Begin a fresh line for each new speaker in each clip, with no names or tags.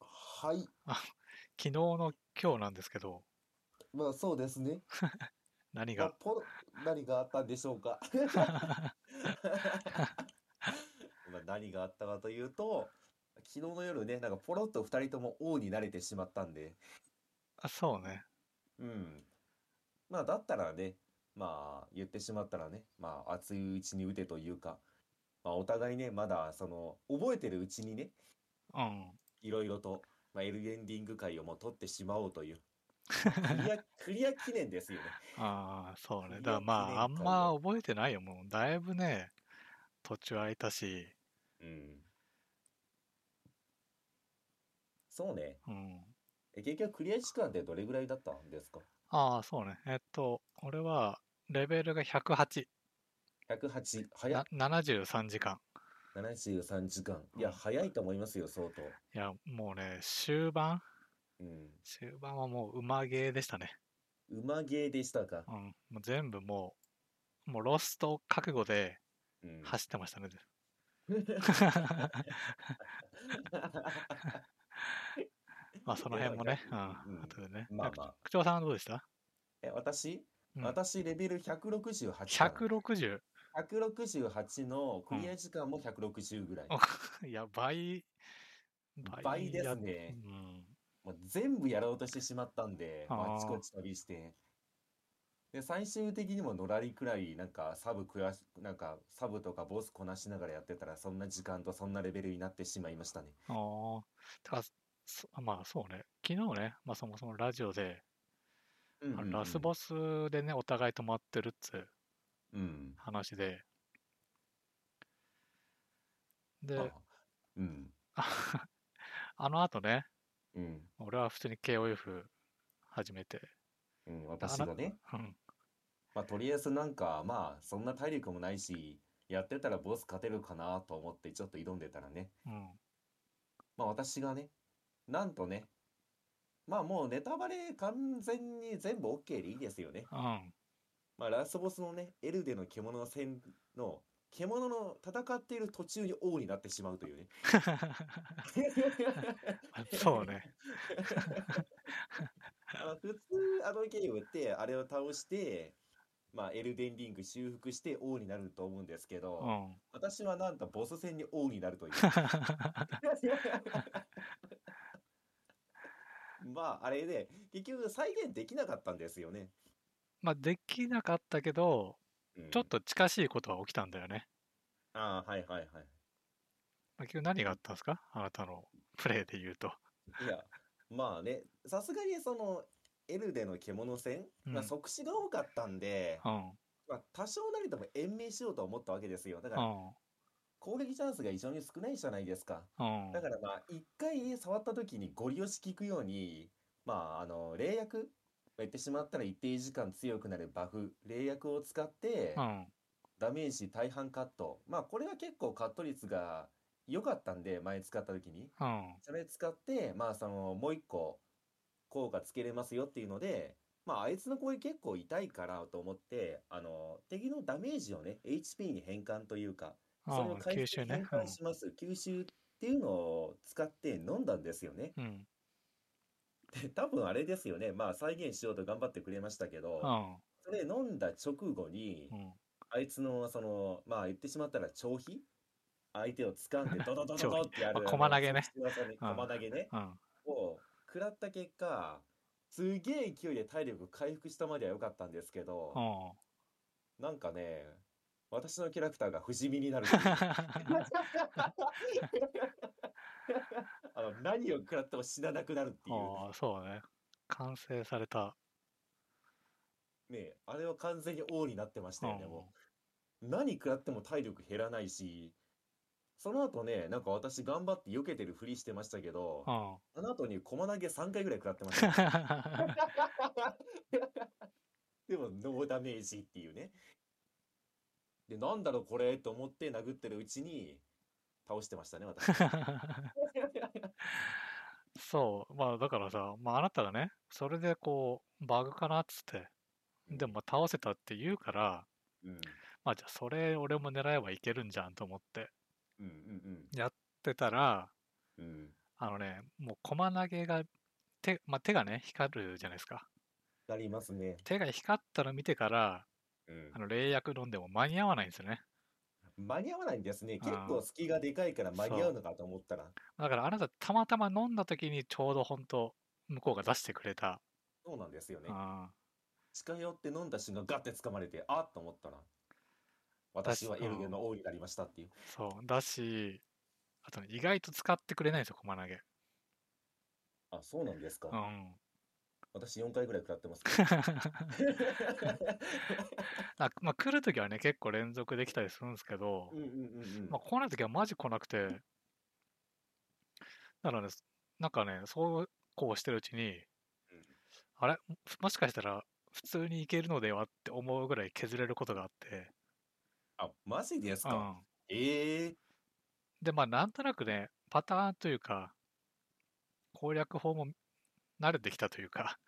はい。
昨日の今日なんですけど、
まあそうですね。
何
まあ
が、
ポロ何があったんでしょうか。 まあ何があったかというと、昨日の夜ね、なんかポロッと二人とも王になれてしまったんで、
あ、 そうね。
うん。まあだったらね、まあ言ってしまったらね、まあ熱いうちに打てというか、まあお互いね、まだその覚えてるうちにね、
うん。
いろいろと、まあ、エルデンリング会をもう取ってしまおうという。クリア、 クリア記念ですよね。
ああ、そうね。
いい
だからまあ、あん
記念会
ま
を
覚えてないよ。もう、だいぶね、途中空いたし、
うん。そうね。
うん。
え、結局クリア時間ってどれぐらいだったんですか
ああ、そうね。えっと、俺は、レベルが108、
?108。早っ
な。73時間。
73時間。いや、早いと思いますよ、相当。
いや、もうね、終盤
うん。
終盤はもう馬ゲーでしたね。
馬ゲーでしたか
う。ん。もう全部もう、もうロスト覚悟で
うん。
走ってま したね。まあ、その辺もね、
いうや
ん
う、ん
後でね。
まあまあ。
区長さんはどうでした
え、私
うん
私、レベル168かな。
160
168のクリア時間も160ぐらい。
いや倍
倍で
や
す
っ
ね。
うん
もう全部やろうとしてしまったんで、
あ
もう
ー
あちこち旅して。で、最終的にものらりくらい、なんかサブクラス、なんかサブとかボスこなしながらやってたら、そんな時間とそんなレベルになってしまいましたね。
あーてかそまあそうね昨日ね、まあ、そもそもラジオで、
うんうんうん
ラスボスでねお互い止まってるっつう
うん。
話でで
あうん。
あ あのあとね
うん。
俺は普通に KOF 始めて、
うん。私がね。
うん、
まあ、とりあえずなんか、まあ、そんな体力もないし、やってたらボス勝てるかなと思って、ちょっと挑んでたらね。
うん、
まあ私がね、なんとね、まあもうネタバレ完全に全部 OK でいいですよね。
うん、
まあラスボスのね、エルデの獣の戦の、獣の戦っている途中に王になってしまうというね。
そうね
あの普通あのゲームってあれを倒して、まあエルデンリング修復して王になると思うんですけど、
うん
私はなんとボス戦に王になるというまああれで結局再現できなかったんですよね、
まあできなかったけど
うん
ちょっと近しいことは起きたんだよね。
ああはいはいはい
まあ結局何があったんですかあなたのプレイで言うと。
いやまあねさすがにそのエルデの獣戦、ま
う
あ、
ん
即死が多かったんで、
うん。
まあ、多少なりとも延命しようと思ったわけですよだか
う
ら
ん。
攻撃チャンスが異常に少ないじゃないですか
うん。
だからまあ一回触った時にゴリ押し効くようにまああの霊薬言ってしまったら一定時間強くなるバフ霊薬を使って
うん。
ダメージ大半カットまあこれは結構カット率が良かったんで前使った時に
うん。
それ使ってまあそのもう一個効果つけれますよっていうのでまああいつの声結構痛いからと思ってあの敵のダメージをね HP に変換というか
う
それを
ん。
回
吸
復
収
に
ね
変。換します、吸収っていうのを使って飲んだんですよね。
うん。うん。
で 多分あれですよね、まあ再現しようと頑張ってくれましたけど、
うん。
それ飲んだ直後に、
うん。
あいつのその、まあ言ってしまったら長飛相手を掴ん でドドドドドってや
ま
る。
あ駒投げね
あの。即死技ね
うん
駒投げね。
うん。
を食らった結果、すげえ勢いで体力回復したまでは良か ったんですけど、
うん。
なんかね、私のキャラクターが不死身になるという あの何を食らっても死ななくなるっていう。
ああ、そうね。完成された。
ねえあれは完全に王になってましたよね、
うん
もう。何食らっても体力減らないし、その後ね、なんか私頑張って避けてるふりしてましたけど
う、ん。
あの後に駒投げ3回ぐらい食らってました よ。でも、ノーダメージっていうね。で、なんだろうこれと思って殴ってるうちに、倒してましたね、 私。
そう。まあだからさ、まああなたがね、それでこう、バグかなっつって、でもまあ倒せたって言うから、
うん、
まあじゃあそれ俺も狙えばいけるんじゃんと思って
うん、うん、
やってたら、
うん、うん。
あのね、もう駒投げが、手、まあ、手がね、光るじゃないですか。
なりますね。
手が光ったの見てから、
うん
あ。の、霊薬飲んでも間に合わないんですよね。
間に合わないんですね。
あ
結
ー
構隙がでかいから間に合うのかと思ったら。
だからあなたたまたま飲んだ時にちょうど本当向こうが出してくれた。
そうなんですよね。
あ
近寄って飲んだ瞬間ガッて掴まれて、あっと思ったら、私はエルデンの王になりましたっていう。
そう。だし、あとね、意外と使ってくれないんですよ、駒投げ。
あ、そうなんですか。
うん。
私4回ぐらい食らってます けど。
あまあ、来る時はね、結構連続できたりするんですけど、
うんうんうんうん。
まあ、来ない時はマジ来なくて、だからね、なんかね、そうこうしてるうちに、あれもしかしたら普通に行けるのではって思うぐらい削れることがあって、
あ、マジです
う
か。
ん。
ええ。
で、まあ、なんとなくね、パターンというか、攻略法も慣れてきたというか、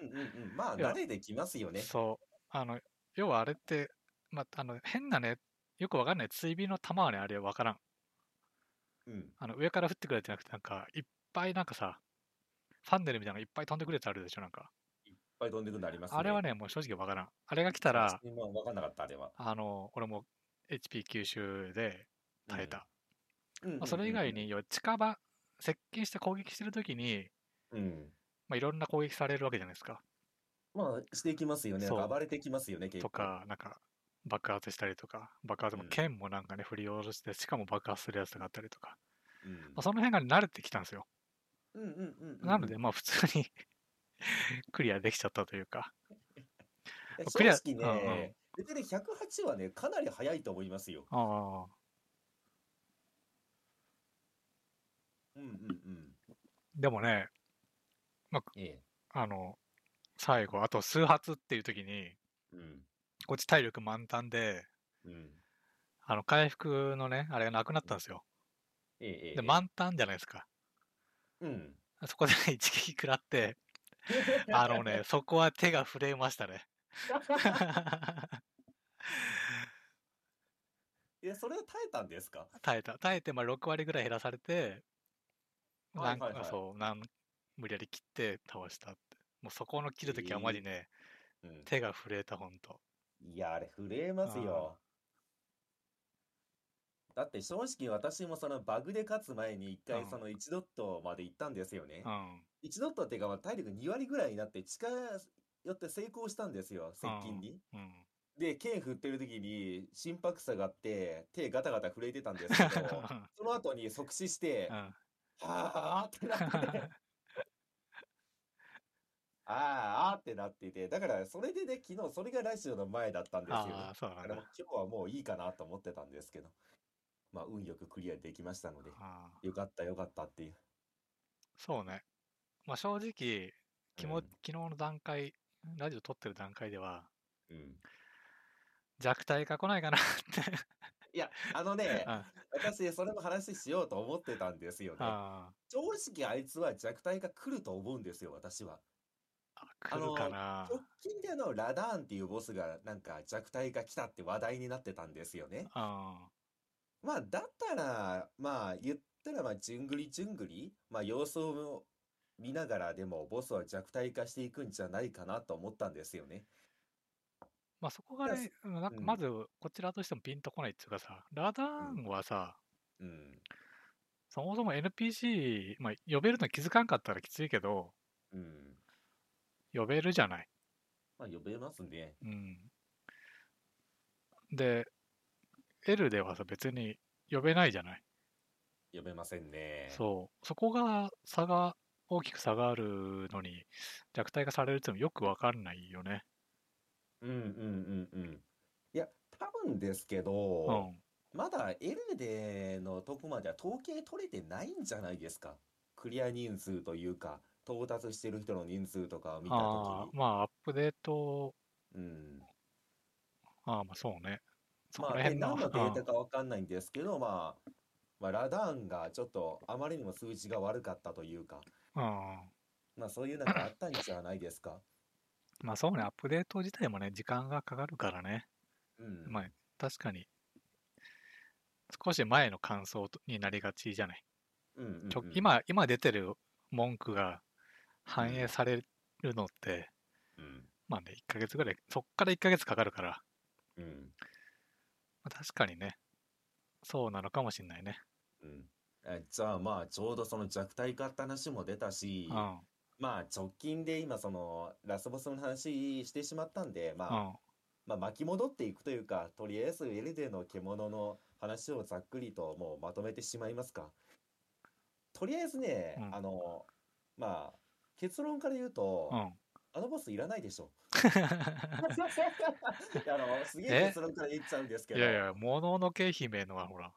うんうんうん。まあ、
いや
慣れてきますよね。
そう、あの、要はあれって、まあ、あの、変なね、よくわかんない追尾の弾はね、あれわからん。
うん。
あの、上から降ってくるやつじゃなくて、なんか、いっぱいなんかさ、ファンネルみたいなのがいっぱい飛んでくるやつあるでしょ、なんか。
いっぱい飛んでくるのありますね。
あれはね、もう正直わからん。あれが来たら、
私も分かんなかった、あれは。
あの、俺も HP 吸収で耐えた。
うん。うんうんうん
まあ、それ以外。に、要は近場、接近して攻撃してるときに、
うん。
まあ、いろんな攻撃されるわけじゃないですか。
まあ、していきますよね。
そう
暴れてきますよね、結構。
とか、なんか爆発したりとか、爆発も
うん
剣もなんかね、振り下ろして、しかも爆発するやつがあったりとか、
うん。
まあ、その辺が慣れてきたんですよ。
うんうんうんうん。
なので、まあ普通に クリアできちゃったというか、
いや
クリア
正直
うんうん
ね、レベル108はね、かなり早いと思いますよ。
ああ
うんうんうん。
でもね、
え
あの、最後、あと数発っていう時に、
え。うん。
こっち体力満タンで、
うん。
あの回復のね、あれがなくなったんですよ。
ええええ。
で、満タンじゃないですか。
うん。
そこで一撃食ら って、あのね、そこは手が震えました ね。
いや、それは耐えたんですか
耐えた耐えてまあ6割ぐらい減らされて
は
ないん
はいはい
そうなん無理やり切って倒したってもうそこの切るときはマジね、
うん。
手が震えたほんと
いや、あれ、震えますよ。だって正直私もそのバグで勝つ前に一回
うん
その1ドットまで行ったんですよね
う。ん
1ドットっていうかまあ体力2割ぐらいになって近寄って成功したんですよ、接近に。
うん
で、剣振ってる時に心拍差があって手ガタガタ震えてたんですけど、 その後に即死して、
うん
はーってな って、あーあーってなってて、だからそれでね、昨日それが来週の前だったんですよね。
ああそうな
あ
ん
れ
だ
も今日はもういいかなと思ってたんですけど、まあ運よくクリアできましたので、
あー
よかったよかったっていう。
そうねまあ正直きも
うん
昨日の段階ラジオ撮ってる段階では
うん。
弱体が来ないかなって、
いや、あのね
あ
私それも話しようと思ってたんですよね。
あ
正直あいつは弱体が来ると思うんですよ、私は。
あ来るかな
直近であのラダーンっていうボスがなんか弱体が来たって話題になってたんですよね。
あ
まあだったら、まあ言ったらまあじゅんぐりじゅんぐり、まあ様子を見ながらでもボスは弱体化していくんじゃないかなと思ったんですよね。
まあそこが
だ
ね、うんなんか
うん
まずこちらとしてもピンとこないっていうかさ、ラダーンはさ、
うん。
そもそも NPC、まあ呼べるの気づかんかったらきついけど、
うん。
呼べるじゃない。
まあ呼べますね。
うん。で、L ではさ、別に呼べないじゃない。
呼べませんね。
そう。そこが差が、大きく差があるのに、弱体化されるっていうのもよくわかんないよね。
うんうんうんうん。いや、多分ですけ
う
ど、
ん。
まだエルデのとこまでは統計取れてないんじゃないですか。クリア人数というか、到達してる人の人数とかを見た
ああ
と、
まあアップデート、
きに。うん。
ああまあそうね。そ
ま
こ
あ、
ら
ね、
辺の、
何のデータ
う
かわかんないんですけど、まあ、まあ、ラダーンがちょっとあまりにも数字が悪かったというか、
んうん。
まあそういうなんかあったんじゃないですか。
まあそうね、アップデート自体もね、時間がかかるからね。
うん。
まあ確かに、少し前の感想とになりがちじゃない。
うんうんうん
ちょ今今出てる文句が反映されるのって、
うん
まあね1ヶ月ぐらいそっから1ヶ月かかるから、
うん
まあ確かにねそうなのかもしんないね
うんえじゃあまあちょうどその弱体化って話も出たし
うんうん
まあ直近で今そのラスボスの話してしまったんでまあまあ、巻き戻っていくというか、とりあえずエルデンの獣の話をざっくりともうまとめてしまいますか。とりあえずね、
うん
あの、まあ、結論から言うと、
うん
あのボスいらないで しょ。あの、すげえ
え
結論から言っちゃうん ですけ
い
ど、
やいや、もののけ姫のはほら、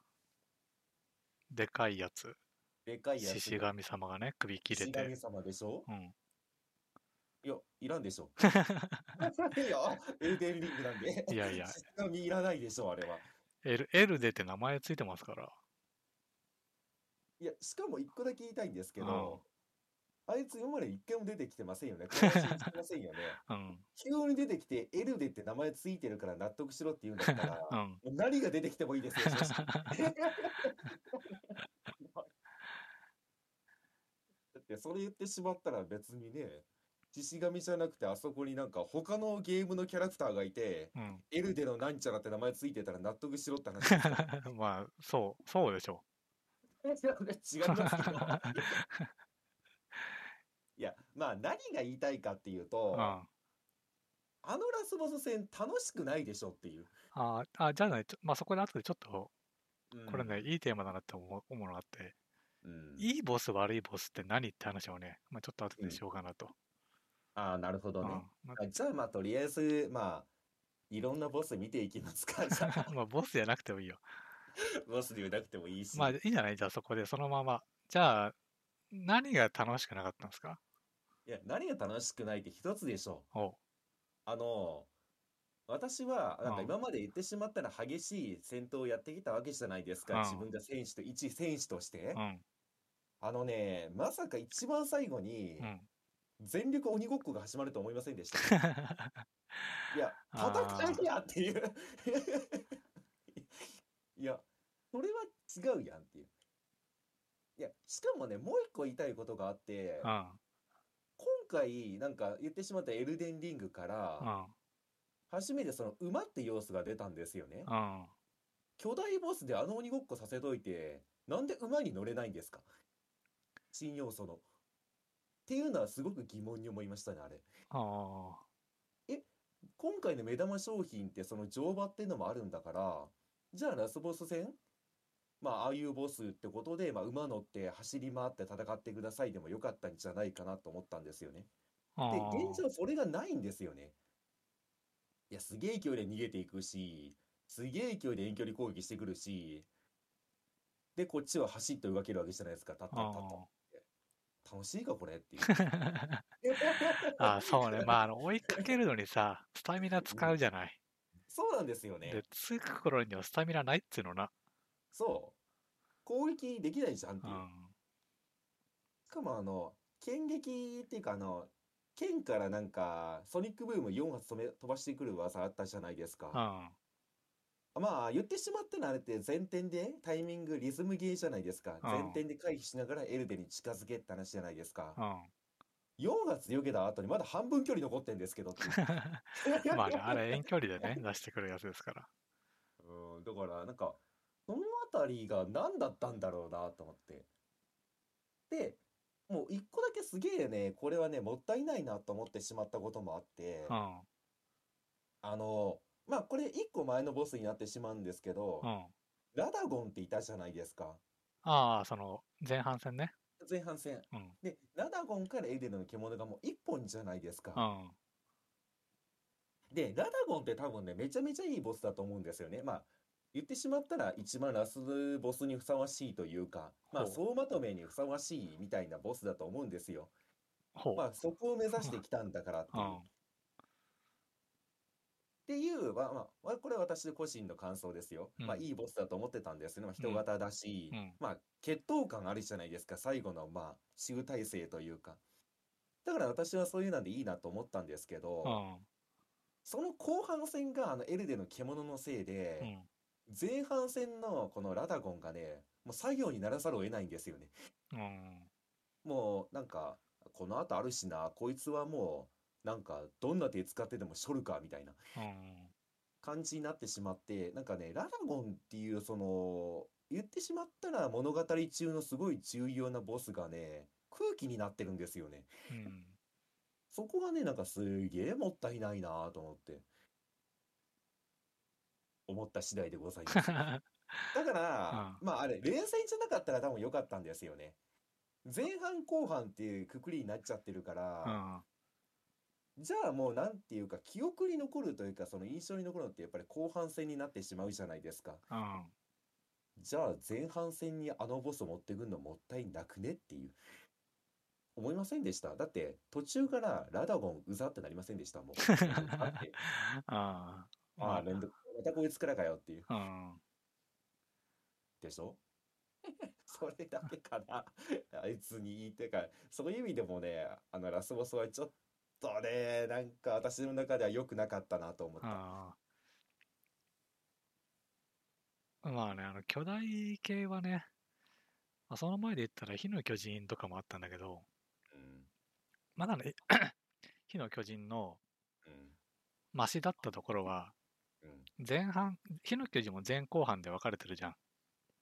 でかいやつ、
でかいやつ、
獅子神様がね、首切れ
獅子神
て、
様でしょ
うん、
いや、いら んでしょ。いや、エルデンリングなんで。
いやいや
獅子神いらないでしょ、あれは。
エルエルデって名前ついてますから、
いや、しかも一個だけ言いたいんですけ
うん
ど、あいつ今まで一回も出てきてませんよね。これは信じてませんよね。
うん、
急に出てきて、エルデって名前ついてるから納得しろって言うんだったら、
う
も
ん、
う何が出てきてもいいですよ、正 直だってそれ言ってしまったら別にね、獅子神じゃなくてあそこになんか他のゲームのキャラクターがいて、
うん。
エルデのなんちゃらって名前ついてたら納得しろって話ですから。
まあ、そう、そうでしょ
違いますけど。いや、まあ何が言いたいかっていう
う。
と、
うん、あ
あのラスボス戦楽しくないでしょっていう。
ーあ、じゃあね、ちょまあそこで後でちょっと、これ
うん
ね、、いいテーマだなって思う思うのがあって、
うん
いいボス、悪いボスって何って話をね、まあ、ちょっと後
うん
でしようかなと。
ああ、なるほ
う
ど
ん
ね。
ま
あじゃあまあとりあえず、まあ、いろんなボス見ていきま すか。じゃあ、
あまあ、ボスじゃなくてもいいよ。
ボスでなくてもいいし。
まあいいんじゃないじゃあそこでそのまま。じゃあ何が楽しくなかったんですか
いや、何が楽しくないって一つでしょう。
おう
あの、私は、なんか
うん
今まで言ってしまったら激しい戦闘をやってきたわけじゃないですか。
うん
自分が選手と、一選手として
う。ん
あのね、まさか一番最後に
う、ん。
全力鬼ごっこが始まると思いませんでした。いや、
あー
戦いやっていう。いや、それは違うやんっていう。いや、しかもね、もう一個言いたいことがあって
う、ん
今回、なんか言ってしまったエルデンリングか
う
ら、
ん
初めてその馬って様子が出たんですよね。
うん。
巨大ボスであの鬼ごっこさせといて、なんで馬に乗れないんですか新要素の。っていうのはすごく疑問に思いましたね、あれ。
あ
今回の目玉商品ってその乗馬っていうのもあるんだから、じゃあラスボス戦まあ、ああいうボスってことで、まあ、馬乗って走り回って戦ってくださいでもよかったんじゃないかなと思ったんですよね。
あ。
で、
あ
現状それがないんですよね。いや、すげえ勢いで逃げていくし、すげえ勢いで遠距離攻撃してくるし、で、こっちは走って追いかけるわけじゃないですか。たったったった。楽しいか、これっていう。
あ。ああそうね。まああの追いかけるのにさ、スタミナ使うじゃない。
そうなんですよね。
で、つく頃にはスタミナないっつうのな。
そう。攻撃できないじゃんって
う
い
ん
う。。しかもあの、剣撃っていうかあの、剣からなんか、ソニックブーム4発止め飛ばしてくる技あったじゃないです
う
か。
ん。
まあ、言ってしまったのはあれって前転でタイミング、リズムゲーじゃないですか。
うん
前転で回避しながらエルデに近づけって話じゃないですか。
うん。
4発避けた後にまだ半分距離残ってんですけどってい う
まあね、あれ遠距離でね、出してくるやつですから。
うん、だからなんかそのあたりが何だったんだろうなと思って。で、もう一個だけすげえね、これはね、もったいないなと思ってしまったこともあって、
うん。
あの、まあこれ一個前のボスになってしまうんですけど
う、ん。
ラダゴンっていたじゃないですか。
ああ、その前半戦ね。
前半戦。
うん。
で、ラダゴンからエデルの獣がもう一本じゃないです
う
か。
ん。
で、ラダゴンって多分ね、めちゃめちゃいいボスだと思うんですよね。まあ、言ってしまったら一番ラスボスにふさわしいというか、まあ、
ほう
総まとめにふさわしいみたいなボスだと思うんですよ。
ほう。
まあ、そこを目指してきたんだからっていう。っていう、まあまあまあ、これは私個人の感想ですよ。
うん
まあ、いいボスだと思ってたんですけど、まあ人型だし
うん。う、ん。
まあ、決闘感あるじゃないですか。最後の、まあ、集大成というか。だから私はそういうなんでいいなと思ったんですけど、
うん。
その後半戦があのエルデの獣のせいで、
うん。
前半戦のこのラダゴンがね、もう作業にならざるを得ないんですよね。
うん。
もうなんかこの後あるしなこいつはもうなんかどんな手使ってでもしょるかみたいな
うん。
感じになってしまってなんかねララゴンっていうその言ってしまったら物語中のすごい重要なボスがね空気になってるんですよね。
うん。
そこがねなんかすげえもったいないなと思って思った次第でございます。 だから、まああれ、冷静じゃなかったら多分良かったんですよね。前半後半っていうくくりになっちゃってるか
う
ら、
ん。
じゃあもうなんていうか、記憶に残るというか、その印象に残るのってやっぱり後半戦になってしまうじゃないですか。
うん。
じゃあ前半戦にあのボス持ってくんのもったいなくねっていう。思いませんでしただって途中からラダゴンうざってなりませんでしたもう。だって
ああ。
ああ、めんどまたこいつからかよっていう。
うん。
でしょ それだけかな あいつに言いてかそういう意味でもねあのラスボスはちょっとねなんか私の中では良くなかったなと思った
ああ。まあね、あの、巨大系はね、まあ、その前で言ったら、火の巨人とかもあったんだけど、
うん
まだね、火の巨人の
うん
マシだったところは、
うん
前半、火の巨人も前後半で分かれてるじゃん。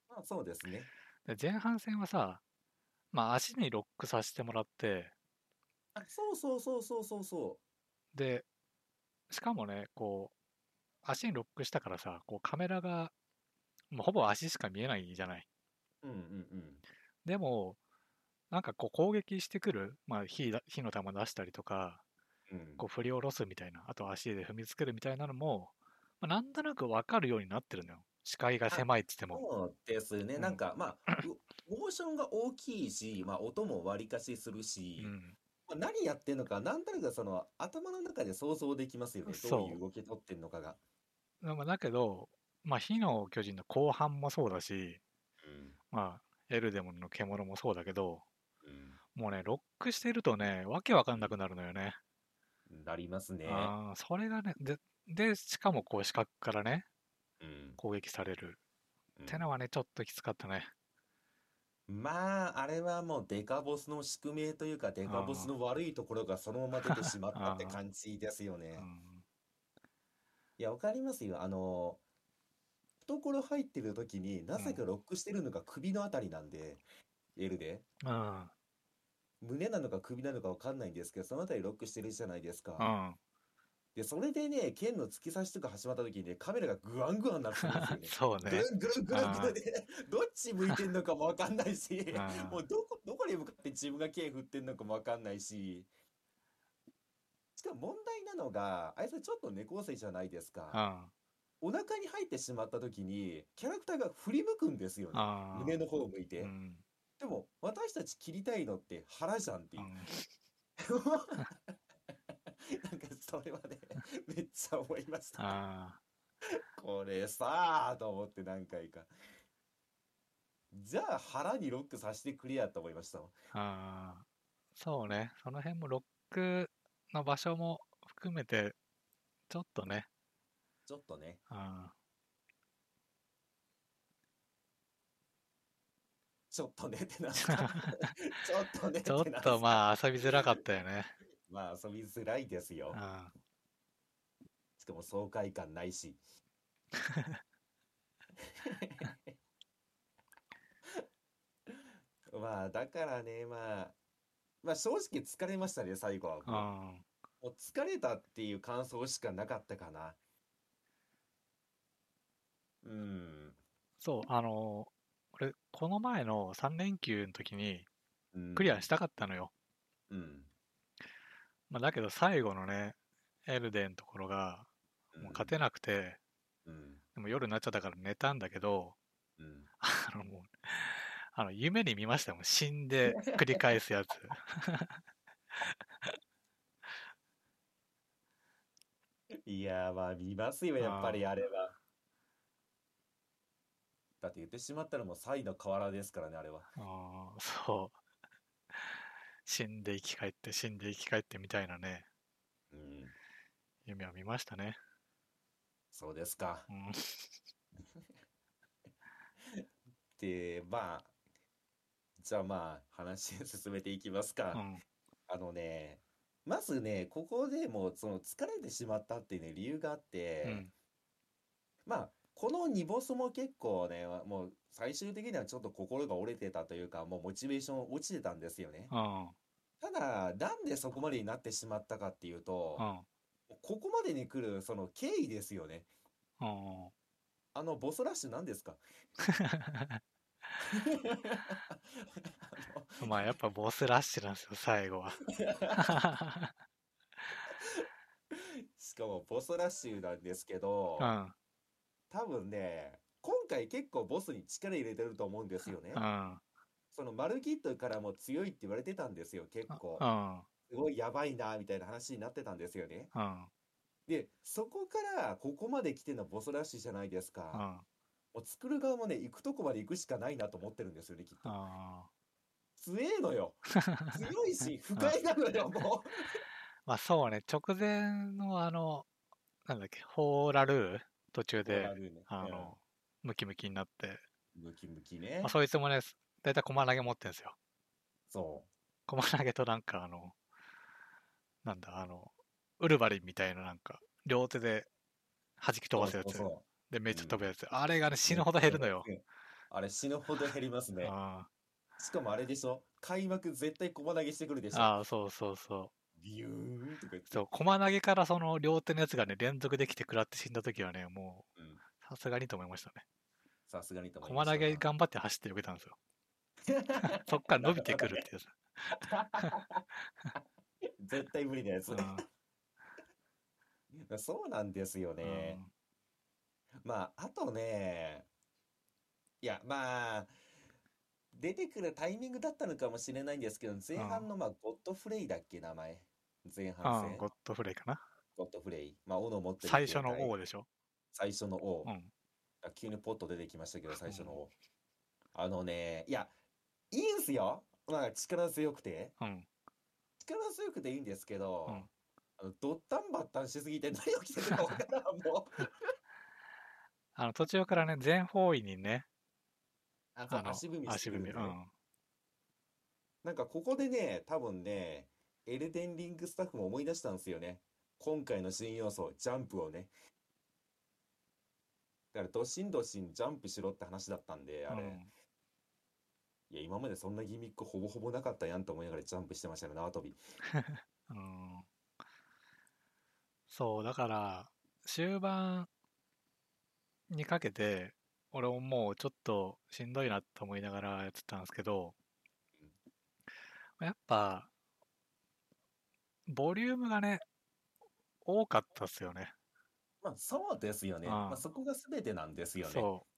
まあそうですね
で前半戦はさ、まあ足にロックさせてもらって、
あそうそうそうそうそうそ
で、しかもね、こう、足にロックしたからさ、こうカメラが、もうほぼ足しか見えないじゃない。
ううんうんうん
でも、なんかこう攻撃してくる、まあ火だ、火の玉出したりとか、
うん
こう振り下ろすみたいな、あと足で踏みつけるみたいなのも、まあ、なんとなく分かるようになってるのよ。視界が狭いっつっても。
そうですね
うん
なんかまあうモーションが大きいし、まあ、音も割りかしするし、
うん、
まあ、何やってんのかなんとなくその頭の中で想像できますよねどうい
そう
う動き取ってんのかが。
でもだけど、まあ、火の巨人の後半もそうだし、
うん
まあ、エルデモンの獣もそうだけど、
うん
もうね、ロックしてるとね、わけわかんなくなるのよね。
なりますね。
ああ、それがね、で、で、しかもこう、視角からね、
うん
攻撃される。
うん
ってのはね、ちょっときつかったね。
まあ、あれはもうデカボスの宿命というか、デカボスの悪いところがそのまま出てしまったって
あー
感じですよね
う。
いや、わかりますよ。あの、懐入ってる時になぜかロックしてるのが首のあたりなんで、L で。
ん。うん。
胸なのか首なのかわかんないんですけど、そのあたりロックしてるじゃないです
う
か。
ん。
で、それでね、剣の突き刺しとか始まった時にね、カメラがグワングワンなってるんです
そ
よね。
う ね。
ぐるんぐるんぐるんぐるんで、どっち向いてんのかもわかんないし、
うん
もうどこ、ど こに向かって自分が剣振ってんのかもわかんないし。しかも問題なのが、あいつはちょっと猫背じゃないです
う
か。
ん。
お腹に入ってしまった時に、キャラクターが振り向くんですよね。
あ
胸の方を向いうて。
ん。
でも、私たち切りたいのって腹じゃんっていうう。
ん
なんかそれはね、めっちゃ思いました。
あ
これさあと思って何回か。じゃあ腹にロックさせてくれやと思いましたもん。
あ。ああ。そうね。その辺もロックの場所も含めて、ちょっとね。
ちょっとね。
うん。
ちょっとねっ てなった。ちょっとねって
ち
な
ょ
っ。
ったとま あ遊びづらかったよね。
まあ遊びづらいです
う
よ
ん。。
しかも爽快感な いし。まあだからね、まあ、まあ正直疲れましたね、最後はもう。
うん。
もう疲れたっていう感想しかなかったかな。うん。
そう、あの俺、この前の3連休の時に
うん
クリアしたかったのよ。
うん。
まあ、だけど最後のね、エルデンのところが、もう勝てなくて、
うん。
でも夜になっちゃったから寝たんだけど、
うん。
あのもう、あの、夢に見ましたよもん。死んで繰り返すやつ。
いやーまあ見ますよ、やっぱりあれは。だって言ってしまったらもうサイの河原ですからね、あれは。
あーそう。死んで生き返って、死んで生き返ってみたいなね、
うん。
夢を見ましたね。
そうですか。
うん。
で、まあ、じゃあまあ、話進めていきますか。
うん。
あのね、まずね、ここでもう、その、疲れてしまったっていうね、理由があっ
う
て、
ん。
まあ、この2ボスも結構ね、もう、最終的にはちょっと心が折れてたというか、もう、モチベーション落ちてたんですよね。
うん。
ただ、なんでそこまでになってしまったかっていうと
う、ん。
ここまでに来る、その、経緯ですよね。
うん。
あの、ボスラッシュ何ですか
まあやっぱボスラッシュなんですよ、最 後は。
しかも、ボスラッシュなんですけど
う、ん。
多分ね、今回結構ボスに力入れてると思うんですよね
う。ん。
そのマルキットからも強いって言われてたんですよ、結構
う。ん。
すごいやばいな、みたいな話になってたんですよね。
うん。
で、そこからここまで来てのボスラッシュじゃないです
う
か。
ん。
もう作る側もね、行くとこまで行くしかないなと思ってるんですよね、きっと。
あ
強えのよ。強いし、不快なのよ、もう。
まあそうね、直前のあの、なんだっけ、ホーラルー途中で、
悪いね
あの、ムキムキになって、
うんムキムキね
まあ、。そいつもね、だいたい駒投げ持ってるんですよ。
そ
駒投げとなんかあの、なんだ、あの、ウルバリンみたいななんか、両手で弾き
う。
飛ばすやつ
そう。そう
で、めっちゃ飛ぶやつ。あれがね、死ぬほど減るのよ。。
うんあれ死ぬほど減りますね。
あ
しかもあれでしょ開幕絶対駒投げしてくるでしょ
あー、そうそうそう。
ビューンとか言って。
そう、駒投げからその両手のやつがね、連続できて食らって死んだ時はね、もう
うん、
さすがにと思いましたね。
さすがにと思いま
駒
し
投
た
げ頑張って走って避けたんですよ。そっから伸びてくるってやつ。
絶対無理なやつ
う。ん
そうなんですよね。まあ、あとね、いや、まあ、出てくるタイミングだったのかもしれないんですけど、前半の、まあ、ゴッドフレイだっけ、名前。前
うん
半
うん
戦。
ゴッ
ゴ
ドフレイかな。
ッドフレイ。まあ、斧持ってる
最初の
王
王でしょ。
最初の王
うん。
あ急にポッと出てきましたけど、最初の王あのね、いや、いいんすよ。まあ、力強くて。
うん。
力強くていいんですけど、
うん
あのドッタンバッタンしすぎて何が起きてるか分からん もう
あの、途中からね、全方位にね、
あそう
あの、
足踏みして
足
く
踏み。
るんだ
う
よね
ん。
なんかここでね多分ねエルデンリングスタッフも思い出したんですよね今回の新要素ジャンプをねだからドシンドシンジャンプしろって話だったんであれ、
うん
いや今までそんなギミックほぼほぼなかったやんと思いながらジャンプしてましたね縄跳び
うんそう、だから、終盤にかけて、俺ももうちょっとしんどいなと思いながらやってたんですけど、やっぱ、ボリュームがね、多かったっすよね。
まあそうですよね
うん
まあそこが全てなんですよね
そう。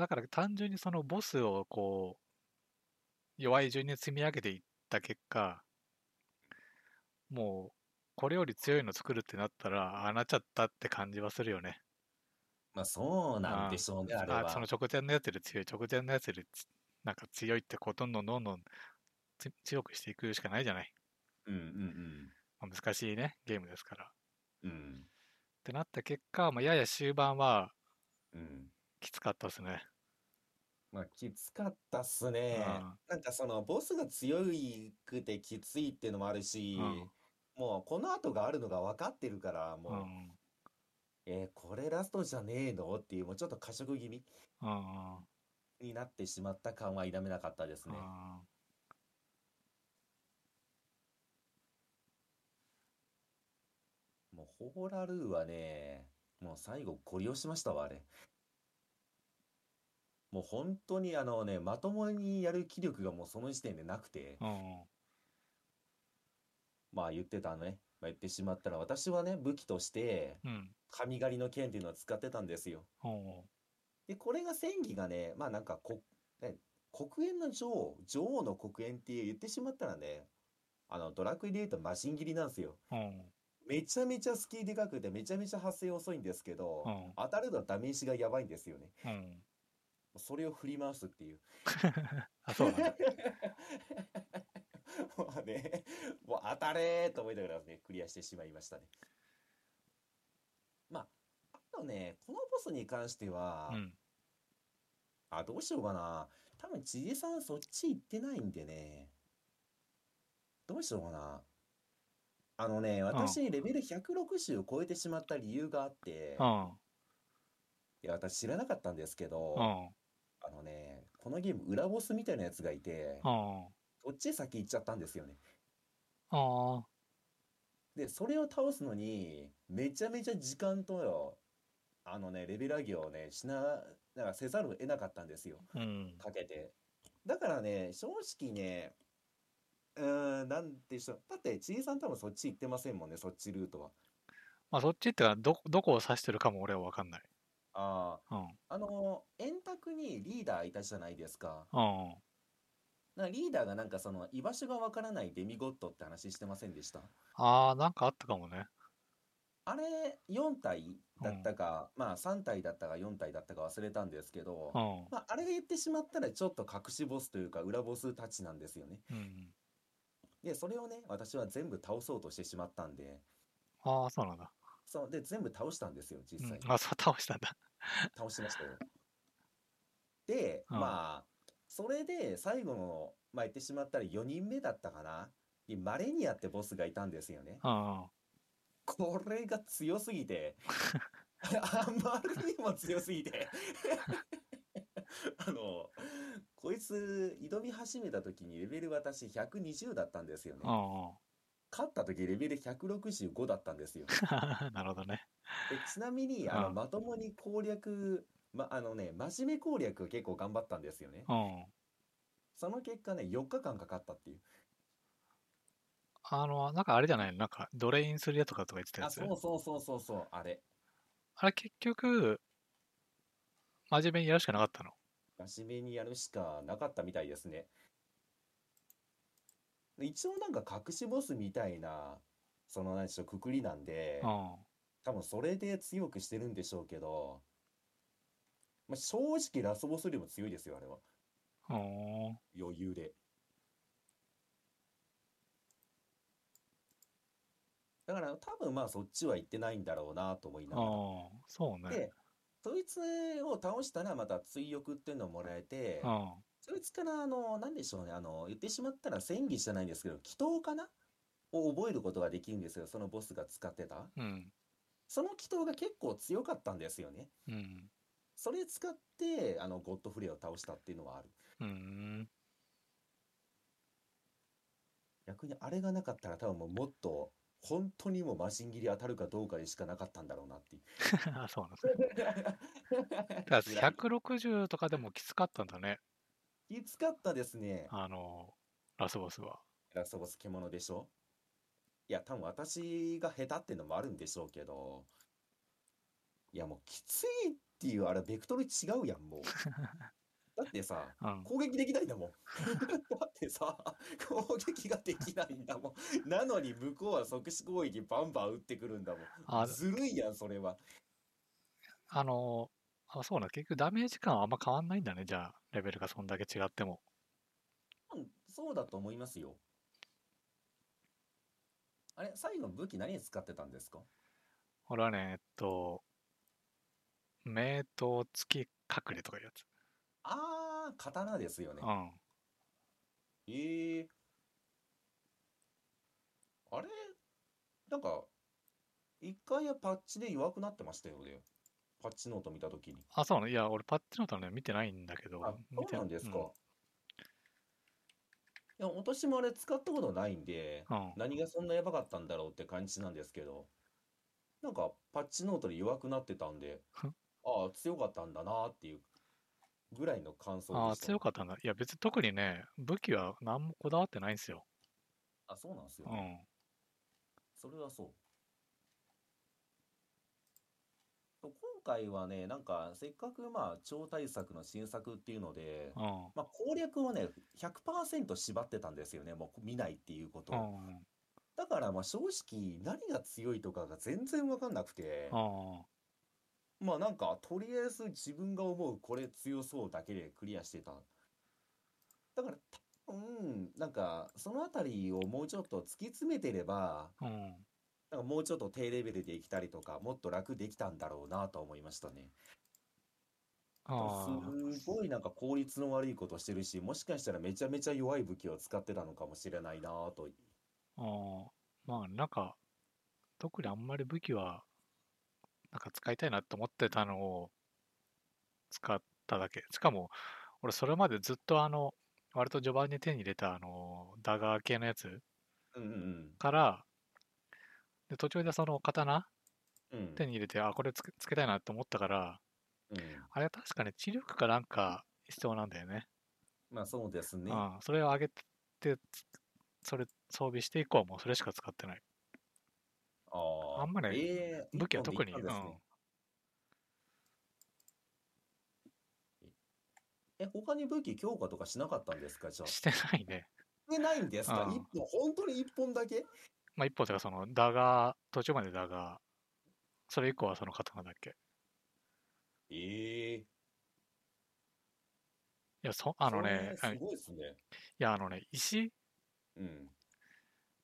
だから単純にそのボスをこう、弱い順に積み上げていった結果、もう、これより強いの作るってなったら、ああなっちゃったって感じはするよね。
まあそうなんでしょうねあれは
あその直前のやつより強い、直前のやつよりつなんか強いってこう、どんどんどんどんつ強くしていくしかないじゃない。
うん
まあ難しいね、ゲームですから。っ
うんうんうん
てなった結果、まあ、やや終盤は
うん
きつかったですね。
まあ、きつかったっすね
うん。
なんかそのボスが強くてきついっていうのもあるし、
うん
もうこの後があるのが分かってるから、も
う
う、
ん。
えーこれラストじゃねえのっていう、もうちょっと過食気味
うん。うん
になってしまった感は否めなかったですね。
あ
もうホーラルーはね、もう最後ゴリ押しましたわ、あれ。もう本当にあのね、まともにやる気力がもうその時点でなくて、
ーうん。
まあ言ってたね、まあ、言ってしまったら私はね、武器として、
うん。
神狩りの剣っていうのを使ってたんですよ。
うん。
で、これが戦技がね、まあなんかこ、ね黒煙の女王、女王の黒煙って言ってしまったらね、あの、ドラクエで言うとマシン切りなんですよ。
うん。
めちゃめちゃスキーでかくて、めちゃめちゃ発生遅いんですけど、
うん
当たるとダメージがやばいんですよね。
うん。
それを振り回すっていう。
あ、そうなんだ。
もうね、 もう当たれーと思いながらね、クリアしてしまいましたね。まあ、あとね、このボスに関しては、
うん。
あ、どうしようかな。多分、千恵さんそっち行ってないんでね。どうしようかな。あのね、私、レベル160を超えてしまった理由があって、
うん。
いや、私知らなかったんですけ
う
ど、
ん。
あのね、このゲーム、裏ボスみたいなやつがいて、
うん。あ
そっちへ先行っちゃったんですよね。
あ。
で、それを倒すのに、めちゃめちゃ時間とよ、あのね、レベル上げをね、しな、なんかせざるを得なかったんですよ。
うん。
かけて。だからね、正直ね、うーん、なんてしょう。だって、ちいさん多分そっち行ってませんもんね、そっちルートは。
まあ、そっちってか、ど、どこを指してるかも俺は分かんない。
あ
うん。
あ、あの、円卓にリーダーいたじゃないですか。
うん。
なリーダーがなんかその、居場所がわからないデミゴッドって話してませんでした
ああ、なんかあったかもね。
あれ、4体だったか、まあ3体だったか4体だったか忘れたんですけど、
うん。
まあ、あれが言ってしまったらちょっと隠しボスというか裏ボスたちなんですよね。
うん。
で、それをね、私は全部倒そうとしてしまったんで、
ああ、そうなんだ。
そう、で、全部倒したんですよ、実
う
際
ん。。あ、そう倒したんだ。
倒しましたよ。で、
うん
まあ、それで最後の、まあ言ってしまったら4人目だったかな。にマレニアってボスがいたんですよね。
うん。
これが強すぎて、あまりにも強すぎて。 あの、こいつ挑み始めた時にレベル私120だったんですよね
う。ん。うん
勝った時レベル165だったんですよ。
なるほどね。
でちなみに、あの、
うん
まともに攻略、ま、あのね、真面目攻略結構頑張ったんですよね。
うん。
その結果ね、4日間かかったっていう。
あの、なんかあれじゃないのなんか、ドレインするやつとかとか言ってたや
あ、
つ
そ。うそうそうそうそう、あれ。
あれ結局、真面目にやるしかなかったの。
真面目にやるしかなかったみたいですね。で一応なんか隠しボスみたいな、その何でしょう、くくりなんで、多分それで強くしてるんでしょうけど、まあ、正直ラスボスよりも強いですよ、あれは。
うん。うん。
余裕で。だから多分まあそっちは行ってないんだろうなと思いながら。
ああ、そうね。
で、そいつを倒したらまた追憶っていうのをもらえて
う、ん。
そいつからあの、なんでしょうね、あの、言ってしまったら戦技じゃないんですけど、祈祷かなを覚えることができるんですよ、そのボスが使ってた。
うん。
その祈祷が結構強かったんですよね。
うん。
それ使って、あの、ゴッドフレアを倒したっていうのはある。
うん。
逆にあれがなかったら多分もうもっと、本当にもうマシン切り当たるかどうかでしかなかったんだろうなっていう。
あそうなんですね。だから160とかでもきつかったんだね。
きつかったですね。
あの、ラスボスは。
ラスボス獣でしょいや、多分私が下手ってのもあるんでしょうけど、いや、もうきついっていう、あれ、ベクトル違うやん、もう。だってさ、
うん。
攻撃できないんだもん。だってさ、攻撃ができないんだもん。なのに向こうは即死攻撃バンバン打ってくるんだも
あ
ん。ずるいやん、それは。
あの、あ、そうだ、結局ダメージ感はあんま変わんないんだね、じゃあ、レベルがそんだけ違っても。
うんそうだと思いますよ。あれ、最後の武器何に使ってたんですか
俺はね、えっと、名刀付き隠れとかいうやつ。
あー、刀ですよね
う。ん。
ええあれなんか、一回はパッチで弱くなってましたよね。パッチノート見たときに。
あ、そうなのいや、俺パッチノートはね、見てないんだけど
あ、、
見
そう
て
なんです
う
か。いや、私もあれ使ったことないんで、
うん。
何がそんなやばかったんだろうって感じなんですけど、なんか、パッチノートで弱くなってたんで、
ふ
ああ、強かったんだなっていうぐらいの感想
あ
で
あ、
したね
強かったんだ。いや、別に特にね、武器は何もこだわってないんですよ。
あ、そうなんですよ
う
ね。
ん。
それはそう。と今回はね、なんかせっかくまあ超大作の新作っていうので、
うん。
まあ、攻略をね、100%縛ってたんですよね、もう見ないっていうこと
う
を。
ん。
だからまあ正直、何が強いとかが全然わかんなくて、
うん。
まあなんか、とりあえず自分が思うこれ強そうだけでクリアしてた。だから多分、なんかそのあたりをもうちょっと突き詰めてれば、
うん。
なんかもうちょっと低レベルでいきたりとか、もっと楽できたんだろうなと思いましたね。
あ
すごいなんか効率の悪いことしてるし、もしかしたらめちゃめちゃ弱い武器を使ってたのかもしれないなぁと。
あああまあなんか特にあんまり武器はなんか使いたいなと思ってたのを使っただけしかも俺それまでずっとあの割と序盤に手に入れたあのダガー系のやつ
うんうん
からで途中でその刀
うん。うん。
手に入れてあこれつけつけたいなと思ったから
うん。
あれは確かね知力かなんか必要なんだよね
まあそうですね。
ああそれを上げてつそれ装備して以降はもうそれしか使ってない
あー
あんまり
えー
武器は
一
特
本で
に、
いったんですね
うん
え、他に武器強化とかしなかったんですかじゃあ。
してないね
してないんですか
うん
一本、本当に一本だけ
まあ一方ではそのダガー途中までダガーそれ以降はその刀だっけ
ええ
いやそあのね
それ
うん
す
い
ごいですね。
やあのね石
うん。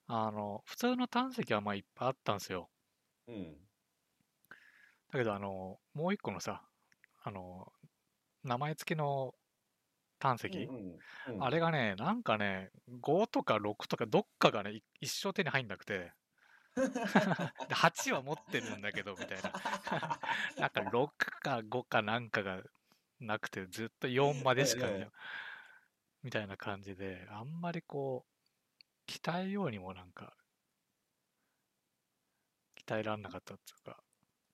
あの普通の胆石はまあいっぱいあったんですよ
うん。
だけどあのもう一個のさあの名前付きの胆石、
うんうんうん
あれがねなんかね5とか6とかどっかがねい一生手に入んなく てで8は持ってるんだけどみたいななんか6か5かなんかがなくてずっと4までしか、
ええ
みたいな感じであんまりこう鍛えようにもなんか鍛えらんなかったっていうか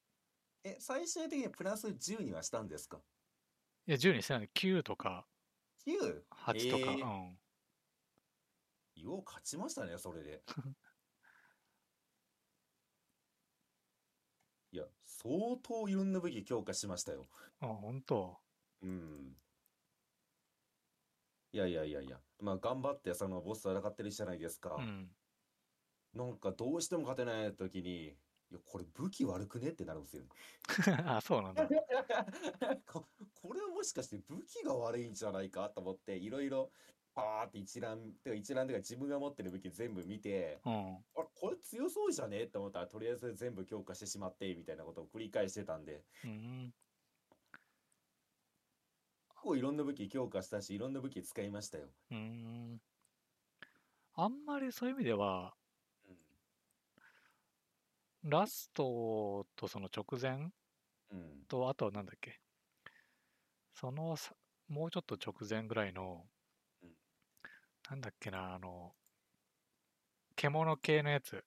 え、最終的にプラス10にはしたんですか
いや10にしてない9とか
?9?
8とか、
ええ
うん
よう勝ちましたね、それで。 いや、相当いろんな武器強化しましたよ。
あ本当
うん。いやいやいやいや、まあ頑張ってそのボスと戦ってるじゃないですか
う。ん
なんかどうしても勝てない時に、いや、これ武器悪くねってなるんですよ。
あそうなんだ
ここれはもしかして武器が悪いんじゃないかと思って、いろいろ、パーって一覧、てか一覧とか自分が持ってる武器全部見て、
うん
あれ、これ強そうじゃねって思ったら、とりあえず全部強化してしまって、みたいなことを繰り返してたんで、
うん
結構いろんな武器強化したし、いろんな武器使いましたよ。
うーんあんまりそういう意味では、ラストとその直前
うん。うん。
と、あとはなんだっけ、そのさ、もうちょっと直前ぐらいの
うん、
なんだっけな、あの、獣系のやつ。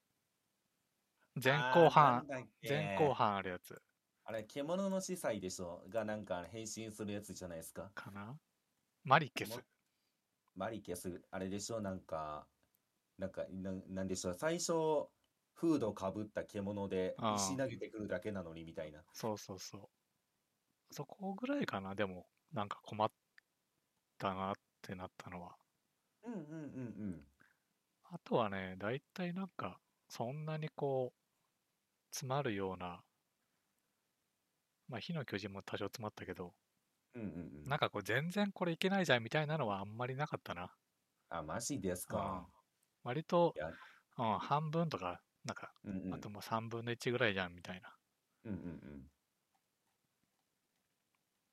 前後
あー
半、
なんだっけ
前後半あるやつ
あれ、獣の司祭でしょがなんか変身するやつじゃないですか。
かなマリケス。
マリケス、あれでしょなんか、なんか、なんなんでしょう。最初、フードかぶった獣で
あー
石投げてくるだけなのにみたいな。
そうそうそう。そこぐらいかな、でも、なんか困ったなってなったのは。
うんうんうんうん。
あとはね、大体なんか、そんなにこう、詰まるような、まあ、火の巨人も多少詰まったけど、
うんうんうん
なんかこう、全然これいけないじゃんみたいなのはあんまりなかったな。
あ、マジですか。
割と
いや、
うん、半分とか、なんか、
うんうん。
あともう3分の1ぐらいじゃんみたいな。
うんうんうん。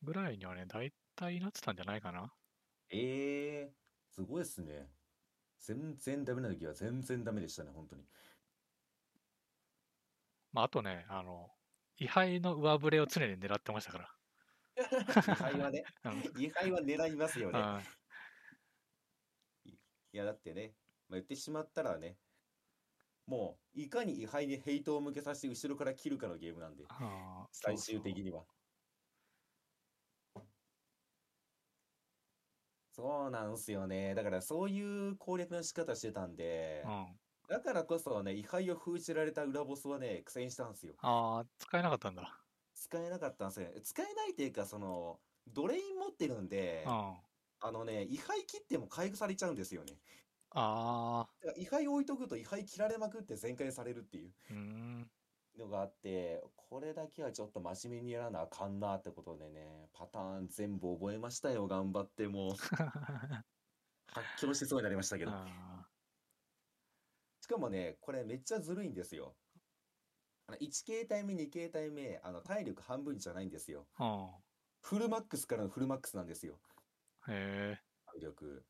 ぐらいにはね、大体なってたんじゃないかな。
ええすごいですね。全然ダメな時は全然ダメでしたね、本当に。
まあ、あとね、あの、位牌の上振れを常に狙ってましたか
位牌 はね、
ら。うん
位牌は狙います よね。
うん
いやだってね、まあ、言ってしまったらね、もういかに位牌にヘイトを向けさせて後ろから切るかのゲームなんで、
あー
最終
そう
的には。そうなんすよね。だからそういう攻略の仕方してたんで
そう、うん、
だからこそね、位牌を封じられた裏ボスはね、苦戦したんすよ。
ああ、使えなかったんだ。
使えなかったんですよね。使えないっていうか、その、ドレイン持ってるんで
う、ん。
あのね、位牌切っても回復されちゃうんですよね。
ああ、
だから位牌置いとくと位牌切られまくって全開されるっていう
うーん。
のがあって、これだけはちょっと真面目にやらなあかんなってことでね、パターン全部覚えましたよ、頑張って もう。発狂しそうになりましたけど。
あ
しかもね、これめっちゃずるいんですよ。あの1形態目、2形態目、あの体力半分じゃないんですよ。
ーうん
フルマックスからのフルマックスなんですよ。
へえ。
弾力。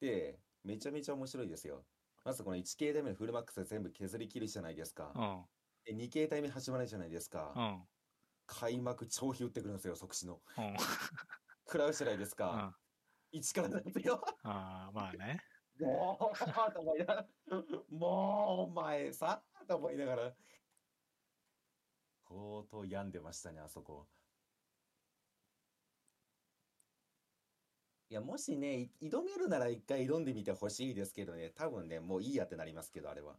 で、めちゃめちゃ面白いですよ。まずこの1形態目のフルマックスで全部削り切るじゃないですか。
うん。
で、2形態目始まるじゃないですか。
うん。うん。
開幕超飛打ってくるんですよ、即死の。食らうじゃないですか。
あ
1からなんですよ。
あー、まあね。
もう、と思いながら、もう、お前さ、と思いながら。相当病んでましたね、あそこ。いや、もしね、い挑めるなら一回挑んでみてほしいですけどね、多分ね、もういいやってなりますけど、あれは。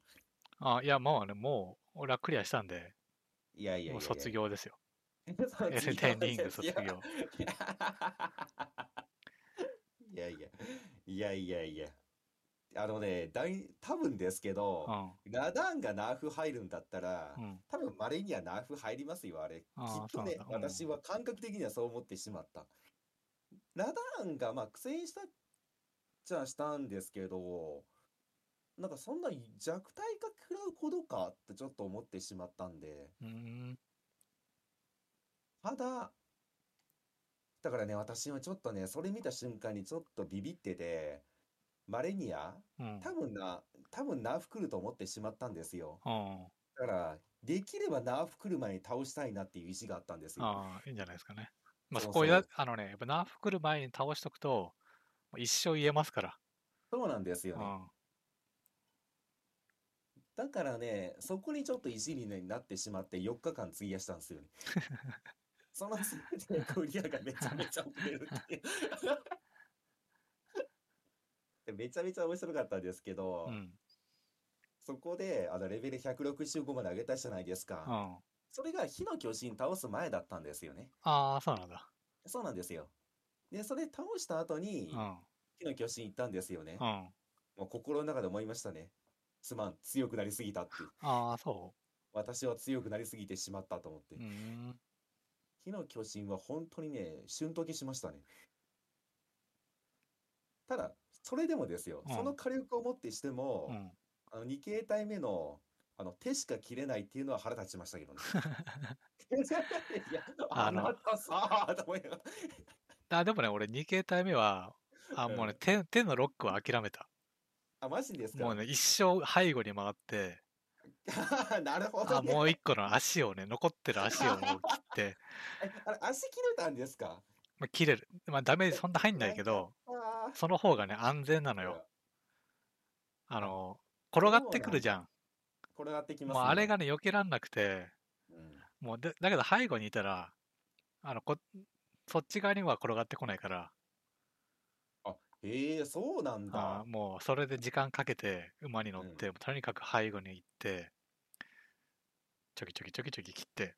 あいや、もうね、もう、俺はクリアしたんで、
いやいやいやいや。
もう卒 業ですよ。
卒
エ ルデンリング卒
いや
業。
いやい や、いやいやいや。あのね、だい、多分ですけど、
う
ラダーンがナーフ入るんだったら、
ん。うん。
多分稀にはナーフ入りますよ、あれ。き
あー
っと
そう
ね、
なんだうん
私は感覚的にはそう思ってしまった。ラダーンが、まあ、苦戦したっちゃしたんですけど、なんかそんな弱体化食らうほどかってちょっと思ってしまったんで、
うーん。
ただ、だからね、私はちょっとね、それ見た瞬間にちょっとビビってて、マレニア、
うん。
多分な、多分ナーフ来ると思ってしまったんですよ。
うん。
だから、できればナーフ来る前に倒したいなっていう意志があったんですよ。
ああ、いいんじゃないですかね。まあ、
そ
そうこ
そう
をや、あのね、やっぱナーフ来る前に倒しとくと、もう一生言えますから。
そうなんですよ
う
ね。
ん。
だからね、そこにちょっと意地になってしまって4日間費やしたんですよ ね。そのせいでクリアがめちゃめちゃ遅れる っていう で。めちゃめちゃ面白かったんですけど、
うん。
そこであのレベル165まで上げたじゃないですか。
うん。
それが火の巨人倒す前だったんですよね。
ああ、そうなんだ。
そうなんですよ。で、それ倒した後に
うん。
火の巨人行ったんですよね
う。ん。
もう心の中で思いましたね。すまん、強くなりすぎたって。
ああ、そ
私は強くなりすぎてしまったと思って
う。う。ーん。
火の巨人は本当にね、瞬時しましたね。ただ、それでもですよ、
うん
その火力をもってしても、
うん。
あの2形態目のあの手しか切れないっていうのは腹立ちまし たけどね。いや、あ
あの
なたさあと思いながら
あ、でもね、俺2形態目は、あ、もうね、手、手のロックは諦めた。
あ、マジですか
もうね、一生背後に回って、
なるほ
あ、
ど、ね。
もう一個の足をね、残ってる足をもう切って、
えあれ足切れたんですか
まあ、切れる。まあ、ダメージそんな入んないけど、
あー
その方がね、安全なのよ。あの、転がってくるじゃん。
転がってきます、
もうあれがね、避けらんなくて、
うん
もうで、だけど背後にいたら、あの、こ、そっち側には転がってこないから、
あ、へえ、そうなん
あ
だ
ー。もうそれで時間かけて馬に乗って、とにかく背後に行ってちょきちょきちょきちょき切って、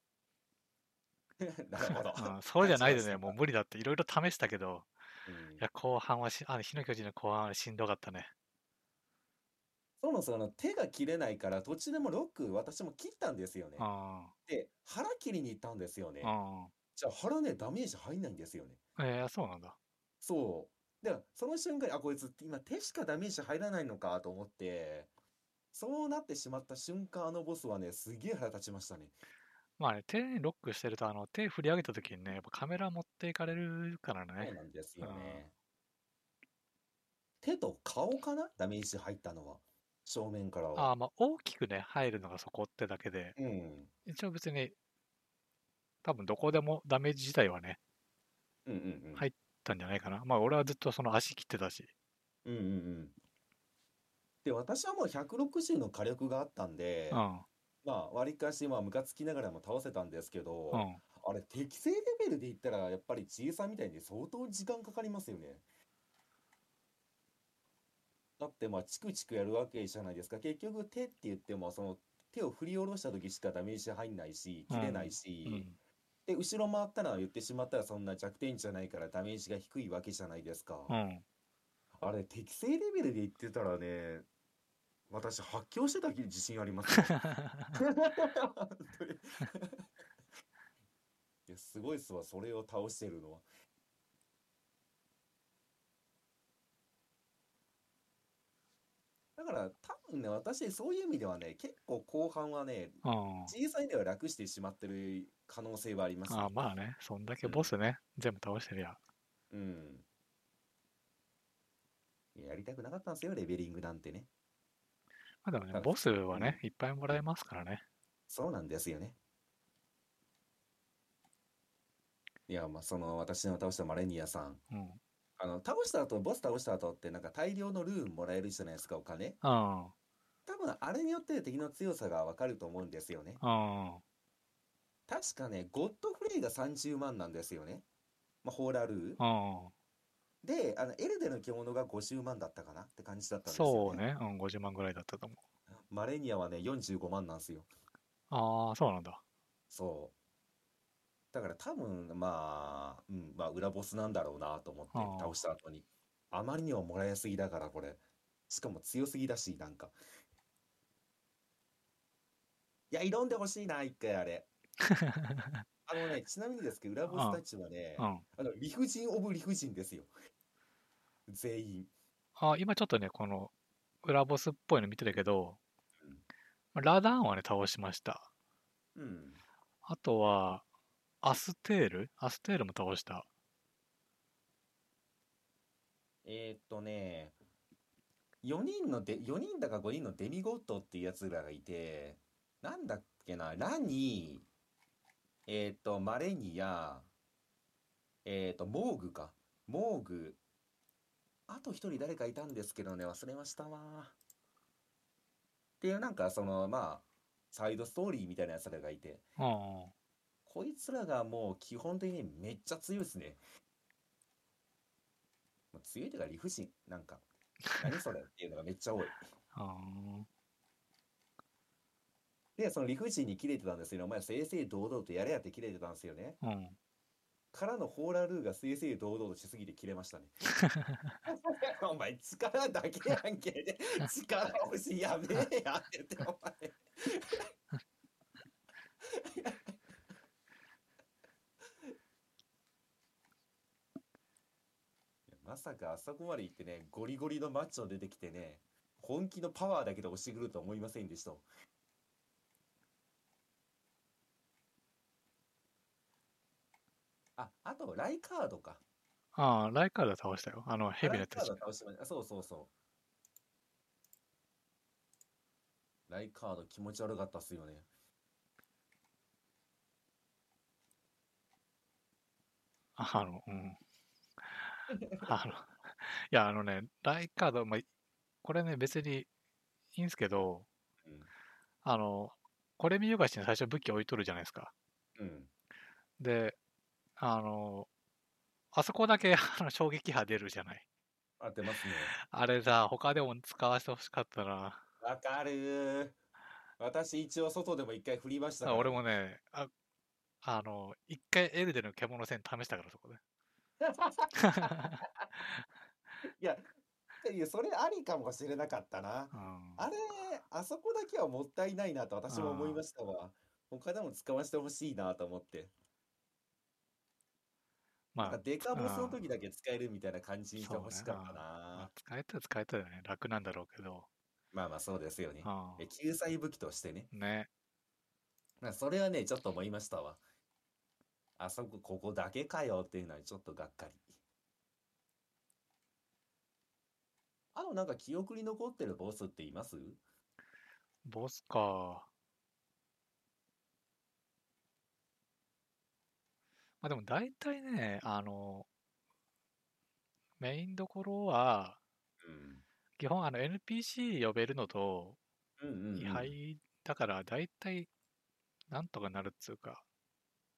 なるほど。
うん、そうじゃないで
確
ね
かに
もう無理だっていろいろ試したけど
うん
いや後半はしあの火の巨人の後半はしんどかったね
そもそも手が切れないから途中でもロック私も切ったんですよね
う。ん
で腹切りに行ったんですよね
う。ん
じゃあ腹ねダメージ入んないんですよね。
えー、そうなんだ
そう。でその瞬間にあこいつ今手しかダメージ入らないのかと思ってそうなってしまった瞬間あのボスはねすげえ腹立ちましたね。
まあね手にロックしてるとあの手振り上げた時にねやっぱカメラ持っていかれるから
そう
ね
なんですよ
うん
ね。手と顔かなダメージ入ったのは正面から
あ
は。
ーまあ大きくね入るのがそこってだけで
うん。
一応別に多分どこでもダメージ自体はね
うんうんうん。
はいあったんじゃないかなまあ俺はずっとその足切ってたし
うんうんうん。で、私はもう160の火力があったんで、
う
ま
ん
あ、わりかし、まあ、ムカつきながらも倒せたんですけ
う
ど、
ん
あれ、適正レベルで言ったら、やっぱり小さみたいに相当時間かかりますよね。だって、まあ、チクチクやるわけじゃないですか。結局、手って言っても、その、手を振り下ろした時しかダメージ入んないし、切れないし、
うん
で、後ろ回ったら言ってしまったら、そんな弱点じゃないからダメージが低いわけじゃないですか。
うん
あれ、適正レベルで言ってたらね、私、発狂してた自信ありますよ。本当にいや、すごいっすわ、それを倒してるのは。だから多分ね、私そういう意味ではね、結構後半はね、
うん。
小さいでは楽してしまってる可能性はあります、
ああ、まあね、そんだけボスね、全部倒してりゃ。
うん。やりたくなかったんですよ、レベリングなんてね。
まあでも
そ
ね、
う
ボスはね、いっぱいもらえますからね。
そうなんですよね。いや、まあ、その、私の倒したマレニアさん。
うん。
あの、倒した後、ボス倒した後って、なんか大量のルーンもらえるじゃないですか、お金。
うん。
多分、あれによって敵の強さがわかると思うんですよね。
うん。
確かね、ゴッドフレイが30万なんですよね。まあ、ホーラルー。
うん。
で、あの、エルデの獣が50万だったかなって感じだったんですよね。
そうね、うん、50万ぐらいだったと思う。
マレニアはね、45万なんですよ。
ああ、そうなんだ。
そう。だから多分、まあ、うん、まあ、裏ボスなんだろうなと思って
あー、
倒した後に。あまりにももらいすぎだから、これ。しかも強すぎだし、なんか。いや、挑んでほしいな、一回あれ。 あのね、ちなみにですけど、裏ボスたちはね、
うん。
あの、理不尽オブ理不尽ですよ。全員。
あー今ちょっとね、この裏ボスっぽいの見てたけど
うん、
まあラダーンはね、倒しました。
うん。
あとは、アステールアステールも倒した。
えーっとね、4人ので、4人だか5人のデミゴットっていうやつらがいて、なんだっけな、ラニー、えーっと、マレニア、えーっと、モーグか。モーグ。あと一人誰かいたんですけどね、忘れましたわ。っていう、なんかその、まあ、サイドストーリーみたいなやつらがいて、
うん。
こいつらがもう基本的にめっちゃ強いですね。もう強いというか理不尽、なんか、何それっていうのがめっちゃ多い。
うん。
で、その理不尽に切れてたんですけど、お前正々堂々とやれやって切れてたんですよね。
うん。
からのホーラルーが正々堂々としすぎて切れましたね。お前力だけやんけで、力欲しいやべえやってて、お前。まさかあそこまで行ってね、ゴリゴリのマッチョ出てきてね、本気のパワーだけで押してくるとは思いませんでした。あ、あと、ライカードか。
ああ、ライカード倒したよ。あの、ヘビのやつ
ラ
でし
イカード倒しました。そうそうそう。ライカード気持ち悪かったっすよね。
ああの、うん。あの、い や、あのね、ライカード、まあ、これね、別にいいんすけど、あの、これ見よがしに最初武器置いとるじゃないですか。
うん。うん。
で、あの、あそこだけ あの衝撃波出るじゃない。
当て ますね。
あれさ、他でも使わせてほしかったな。
わかるー。私一応外でも一回振りましたから
俺もね、あ、あの、一回エルデの獣戦試したからそこで。
いや、いやそれありかもしれなかったな。
うん
あれ、あそこだけはもったいないなと私も思いましたわ。他でも使わせてほしいなと思って。な
ま
んか
あ、
デカボスの時だけ使えるみたいな感じにして
そうね
ほしかった
まあ使
な。
えたら使えたらね、楽なんだろうけど。
まあまあそうですよね。
う
え救済武器としてね。
んね。
まあそれはね、ちょっと思いましたわ。あそこ、ここだけかよっていうのはちょっとがっかり。あの、なんか記憶に残ってるボスっています
ボスか。まあでも大体ね、あの、メインどころは、
うん。
基本あの NPC 呼べるのと、
うんうん、うん。
位牌だから大体なんとかなるっつうか、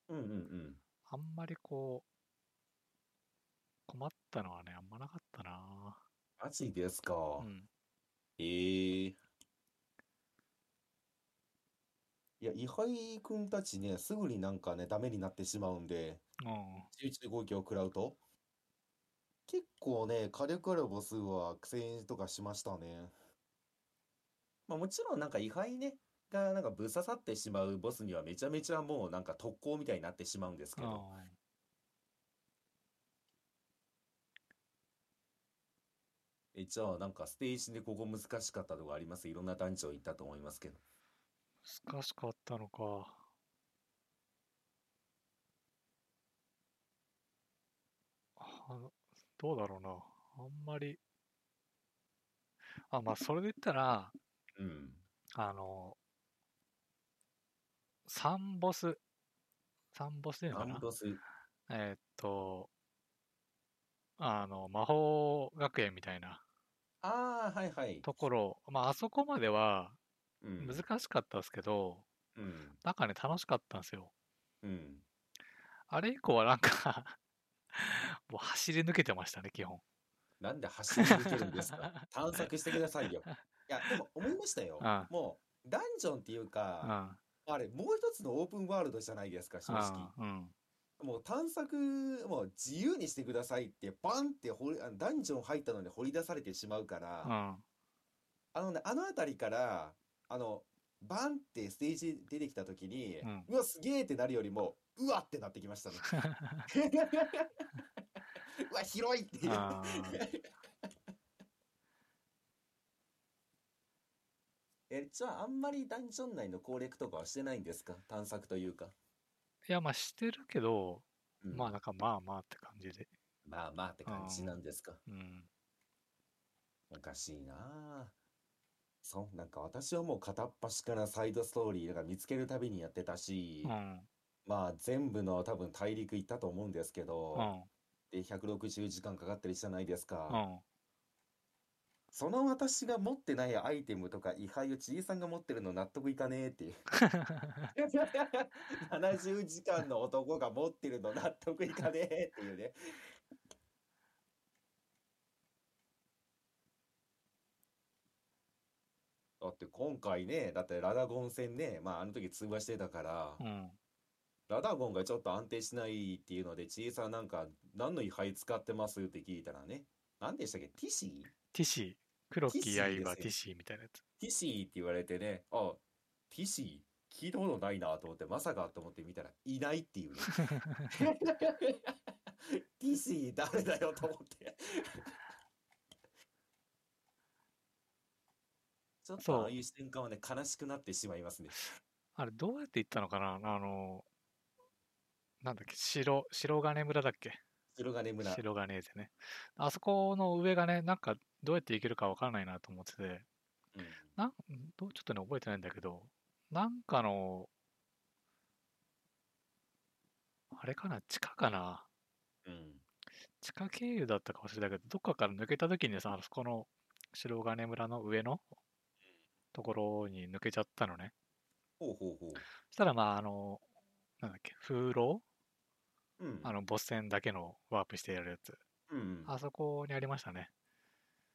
うんうんうん。
あんまりこう、困ったのはね、あんまなかったな。
マジですか。
うん。
えー。いや、イハイ君たちね、すぐになんかね、ダメになってしまうんで、
うん。
集中攻撃を食らうと。結構ね、火力あるボスは苦戦とかしましたね。まあもちろんなんかイハイね、がなんかぶっ刺さってしまうボスにはめちゃめちゃもうなんか特攻みたいになってしまうんですけ
うん
ど。えじゃあなんかステージでここ難しかったとこありますいろんな団長いたと思いますけど
難しかったのか。あのどうだろうな。あんまり。あ、まあ、それで言ったら、
うん
あの、サンボス。サンボスでいいの
ア
か
ン
な
ドス
えーっと、あの、魔法学園みたいな
ああはいはい
ところ、まあ、あそこまでは
うん
難しかったですけど、
うん
なんかね、楽しかったんですよ。
うん
あれ以降はなんか もう走り抜けてましたね、基本。
なんで走り抜けるんです か探索してくださいよいやでも思いましたよ
あ
もうダンジョンっていう
う
か
ん。
あれもう一つのオープンワールドじゃないですか正直
うんうん。
もう探索もう自由にしてくださいってバンって掘りあのダンジョン入ったのに掘り出されてしまうから、
うん。
あのね、あの辺りから、あの、バンってステージ出てきたときに、
うん
うわ、すげえってなるよりも、うわってなってきま したね。 うわ、広いっていう。
あ
え、じゃあ、あんまりダンジョン内の攻略とかはしてないんですか探索というか。
いや、まあしてるけど、
うん
まあなんかまあまあって感じで。
まあまあって感じなんですか。
うん。
おかしいなあそう、なんか私はもう片っ端からサイドストーリー、だから見つけるたびにやってたし、
うん。
まあ全部の多分大陸行ったと思うんですけど、
うん。
で160時間かかってるじゃないですか、
うん。
その私が持ってないアイテムとか位牌をちいさんが持ってるの納得いかねえっていう70時間の男が持ってるの納得いかねえっていうね だって今回ねだってラダゴン戦ねまああの時通話してたから、
うん。
ラダゴンがちょっと安定しないっていうので、小さななんか、何の位牌使ってますって聞いたらね、何でしたっけ、ティシー
ティシー。黒
ティ
木
シーですよ
刃ティシーみたいなやつ。
ティシーって言われてね、あ、ティシー聞いたことないなと思って、まさかと思って見たら、いないっ ていうね。ティシー誰だよと思って。ちょ っ
そう
とああいう瞬間はね、悲しくなってしまいますね。
あれどうやって行ったのかなあの、なんだっけ、白、白金村だっけ
白金村。
白金ですね。あそこの上がね、なんかどうやって行けるかわからないなと思ってて、
うん
なんどうちょっとね、覚えてないんだけど、なんかの、あれかな、地下かな、
うん。
地下経由だったかもしれないけど、どっかから抜けた時にさ、あそこの白金村の上のところに抜けちゃったのね。
ほうほうほ
そしたら、まあ、あの、なんだっけ、風浪
う。うん。
あの、ボス戦だけのワープしてやるやつ。
うんうん。
あそこにありましたね。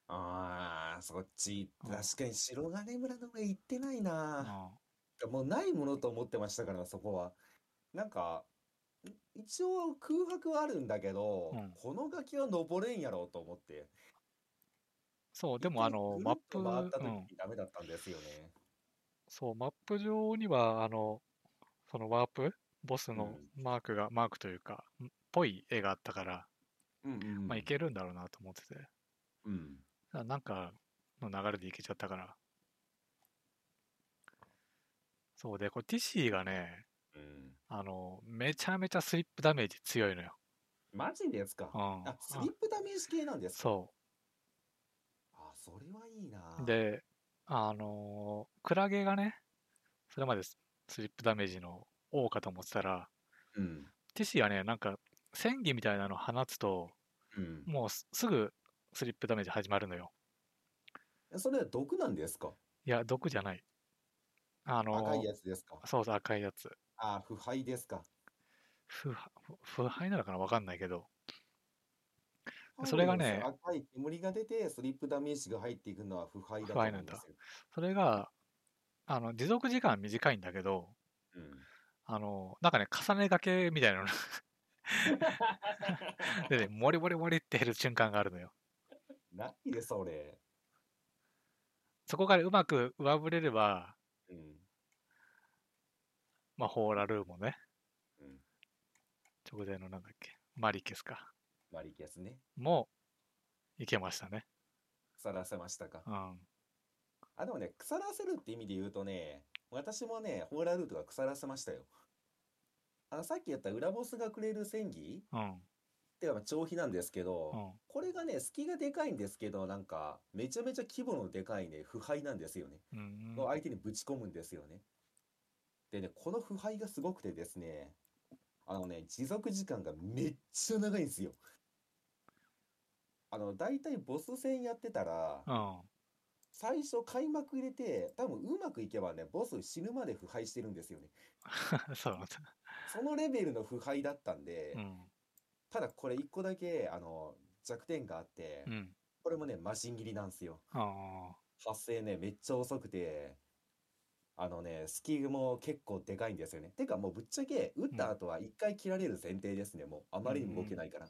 ああ、そっち、
うん
確かに白金村の上行ってないうな。
ん。
もうないものと思ってましたから、そこは。なんか、ん一応空白はあるんだけど
うん、
この崖は登れんやろうと思って。
そう、でも、あ
一
の、
回
マップ、
ぐるっと回った
う
時
ん
にダメだったんですよね。
そう、マップ上には、あの、そのワープ、ボスの
う
マークが、マークというか、んぽい絵があったから、
うんうん
まあ、いけるんだろうなと思ってて、
うん。
あなんかの流れでいけちゃったから。そうで、これ、ティシーがね、
うん。
あの、めちゃめちゃスリップダメージ強いのよ。
マジですか。
うん。
あ、ス
あ
リップダメージ系なんですか。
そ
あ、それはいいな。
う。で、あのークラゲがね、それまでススリップダメージの王かと思ってたら、
うん。
ティシーはね、なんか、戦技みたいなの放つと、
うん。
もうすすぐスリップダメージ始まるのよ。
それは毒なんですか。
いや、毒じゃない。あのー
赤いやつですか。
そうそう、赤いやつ。
あ、腐敗ですか。
腐敗腐敗なのかなわかんないけど。それがね
多分赤い煙が出て、スリップダメージが入っていくのは腐敗だと思うんですよ。
それが、あの、持続時間短いんだけど、あの、なんかね、重ね掛けみたいなの でね、モリモリモリって減る瞬間があるのよ。
うん。何でそれ。
そこからうまく上振れれば、
うん。
まあ、ホーラルーもね、
うん。
直前のなんだっけ、マリケスか、
マリキャスね。
もう、いけましたね。
腐らせましたか。
うん。
あ、でもね、腐らせるって意味で言うとね、私もね、ホーラールートが腐らせましたよ。あの、さっき言った裏ボスがくれる戦技
うん。
っていうのは長飛なんですけど、
うん。
これがね、隙がでかいんですけど、なんか、めちゃめちゃ規模のでかいね、腐敗なんですよね。
うん。
の相手にぶち込むんですよね。でね、この腐敗がすごくてですね、あのね、持続時間がめっちゃ長いんですよ。あの、大体ボス戦やってたら、
うん。
最初開幕入れて、多分うまくいけばね、ボス死ぬまで腐敗してるんですよね。
そうなんだ。
そのレベルの腐敗だったんで、
うん。
ただこれ一個だけ、あの、弱点があって、
うん。
これもね、マシン切りなんですよ。
あ
発生ね、めっちゃ遅くて、あのね、スキーも結構でかいんですよね。てかもうぶっちゃけ、打った後は一回切られる前提ですね、もう。あまりにも動けないから。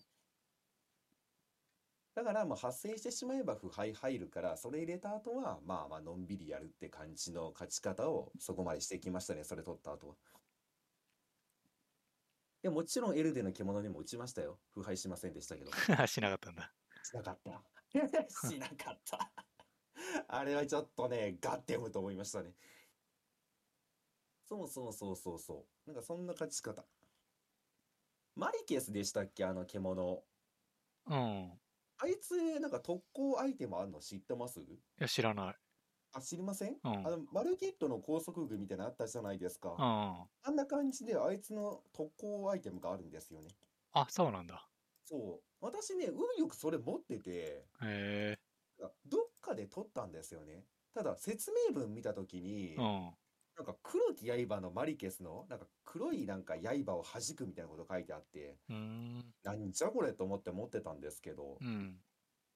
だからもう発生してしまえば腐敗入るから、それ入れた後は、まあまあのんびりやるって感じの勝ち方をそこまでしてきましたね、それ取った後は。で、もちろんエルデの獣にも打ちましたよ。腐敗しませんでしたけど。
あ。しなかったんだ。
しなかった。 しなかった。あれはちょっとね、ガッテムと思いましたね。そうそうそうそうそう。なんかそんな勝ち方。マリケスでしたっけあの獣。
うん。い
あいつ、なんか特攻アイテムあるの知ってます
や、知らない。
あ、知りません
うん。う
あ
ん。
の、マルキットの高速具みたいなのあったじゃないですか。あんな感じで、あいつの特攻アイテムがあるんですよね。
あ、そうなんだ。
そう。私ね、運よくそれ持ってて、
へ
どっかで撮ったんですよね。ただ説明文見たときに、
え。うん。
なんか黒き刃のマリケスのなんか黒いなんか刃を弾くみたいなこと書いてあって、
うん。
なんじゃこれと思って持ってたんですけど、
うん。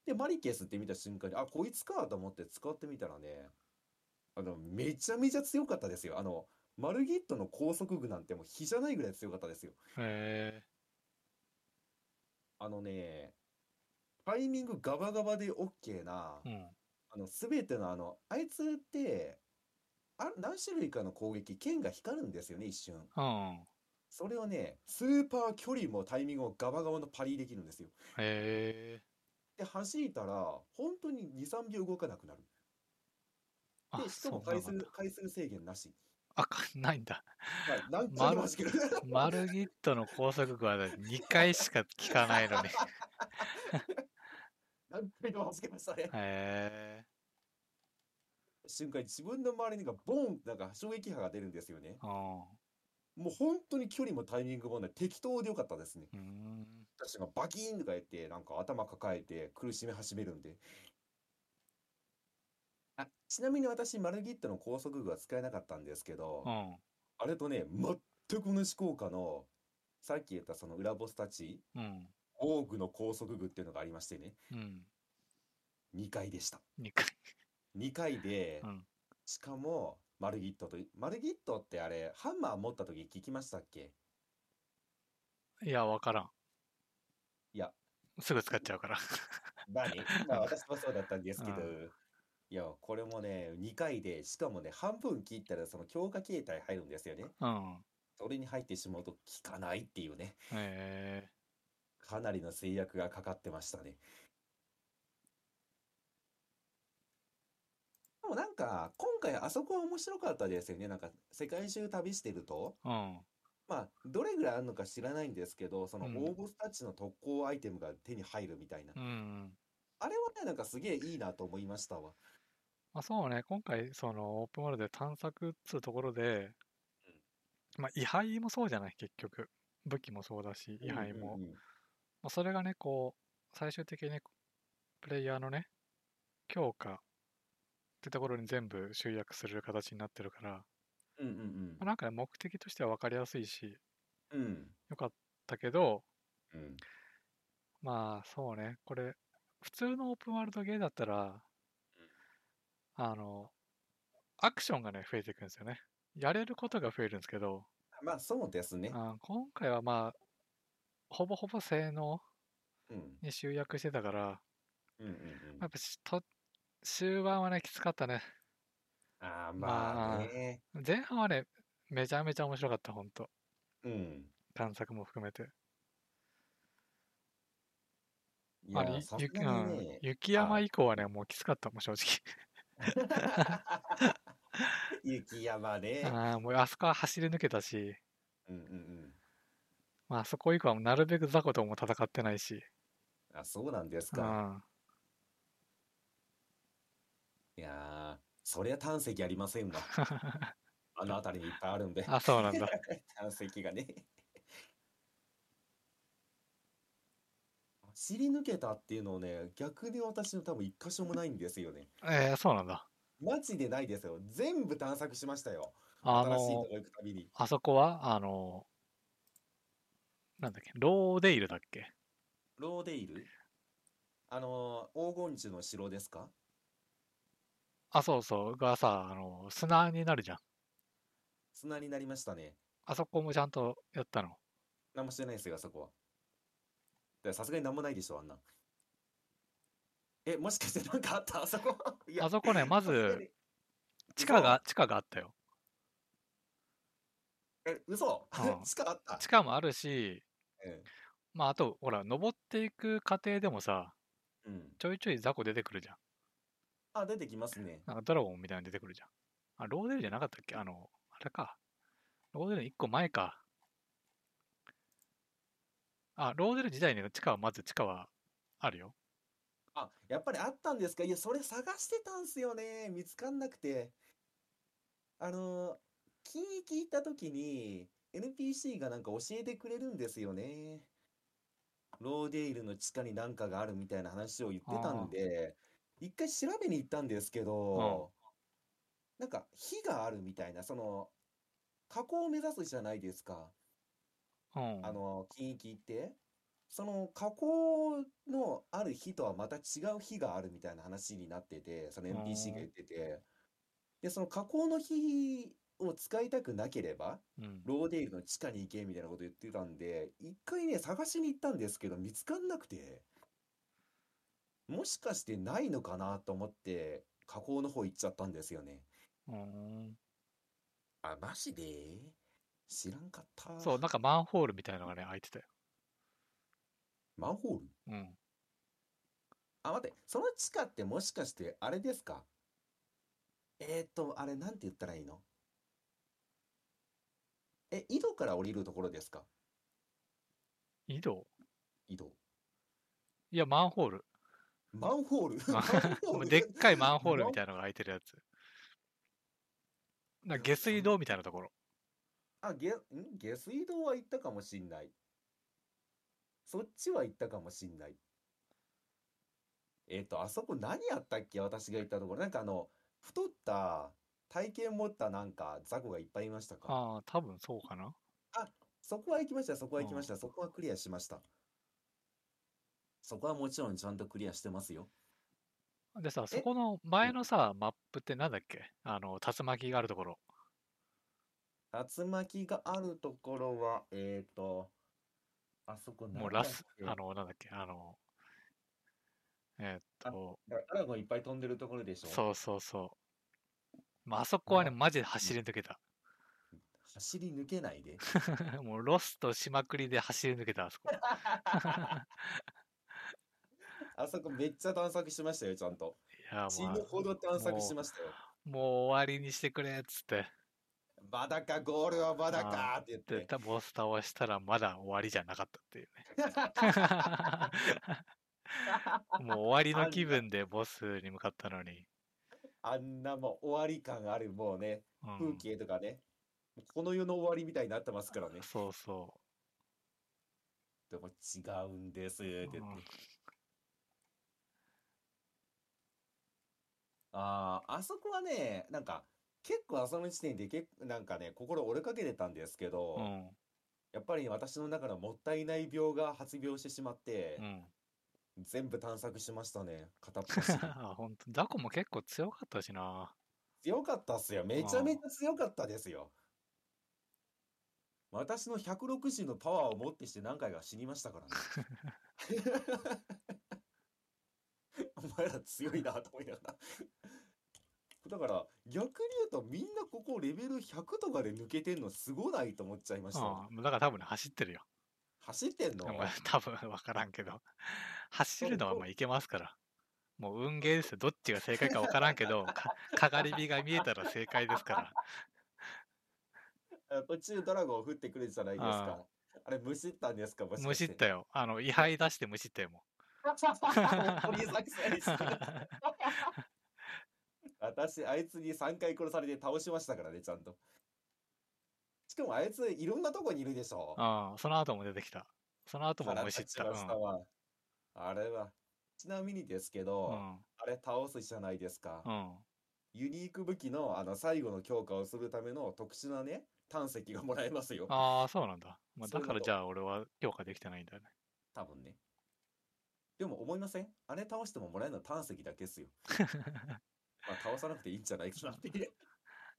で、マリケスって見た瞬間に、あ、こいつかと思って使ってみたらね、あの、めちゃめちゃ強かったですよ。あの、マルギットの高速具なんてもう比じゃないぐらい強かったですよ。
へえ。
あのね、タイミングガバガバで OK な、
うん。
あの、すべてのあの、あいつって、あ、何種類かの攻撃、剣が光るんですよね、一瞬。
うん。
それをね、スーパー距離もタイミングもガバガバのパリできるんですよ。
へえ。
で、弾いたら、本当に2、3秒動かなくなる。
あ、
で、しか
そ
も
うな
回
んだ
数、。回数制限なし。
あ、かないんだ。
はい、 何回も弾ける。
マルギットの高速具は2回しか聞かないのに。へ
何回でも弾けましたね。
え。
瞬間に自分の周りにがボンってなんか衝撃波が出るんですよね。
うん。
もう本当に距離もタイミングもね、適当でよかったですね。
うん。
私がバキーンとかやって、なんか頭抱えて苦しめ始めるんで。あ、ちなみに私、マルギットの高速具は使えなかったんですけど、
うん。
あれとね、全く同じ効果の、さっき言ったその裏ボスたち、
うん。
防具の高速具っていうのがありましてね、
うん。
2回でした。
2回。
2回で
う、ん。
しかも、マルギットと、マルギットってあれ、ハンマー持った時聞きましたっけ
いや、わからん。
いや、
すぐ使っちゃうから。
何まあ私もそうだったんですけど
う、
いや、これもね、2回で、しかもね、半分切ったらその強化形態入るんですよね。
うん。
それに入ってしまうと効かないっていうね、
へえ。
かなりの制約がかかってましたね。でもなんか、今回あそこは面白かったですよね。なんか、世界中旅してると、
うん。
まあ、どれぐらいあるのか知らないんですけど、その
うん
大ボスたちの特攻アイテムが手に入るみたいな。
うん。
あれはね、なんかすげえいいなと思いましたわ。
まあ、そうね、今回、その、オープンワールドで探索っつうところで、まあ、位牌もそうじゃない、結局。武器もそうだし、位牌も。
うんうんうん
まあ、それがね、こう、最終的に、プレイヤーのね、強化ってところに全部集約する形になってるから、ま
うんうん
あ、なんかね、目的としては分かりやすいし、
うん。うん。
よかったけど、
うん。
まあ、そうね、これ、普通のオープンワールドゲーだったら、あの、アクションがね、増えていくんですよね。やれることが増えるんですけど、
まあ、そうですね。
あー今回はまあ、ほぼほぼ性能
うん。
に集約してたから、
うんうんうん。
やっぱしと終盤はね、きつかったね。
ああ、まあ
まあ
ね。
前半はね、めちゃめちゃ面白かった、ほんと。
うん。
探索も含めて。
い
あ
や
れ
ー、さす
雪、う
がに
ん
ね、
雪山
は
以降はね、もうきつかったもん、正直。
い、雪山ね。
ああ、もうあそこは走り抜けたし、
うんうんうん。
まあ、あそこ以降はもうなるべく雑魚とも戦ってないし、
あ、そうなんです
う
か。
ん、
いやー、そりゃ胆石ありませんわ。あの辺りにいっぱいあるんで、
あ、そうなん だ。
胆石がね。走り抜けたっていうのをね、逆に私の多分一箇所もないんですよね。
えー、そうなんだ。
マジでないですよ。全部探索しましたよ。
あ
新しいと
の、
こ行くたびに。
あそこは、あの、なんだっけ、ローデイルだっけ
ローデイルあのー、黄金樹の城ですか
あ、そうそう、がさ、あの、砂になるじゃん。
砂になりましたね。
あそこもちゃんとやったの。
なんもしてないですよ、あそこは。でさすがになんもないでしょ、あんなん。え、もしかしてなんかあった あそこいや、
あそこね、ま
さすが
ず、
に。
地下が、地下があったよ。
え、嘘
うん
地下あった
地下もあるし、
うん。
まあ、あと、ほら、登っていく過程でもさ、
うん。
ちょいちょい雑魚出てくるじゃん。
あ、出てきますね。
なんかドラゴンみたいなの出てくるじゃん。あ、ローデルじゃなかったっけあの、あれか。ローデルの1個前か。あ、ローデル時代ね、地下は、まず地下はあるよ。
あ、やっぱりあったんですかいや、それ探してたんすよね。見つかんなくて。あのー、金域行った時に NPC がなんか教えてくれるんですよね。ローデイルの地下になんかがあるみたいな話を言ってたん
あ
で、一回調べに行ったんですけど、なんか火があるみたいな、その、火口を目指すじゃないですか。
あ、うん。
あの、金域行って。その火口のある日とはまた違う日があるみたいな話になってて、その NPC が言ってて。で、その火口の日を使いたくなければ、
うん。
ローデイルの地下に行けみたいなこと言ってたんで、一回ね、探しに行ったんですけど、見つかんなくて、もしかしてないのかなと思って、火口の方行っちゃったんですよね。
うん
あ、マジで知らんかった。
そう、なんかマンホールみたいなのがね、開いてたよ。
マンホール
うん。
あ、待って、その地下ってもしかしてあれですかえーと、あれなんて言ったらいいのえ、井戸から降りるところですか
井戸
井戸。
いや、マンホール。
マンホール マ
ま
ン
あ
ホー
もう
ル
でっかいマンホール
マン
みたいなのが開いてる やつ。なん
い
か
や、
下
そ
水
ん、
道みたいなところ。
あ、げ、ん下水道は行ったかもしんない。そっちは行ったかもしんない。えっと、あそこ何やったっけ私が行ったところ。なんかあの、太った体型持ったなんか雑魚がいっぱいいましたか
ああ、多分そうかな。
あ、そこは行きました、そこは
う
行きま
ん。
した、そこはクリアしました。そこはもちろんちゃんとクリアしてますよ。
でさ、そ
え、
この
う
前
ん。
のさ、マップってなんだっけあの、竜巻があるところ。
竜巻があるところは、えーと、あそこ
もう
な
ラ
んだっ
ス、あ
け
の、なんだっけ、あの、えーっ
あ、
と、
だからドラゴンいっぱい飛んでるところでしょ
そうそうそう。まああそこはね、
まあ、
マジで
う
走
ん
り抜けた。
走り抜けないで。
もうロストしまくりで走り抜けた、あ そこ。
あそこめっちゃ探索しましたよ、ちゃんと。
いや、
死ぬ
ま
ほど
あ、
探索し
も
ましたよ。
う、もう終わりにしてくれ、っつって。
まだか、ゴールはまだ
あ
かって言っ
で、
て。
たボス倒したらまだ終わりじゃなかったっていうね。 もう終わりの
あ
気
んな、
分でボスに向かったのに。
あんなもう終わり感ある、もうね、
う
風
ん。
景とかね、この世の終わりみたいになってますからね。
そうそ
でも違うんですっ
う。
て
う
言っ
ん、
て。ああ、あそこはね、なんか、結構あその時点で結構、なんかね、心折れかけてたんですけ
う
ど、
ん、
やっぱり私の中のもったいない病が発病してしまっ
う
て、
ん。
全部探索しましたね、片っ 端 に。
ほんと、ザコも結構強かったしな。
強かったっすよ。めちゃ
あ
めちゃ強かったですよ。私の160のパワーをもってして何回か死にましたからね。お前ら強いなと思いながら。だから逆に言うとみんなここレベル100とかで抜けてんのすごないと思っちゃいましたもん。
あ。うん。だから多分ね走ってるよ。
走ってんの
でも 多分分からんけど走るのはまあいけますからもう運ゲーですよどっちが正解か分からんけどかかがり火が見えたら正解です から
あ途中ドラゴン降ってくれてたらいいですかあれ、むしったんですかもしか
むし
し
って たよあの位牌出してむしったよも
鳥居作戦で す
う
私、あいつに3回殺されて倒しましたからね、ちゃんと。しかもあいつ、いろんなとこにいるでしょ。
うんその後も出てきたその後も
腹
むし
立
っ
ち
た
ましたわあれは。ちなみにですけど、
うん
あれ倒すじゃないですか。
うん、うん
ユニーク武器のあの最後の強化をするための特殊なね、胆石がもらえますよ。
ああ、そうなんだ。まあ、だ
そういう
か
こ
ら
と
じゃあ俺は評価できてないんだよね。
多分ね。でも思いませんあれ倒してももらえるのは胆石だけっ すよ。まあ倒さなくていいんじゃないかなっていう。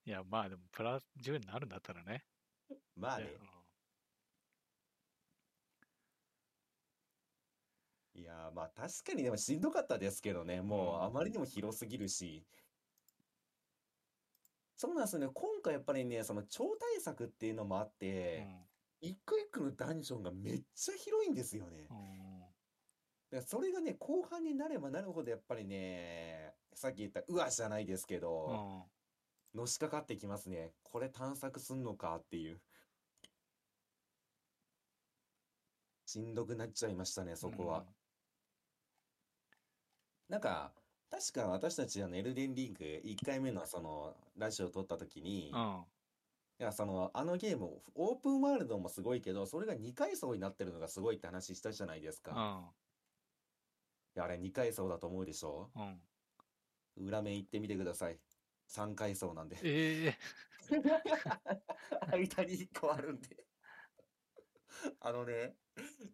いや、まあでもプラス10になるんだったらね。
まあ
いや
ね。
う
いやーまあ確かにでもしんどかったですけどね。も
う
うんあまりにも広すぎるし。そうなんですよね。今回やっぱりね、その超大作っていうのもあっ
ん
て、一個一個のダンジョンがめっちゃ広いんですよね。
うんうん
だからそれがね、後半になればなるほどやっぱりね、さっき言ったうわじゃないです
う
けど、
ん
のしかかってきますね。これ探索すんのかっていう。しんどくなっちゃいましたね、そこは。なんか、確か私たちあのエルデンリング1回目のそのラジオを撮った時に、
うん。うん。
いや、その、あのゲーム、オープンワールドもすごいけど、それが2階層になってるのがすごいって話したじゃないです
う
か。
ん。
いや、あれ2階層だと思うでしょ
うん。
裏面行ってみてください。3階層なんで。
ええ
間に1個あるんで。あのね、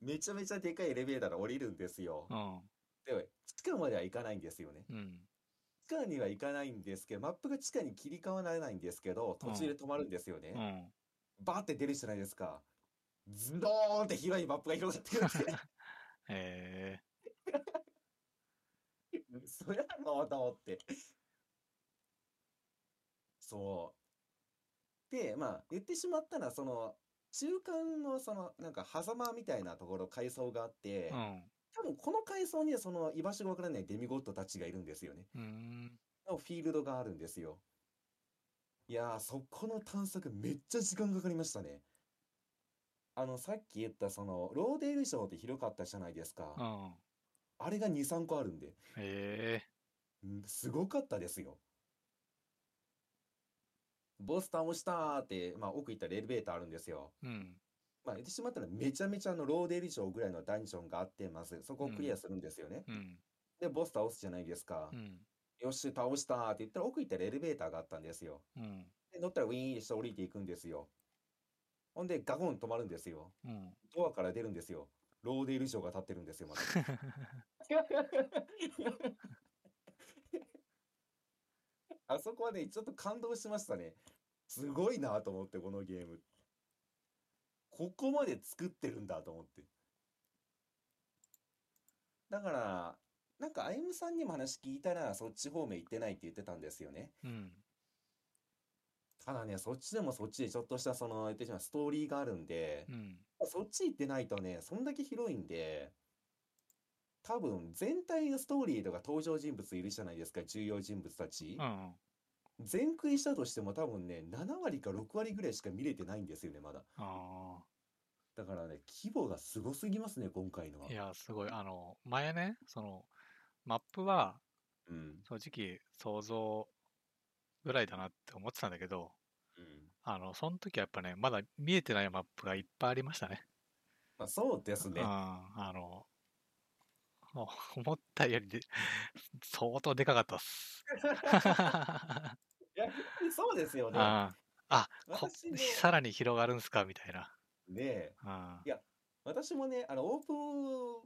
めちゃめちゃでかいエレベーターが降りるんですよ。
うん。
で、地下までは行かないんですよね。
うん。
地下には行かないんですけど、マップが地下に切り替わらないんですけど、途中で止まるんですよね。
うん。
バーって出るじゃないですか。ズドーンって広いマップが広がってる んで
え
そやろうと思って。そう。で、まあ、言ってしまったら、その、中間の、その、なんか、狭間みたいなところ、階層があっ
え、
て
うん。
多分この階層には、その、居場所がわからないデミゴッドたちがいるんですよね。
うん。
のフィールドがあるんですよ。いやー、そこの探索めっちゃ時間かかりましたね。あの、さっき言ったその、ローデール賞って広かったじゃないですか。
うん。
あれが2、3個あるんで、
ええ
うんすごかったですよ。ボス倒したーって、まあ奥行ったらエレベーターあるんですよ。
うん。
まあ言ってしまったらめちゃめちゃあのローデール賞ぐらいのダンジョンがあってます。そこをクリアするんですよね。
うん。
で、ボス倒すじゃないですか
う。ん。
よし、倒したーって言ったら奥行ったらエレベーターがあったんですよ。
うん。
で乗ったらウィーンして降りていくんですよ。ほんで、ガゴン止まるんですよ。
うん。
ドアから出るんですよ。ローデール城が立ってるんですよ、また。あそこはね、ちょっと感動しましたね。すごいなと思って、このゲーム。ここまで作ってるんだと思って。だから、なんか、あゆむさんにも話聞いたら、そっち方面行ってないって言ってたんですよね。
うん。
ただね、そっちでもそっちでちょっとした、その、言ってしまうストーリーがあるんで、
うん。
そっち行ってないとね、そんだけ広いんで、多分全体のストーリーとか登場人物いるじゃないですか、重要人物たち
う。ん。
全食いしたとしても多分ね、7割か6割ぐらいしか見れてないんですよね、まだ。
あ
だからね、規模がすごすぎますね、今回のは
あ。い。や、すごい。あの、前ね、その、マップは、
うん。
正直想像ぐらいだなって思ってたんだけど、
うん
あの、その時はやっぱね、まだ見えてないマップがいっぱいありましたね。
まあ、そうです
うん、
ね。
あの、もう思ったよりで、相当でかかったっ す。
いや、そうですよ
う
ね
ん。あ、こ
私も、
さらに広がるんすかみたいな。
ね、
うん
いや私もね、あの、オープンフ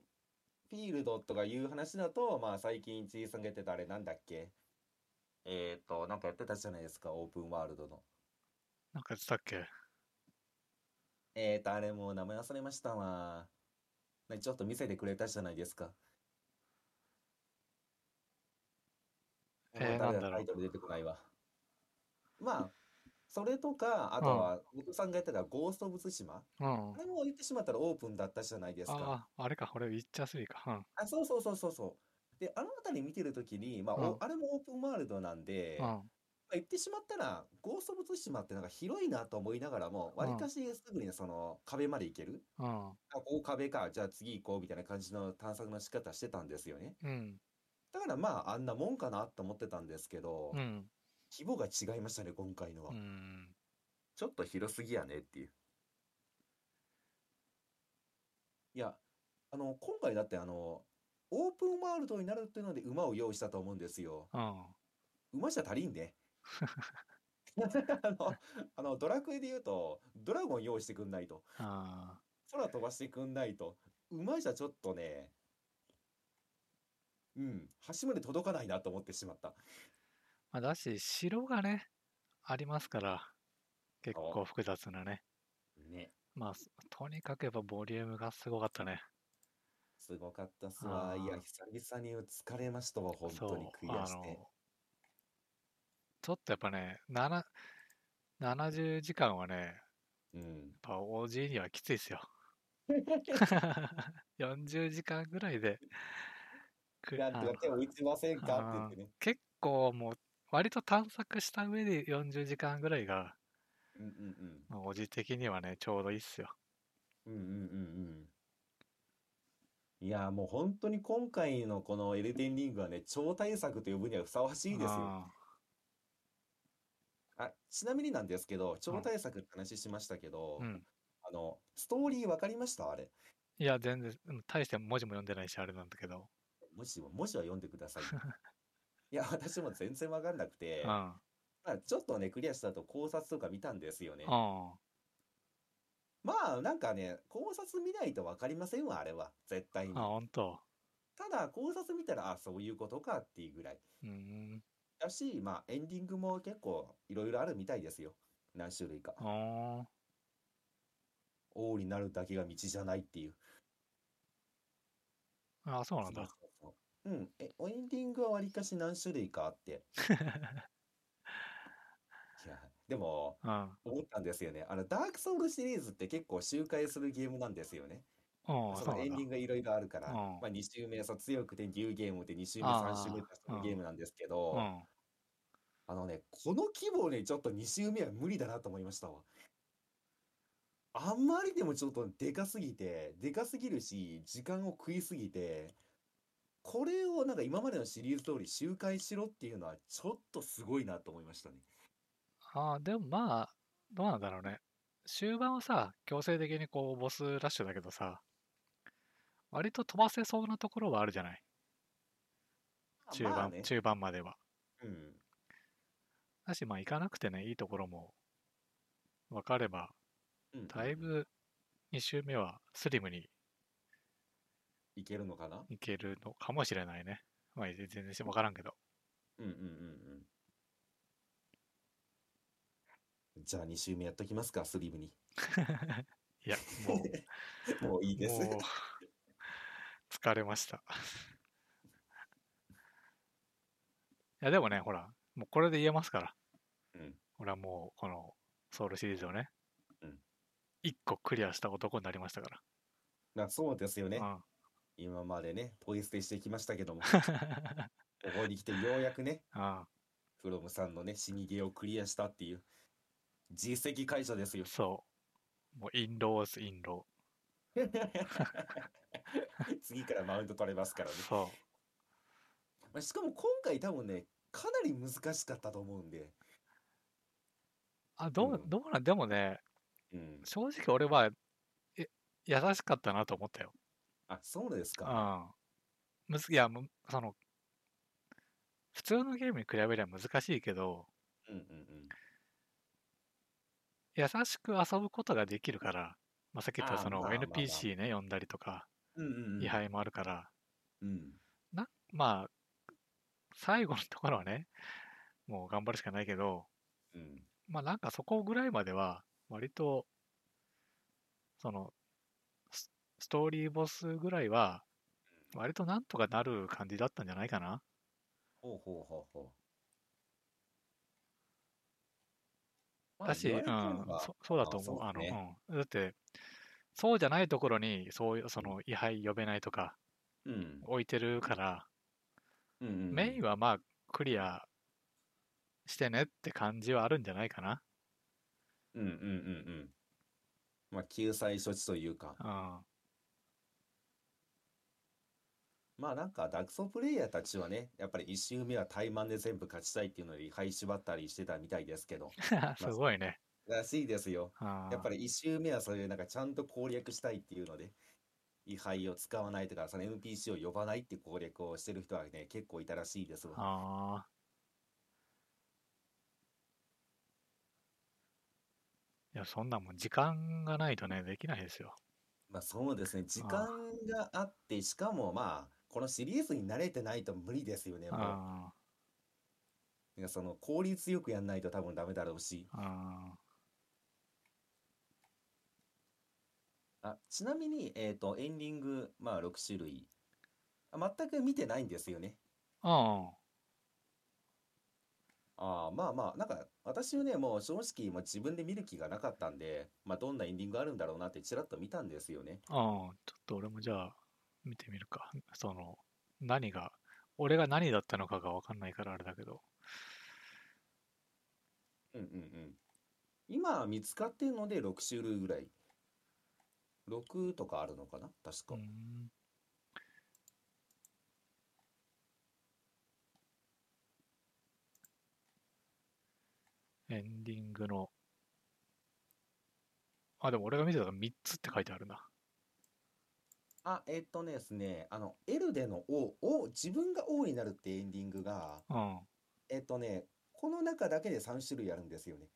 ィールドとかいう話だと、まあ最近一井さんが言ってたあれなんだっけえっと、なんかやってたじゃないですか、オープンワールドの。
なんか言ってたっけ
えっと、あれもう名前忘れましたわ。ねちょっと見せてくれたじゃないですか。
えー
もう誰
なんだろう
タイトル出てこないわ。まあ、それとか、あとは、お父さんがやってたゴースト・オブ・ツシマ。
うん。
あれも言ってしまったらオープンだったじゃないですか。
ああ、あれか、これ、ウィッチャー3か。うん。
あ、そうそうそうそうそう。で、あの辺り見てるときに、まあ、
うん
おあれもオープンワールドなんで、
うん
まあ、言ってしまったら、ゴースト・オブ・ツシマってなんか広いなと思いながらも、わりかしすぐにその壁まで行ける。
うん。
あ、ここ壁か、じゃあ次行こうみたいな感じの探索の仕方してたんですよね。
うん。
だからまあ、あんなもんかなと思ってたんですけど、
うん。
規模が違いましたね、今回のは
う。ん。
ちょっと広すぎやねっていう。いや、あの、今回だってあの、オープンワールドになるっていうので馬を用意したと思うんですよ。
うん。
馬じゃ足りんね。 あの、あの、ドラクエで言うと、ドラゴン用意してくんないと。
あ
空飛ばしてくんないと。馬じゃちょっとね、うん、端まで届かないなと思ってしまった。
まあ、だし、城がね、ありますから、結
そ
構複雑なね。
ね。
まあ、すとにかくやっぱボリュームがすごかったね。
すごかったっすわ。いや、
あー
久々に疲れましたわ、本
そう
当に悔
あ
し
の
て。
ちょっとやっぱね、なな70時間はね、やっ
うん。
ぱ OG にはきついです よ。40時間ぐらいで、く
なん
あ
と
の
か手を打ちませんかって言ってね。
結構もう、割と探索した上で40時間ぐらいが、
うんうん
まあおじ的にはね、ちょうどいいっすよ。
うん。うんうんうんうん。いやーもう本当に今回のこのエルデンリングはね、超大作と呼ぶにはふさわしいですよ。
あ
あ、ちなみになんですけど、超大作って話しましたけど
ーう、ん。
あの、ストーリーわかりましたあれ。
いや、全然、うん大して文字も読んでないし、あれなんだけど。
もしも、もしは読んでく ださいよ。いや、私も全然わかんなくて、
うん。うん。
まあちょっとね、クリアした後考察とか見たんですよね。
あ
まあ、なんかね、考察見ないとわかりませんわ、あれは。絶対に。
ほんと。
ただ考察見たら、あ、そういうことかっていうぐらい。
うん。
だし、まあ、エンディングも結構いろいろあるみたいですよ。何種類か。
あ
王になるだけが道じゃないっていう。
ーあ、そうなんだ。
そうそうそううん。え、エンディングはわりかし何種類かあ って。いや、でも、
うん。うん
思ったんですよね。あの、ダークソウルシリーズって結構周回するゲームなんですよね。
そ
そう
な
の
ん
エン
だ
ディン。グがいろいろあるから、
うん
まあ2周目、そう強くてニューゲームで2周目、
あー
3周目ってそのゲームなんですけど、
うん。
あのね、この規模ね、ちょっと2周目は無理だなと思いましたわ。あんまりでもちょっとでかすぎて、でかすぎるし、時間を食いすぎて、これをなんか今までのシリーズ通り周回しろっていうのはちょっとすごいなと思いましたね。
ああ、でもまあ、どうなんだろうね。終盤はさ、強制的にこう、ボスラッシュだけどさ、割と飛ばせそうなところはあるじゃない。中
まあ
盤、
ね、
中盤までは。
うん。
だし、まあ、行かなくてね、いいところも分かれば、
うん
だい
うん
ぶ2周目はスリムに
いけるのかな
行けるのかもしれないね。まあ、全然分からんけど。
うんうんうんうん。じゃあ2周目やっときますか、スリムに。
いや、 もう。
もういいです。
もう疲れました。いや、でもね、ほら、もうこれで言えますから、
うん
俺はもう、このソウルシリーズをね、
うん
一1個クリアした男になりましたか
なそうですよね
ら。。うん
今までね、ポイ捨てしてきましたけども、ここに来てようやくね、
うん
フロムさんのね、死にゲーをクリアしたっていう、実績解 除ですよ。
そう。もう、印籠です、印籠。
次からマウント取れますからね。
そ
まあしかも今回多分ね、かなり難しかったと思うんで。
う。あ、どう
う、ん
どうなん、でもね、
うん。
正直俺は、え優しかったなと思ったよ。
あ、そうですか。
うん。むずいや、むその、普通のゲームに比べれば難しいけど、
うんうんうん。
優しく遊ぶことができるから、まあ、さっき言った
あー
その
まあまあまあ
NPC ね、呼んだりとか、
うんうんうん。
位牌もあるから、
うん。
な、まあ、最後のところはね、もう頑張るしかないけど、
うん。
まあなんかそこぐらいまでは、割と、その、スストーリーボスぐらいは、割となんとかなる感じだったんじゃないかな。
ほうほうほうほう。まあ
だし、う
言われてるの
ん
が
そ、そうだと思う。
あ
あ
そう
の、
ね
うん。だって、そうじゃないところに、そういう、その、位牌呼べないとか、
うん
置いてるから、
うんうんうん
メインはまあ、クリアしてねって感じはあるんじゃないかな。
うんうんうんうんまあ救済処置というか
うん。
まあなんかダークソウルプレイヤーたちはねやっぱり1周目は怠慢で全部勝ちたいっていうのに配縛ったりしてたみたいですけど
すごいね。
らしいですよ
や
やっぱり1周目はそういうなんかちゃんと攻略したいっていうので位牌を使わないとかその NPC を呼ばないっていう攻略をしてる人はね結構いたらしいですわ
ああ。いや、そんなもん時間がないとね、できないですよ。
まあそうですね時間があってしかもまあこのシリーズに慣れてないと無理ですよねもう
あ
なんかその効率よくやんないと多分ダメだろうし
あ、あ
あちなみに、えーと、エンディング、まあ、6種類。あ全く見てないんですよね。
あ、うん。
あーまあまあ、なんか、私はね、もう正直、もう自分で見る気がなかったんで、まあ、どんなエンディングあるんだろうなって、ちらっと見たんですよね。
ああ、ちょっと俺もじゃあ見てみるか。その、何が、俺が何だったのかがわかんないからあれだけど。
うんうんうん。今、見つかってるので、6種類ぐらい。6とかあるのかな確
う
か。
ん。エンディングの、あ、でも俺が見てたのが3つって書いてあるな。
あ、えっとねですね、あの、エルデの王、王、自分が王になるってエンディングが、
うん。
えっとね、この中だけで3種類あるんですよね。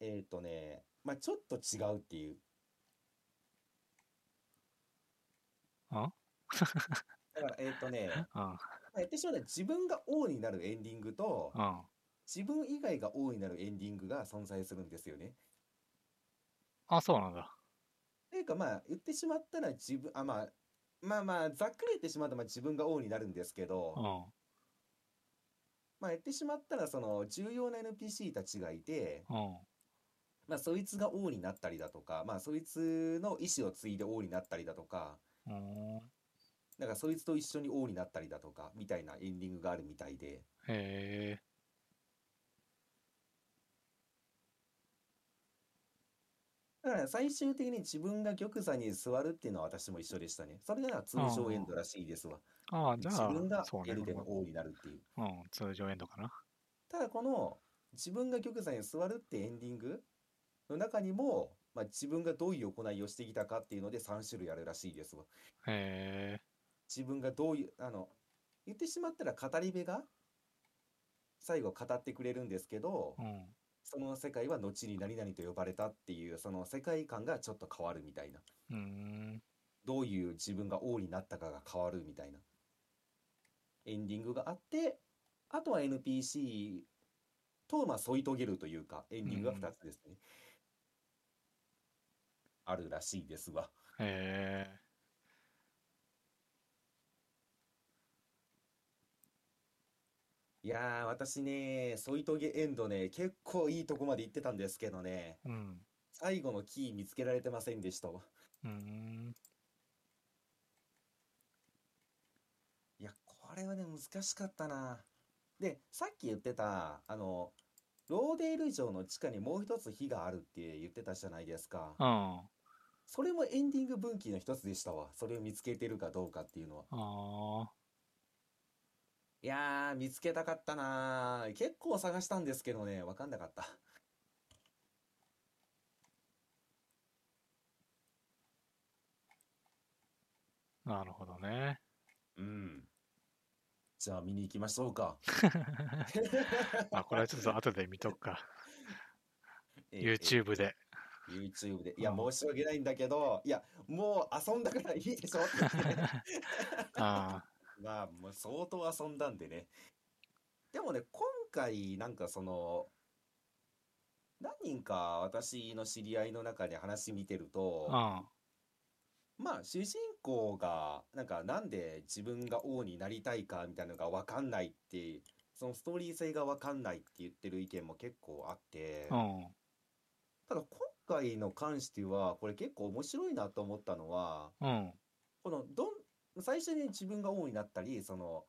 えっとね、まあ、ちょっと違うっていう。
あ
だから、えっとね、
うん。
まあ言ってしまうと自分が王になるエンディングと、
うん。
自分以外が王になるエンディングが存在するんですよね。
あ、そうなんだ。
というか、まあ、言ってしまったら自分、あ、まあ、まあまあ、ざっくり言ってしまうと、まあ、自分が王になるんですけど、
うん。
まあ、言ってしまったら、その、重要な NPC たちがいて、
うん。
まあ、そいつが王になったりだとか、まあ、そいつの意思を継いで王になったりだとか、
うん。
なんかそいつと一緒に王になったりだとか、みたいなエンディングがあるみたいで、
へえ。
だから最終的に自分が玉座に座るっていうのは私も一緒でしたね。それが通常エンドらしいですわ。
ああ、じゃ
自
あ
分が、
そう
エ
ね。
ルデの王になるっていう。
うん、通常エンドかな。
ただこの、自分が玉座に座るってエンディングの中にも、まあ、自分がどういう行いをしてきたかっていうので3種類あるらしいですわ。
へえ。
自分がどういうあの言ってしまったら語り部が最後語ってくれるんですけど、
うん。
その世界は後に何々と呼ばれたっていうその世界観がちょっと変わるみたいな
うーん。
どういう自分が王になったかが変わるみたいなエンディングがあってあとは NPC とまあ添い遂げるというかエンディングが2つですね、あるらしいですわ。
へえ。
いやー、私ね、添い遂げエンドね、結構いいとこまで行ってたんですけどね、
うん。
最後のキー見つけられてませんでしたわ。
うーん。
いや、これはね、難しかったな。で、さっき言ってた、あの、ローデール城の地下にもう一つ火があるって言ってたじゃないですか。
うん。あ
それもエンディング分岐の一つでしたわ。それを見つけてるかどうかっていうのは。
あ。
いやー、見つけたかったなー。結構探したんですけどね、わかんなかった。
なるほどね。
うん。じゃあ見に行きましょうか。
あ、これはちょっと後で見とくか。
ええええ
YouTube で。
YouTube で。いや、
うん
申し訳ないんだけど、いや、もう遊んだからいいでし ょって言って
あ
まあ、もう相当遊んだんでね。でもね、今回、なんかその、何人か私の知り合いの中で話見てると、
あ。
まあ、主人公が、なんか、なんで自分が王になりたいかみたいなのがわかんないって、そのストーリー性が分かんないって言ってる意見も結構あって、
うん。
ただ今回の関してはこれ結構面白いなと思ったのは
うん。
このどん最初に自分が王になったりその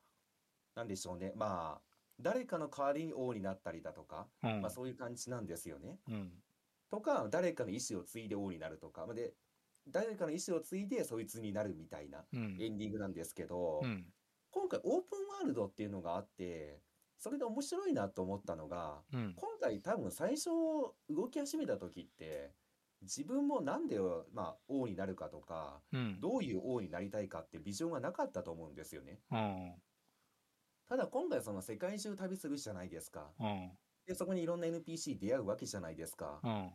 なんでしょうねまあ誰かの代わりに王になったりだとか、
うん
まあ、。そういう感じなんですよね。
うん。
とか誰かの意思を継いで王になるとかまあで誰かの意思を継いでそいつになるみたいな
うん。
エンディングなんですけど、
うん。
今回オープンワールドっていうのがあってそれで面白いなと思ったのが
うん。
今回多分最初動き始めた時って自分もなんで、まあ、王になるかとか
うん。
どういう王になりたいかってビジョンがなかったと思うんですよね。
うん。
ただ今回その世界中旅するじゃないですか。
うん。
でそこにいろんな NPC 出会うわけじゃないですか
う。ん。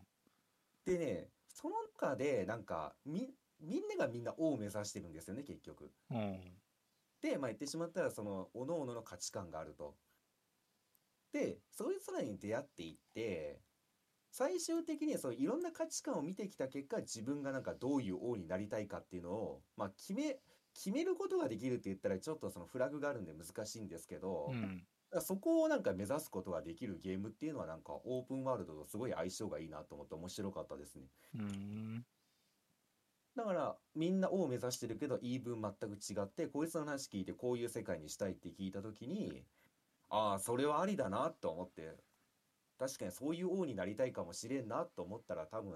でねその中でなんかみみんながみんな王を目指してるんですよね結局。
うん。
で、まあ、言ってしまったらその各々の価値観があると。でそいつらに出会っていって最終的にそういろんな価値観を見てきた結果自分がなんかどういう王になりたいかっていうのを、まあ、決め決めることができるって言ったらちょっとそのフラグがあるんで難しいんですけど、
う
だか
ん。
らそこをなんか目指すことができるゲームっていうのはなんかオープンワールドとすごい相性がいいなと思って面白かったですね。
うん。
だからみんな王を目指してるけど言い分全く違ってこいつの話聞いてこういう世界にしたいって聞いた時にああそれはありだなと思って確かにそういう王になりたいかもしれんなと思ったら多分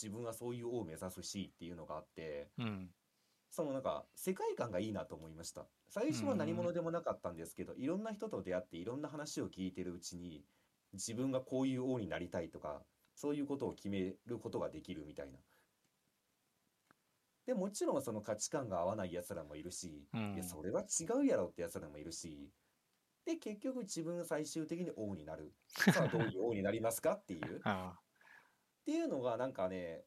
自分はそういう王を目指すしっていうのがあって
うん。
そのなんか世界観がいいなと思いました最初は何者でもなかったんですけどいろんな人と出会っていろんな話を聞いてるうちに自分がこういう王になりたいとかそういうことを決めることができるみたいなでもちろんその価値観が合わない奴らもいるし、
うん
いやそれは違うやろって奴らもいるしで結局自分最終的に王になるさあどういう王になりますかっていう
あ
っていうのがなんかね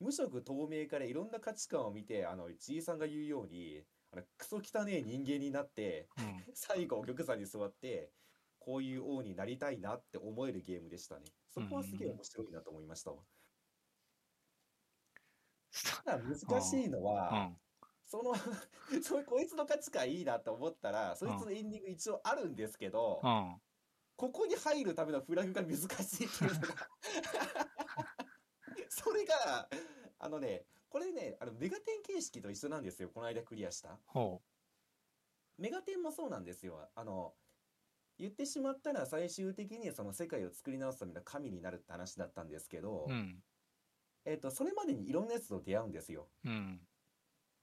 無色透明からいろんな価値観を見てあのじいさんが言うようにあのクソ汚ねえ人間になって
あ。うん。
最後玉座に座ってこういう王になりたいなって思えるゲームでしたねそこはすげえ面白いなと思いましたわただ難しいの
う
は
ん。
その そこいつの価値観いいなと思ったらそいつのエンディング一応あるんですけど
うん。
ここに入るためのフラグが難しいっていうのが それがあのねこれねあのメガテン形式と一緒なんですよこの間クリアした
ほ
メガテンもそうなんですよあの言ってしまったら最終的にその世界を作り直すための神になるって話だったんですけど、
う。うん。
えっとそれまでにいろんなやつと出会うんですよ
うん。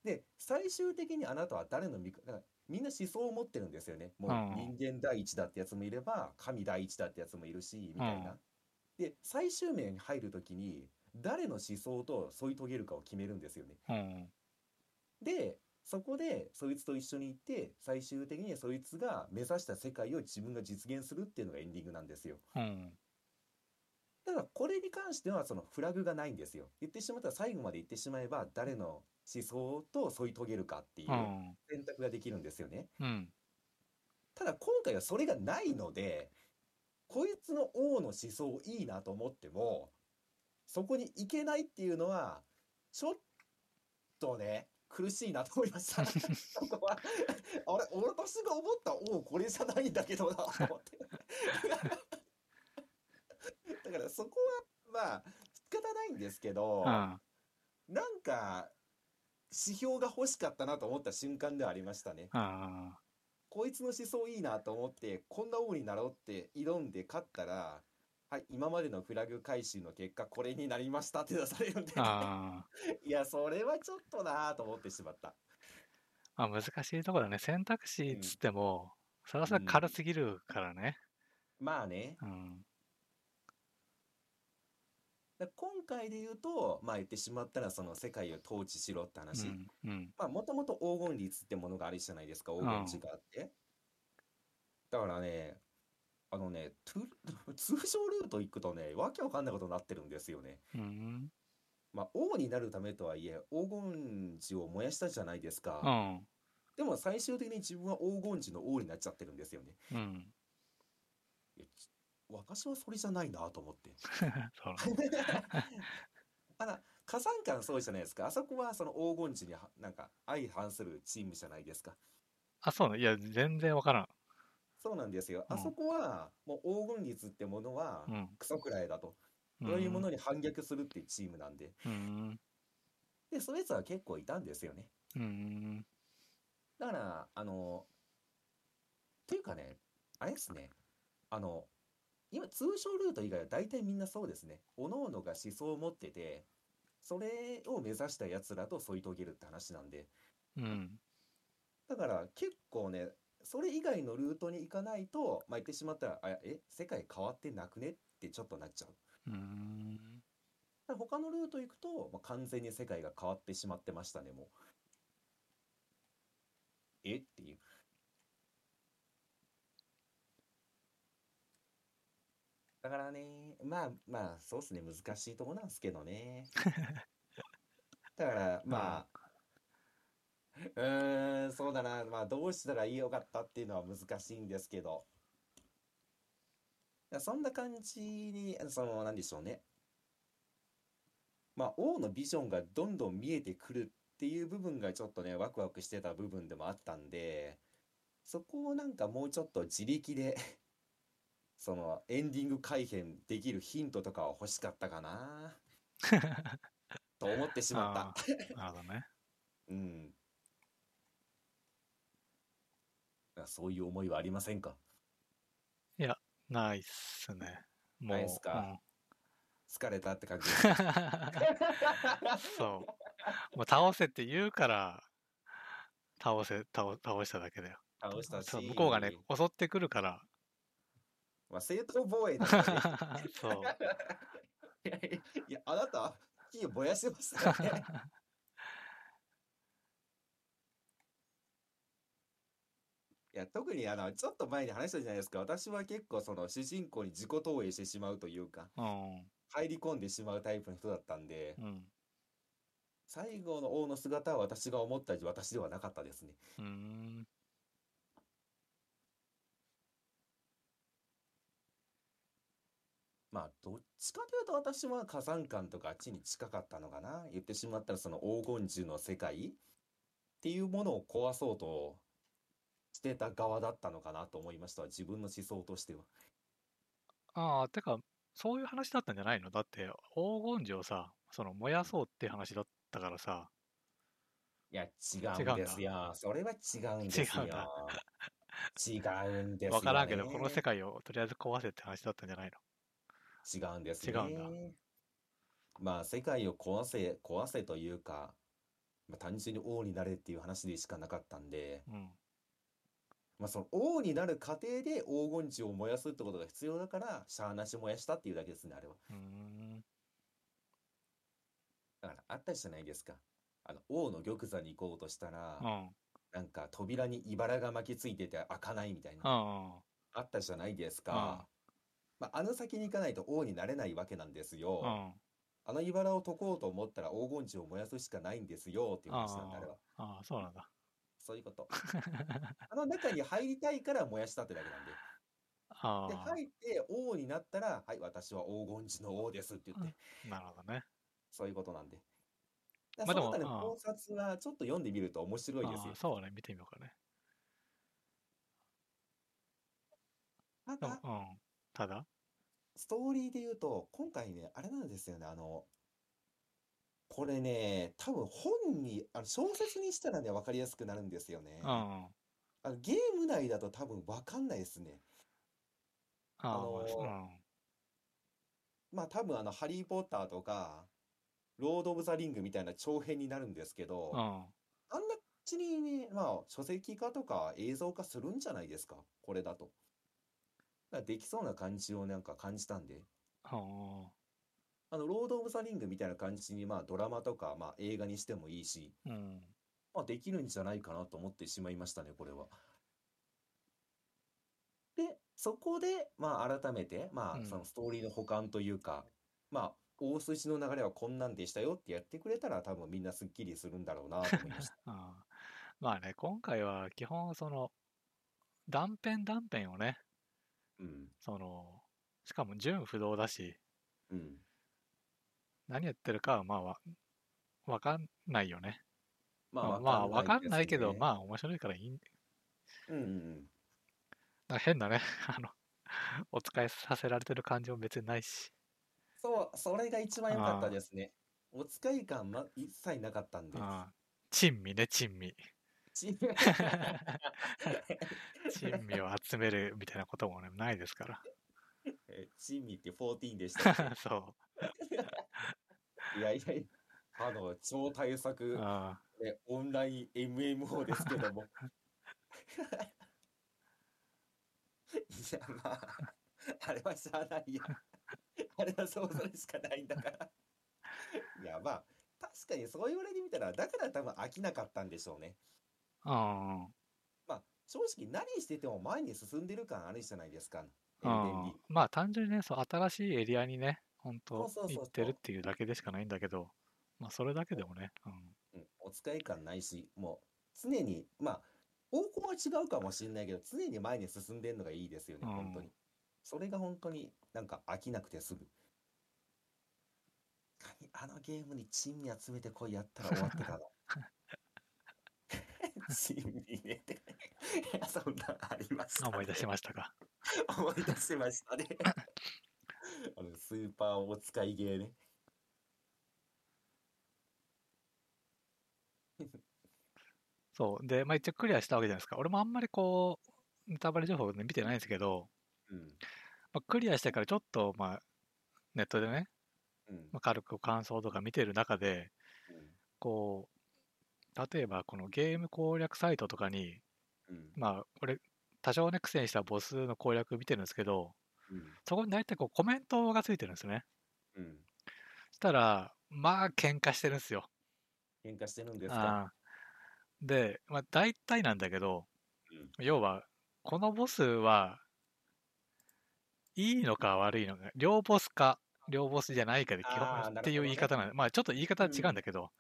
で最終的にあなたは誰の味方だからみんな思想を持ってるんですよねもう
うん
人間第一だってやつもいれば神第一だってやつもいるしみたいな、
うん
で最終面に入る時に誰の思想と添い遂げるかを決めるんですよね
うん。
でそこでそいつと一緒に行って最終的にそいつが目指した世界を自分が実現するっていうのがエンディングなんですよ
うん。
ただこれに関してはそのフラグがないんですよ言ってしまったら最後まで言ってしまえば誰の思想と添い遂げるかっていう
うん。
選択ができるんですよね、
うん。
ただ今回はそれがないのでこいつの王の思想いいなと思ってもそこに行けないっていうのはちょっとね苦しいなと思いましたそこはあれ俺私が思った王これじゃないんだけどなと思ってだからそこはまあ仕方ないんですけど
うん。
なんか指標が欲しかったなと思った瞬間ではありましたね
あ
こいつの思想いいなと思って、こんな王になろうって挑んで勝ったら、はい、今までのフラグ回収の結果、これになりましたって出されるんで
あ。、あ
いや、それはちょっとなぁと思ってしまった。
あ。まあ難しいとこだね。選択肢っつっても、それはそれ軽すぎるからね。
まあね、
うん。
だ今回で言うと、まあ言ってしまったら、その世界を統治しろって
う
話。
ん。うん。
まあ、もともと黄金律ってものがあるじゃないですか、黄金地があって。だからね、あのね、トゥ通常ルー ト行くとね、わけわかんないことになってるんですよね。
うん。
まあ、王になるためとはいえ黄金寺を燃やしたじゃないですか、
うん。
でも最終的に自分は黄金寺の王になっちゃってるんですよね
うん。
いやち私はそれじゃないな と思って
そう。
あら火山館そうじゃないですかあそこはその黄金寺にはなんか相反するチームじゃないですか
あ、そうね。いや、全然わからん。
そうなんですよ。あそこは、もう黄金率ってものは
う、ん。
クソくらいだと。そういうものに反逆するっていうチームなんで。
うん。
で、そういうやつは結構いたんですよね。
うん。
だから、あの、というかね、あれですね、あの、今、通常ルート以外は大体みんなそうですね。各々が思想を持ってて、それを目指した奴らと添い遂げるって話なんで。
うん。
だから結構ね、それ以外のルートに行かないと、まあ、言ってしまったら、あ、え、世界変わってなくねってちょっとなっちゃう。
うん。
だから他のルート行くと、まあ、完全に世界が変わってしまってましたね、もう。えっていう。だからね、まあまあ、そうっすね、難しいとこなんすけど ね。だから、まあ、うーん、そうだな、まあ、どうしたらいいよかったっていうのは難しいんですけど。だからそんな感じに、その、なんでしょうね。まあ、王のビジョンがどんどん見えてくるっていう部分がちょっとね、ワクワクしてた部分でもあったんで、そこをなんかもうちょっと自力で、 そのエンディング改編できるヒントとかは欲しかったかなと思ってしまった。
た。なるほどね。
うん。あそういう思いはありませんか
ないっすね。もう。
ないっすか疲れたって 感じです。
うん そう。もう倒せって言うから、倒せ、倒倒しただけだよ。
倒したし
そう、向こうがね、襲ってくるから。
まあ、正当防衛だからね
そう。
いやいや、あなた、火燃やしてましたよね。いや、特にあの、ちょっと前に話したじゃないですか。私は結構その主人公に自己投影してしまうというか、
うん。
入り込んでしまうタイプの人だったんで、
うん。
最後の王の姿は私が思ったより私ではなかったですね。
うん。
まあ、どっちかというと私は火山館とかあっちに近かったのかな。言ってしまったらその黄金樹の世界っていうものを壊そうとしてた側だったのかなと思いました。自分の思想としては。
ああ、てか、そういう話だったんじゃないのだって、黄金樹をさ、その燃やそうっていう話だったからさ、
いや、違
違
う
うんん
で
だ
すよ。それは違うんです
違うんだ
よ。違うんですよ、ね。
わからんけど、この世界をとりあえず壊せって話だったんじゃないの
違うんです
違
ね。
うんだ
まあ、世界を壊せ、壊せというか、まあ、単純に王になれっていう話でしかなかったんで、
うん。
まあ、その王になる過程で黄金地を燃やすってことが必要だから、シャアなし燃やしたっていうだけですね、あれは。
うーん。
だから、あったじゃないですか。あの、王の玉座に行こうとしたら、
うん。
なんか扉に茨が巻きついてて開かないみたいな。
うん。
あったじゃないですか。まあ、あの先に行かないと王になれないわけなんですよ。
うん。
あの茨を解こうと思ったら黄金地を燃やすしかないんですよっていう話なんだ、
あ
あれは。
ああ、そうなんだ。
そういうこと。あの中に入りたいから燃やしたってだけなんで。
あ
で、入って王になったら、はい、私は黄金地の王ですって言って、
あ、なるほどね。
そういうことなんで。だ
ま
か
あ
ら
でも
その中で
ああ
考察はちょっと読んでみると面白いです
あ
よ
あ、。そうね。見てみようかね。
た
で
だ、
もうん。ただ
ストーリーで言うと、今回ね、あれなんですよね、あの、これね、多分本に、あの小説にしたらね、わかりやすくなるんですよね。
うん。あ
あのゲーム内だと多分わかんないですね。
あ、
のー
うん。
まあ多分あの、ハリー・ポッターとか、ロード・オブ・ザ・リングみたいな長編になるんですけど、
うん。あ
あんな感じにね、まあ書籍化とか映像化するんじゃないですか、これだと。だからできそうな感じをなんか感じたんで。
あ。
あの、ロード・オブ・ザ・リングみたいな感じに、まあドラマとか、まあ映画にしてもいいし、
うん。
まあ、できるんじゃないかなと思ってしまいましたね、これは。で、そこで、まあ、改めて、ま
う
あ、
ん
そのストーリーの補完というか、まあ、大筋の流れはこんなんでしたよってやってくれたら、多分みんなすっきりするんだろうなと思いま した。
ああまあね、今回は基本その断片断片をね、
うん。
そのしかも純不動だし、
うん。
何やってるかはまあわわかんないよね。
ま
まあわかんないけど、
あ
まあ面白いからいいん。
ですね。うんうんうん。
なんか変なね、 あの、お使いさせられてる感じも別にないし。
そう、それが一番良かったですね。お使い感、ま、一切なかったんで
うん。珍味ね、珍味。
す。ち
珍味を集めるみたいなこともね、ないですから。
えチミって14でしたっ
そ
け。いやいやいや、あの、超大
う。
作、
あ
ね、オンライン MMO です けども。いや、まあ、あれはしゃあないや。あれは想像しかないんだ から。いや、まあ、確かにそう言われてみたら、だから多分飽きなかったんでしょうね。
あ。
まあ、正直何してても前に進んでる感あるじゃないですか。
う
エルデン
ん。
リ
う
ン
ん。まあ単純にね、そう、新しいエリアにね、本当
そうそうそうそう
行ってるっていうだけでしかないんだけど、まあそれだけでもね、うん。
うんお使い感ないし、もう常に、まあ、方向は違うかもしれないけど、常に前に進んでるのがいいですよね、
うん
本当に。それが本当になんか飽きなくてすぐ。あのゲームにチンに集めてこいやったら終わってたの。 チンにね って。いやそんなんありました、ね。
思い出しましたか。
思い出しましたね。あのスーパーお使いゲーね。
そう。で、まあ一応クリアしたわけじゃないですか。俺もあんまりこう、ネタバレ情報をね見てないんですけど、
うん。
まあ、クリアしてからちょっと、まあ、ネットでね、
うん
まあ、軽く感想とか見てる中で、こう、例えばこのゲーム攻略サイトとかに、
うん。うん。
まあ、俺、多少ね、苦戦したボスの攻略見てるんですけど、
うん
そこに大体こうコメントがついてるんですね。
うん。
そしたら、まあ、喧嘩してるんですよ。
喧嘩してるんですか
あーで、まあ、大体なんだけど、要は、このボスは、いいのか悪いのか、両ボスか、両ボスじゃないかで基
あー
本
なるほどね
っていう言い方なんで、まあちょっと言い方は違うんだけど、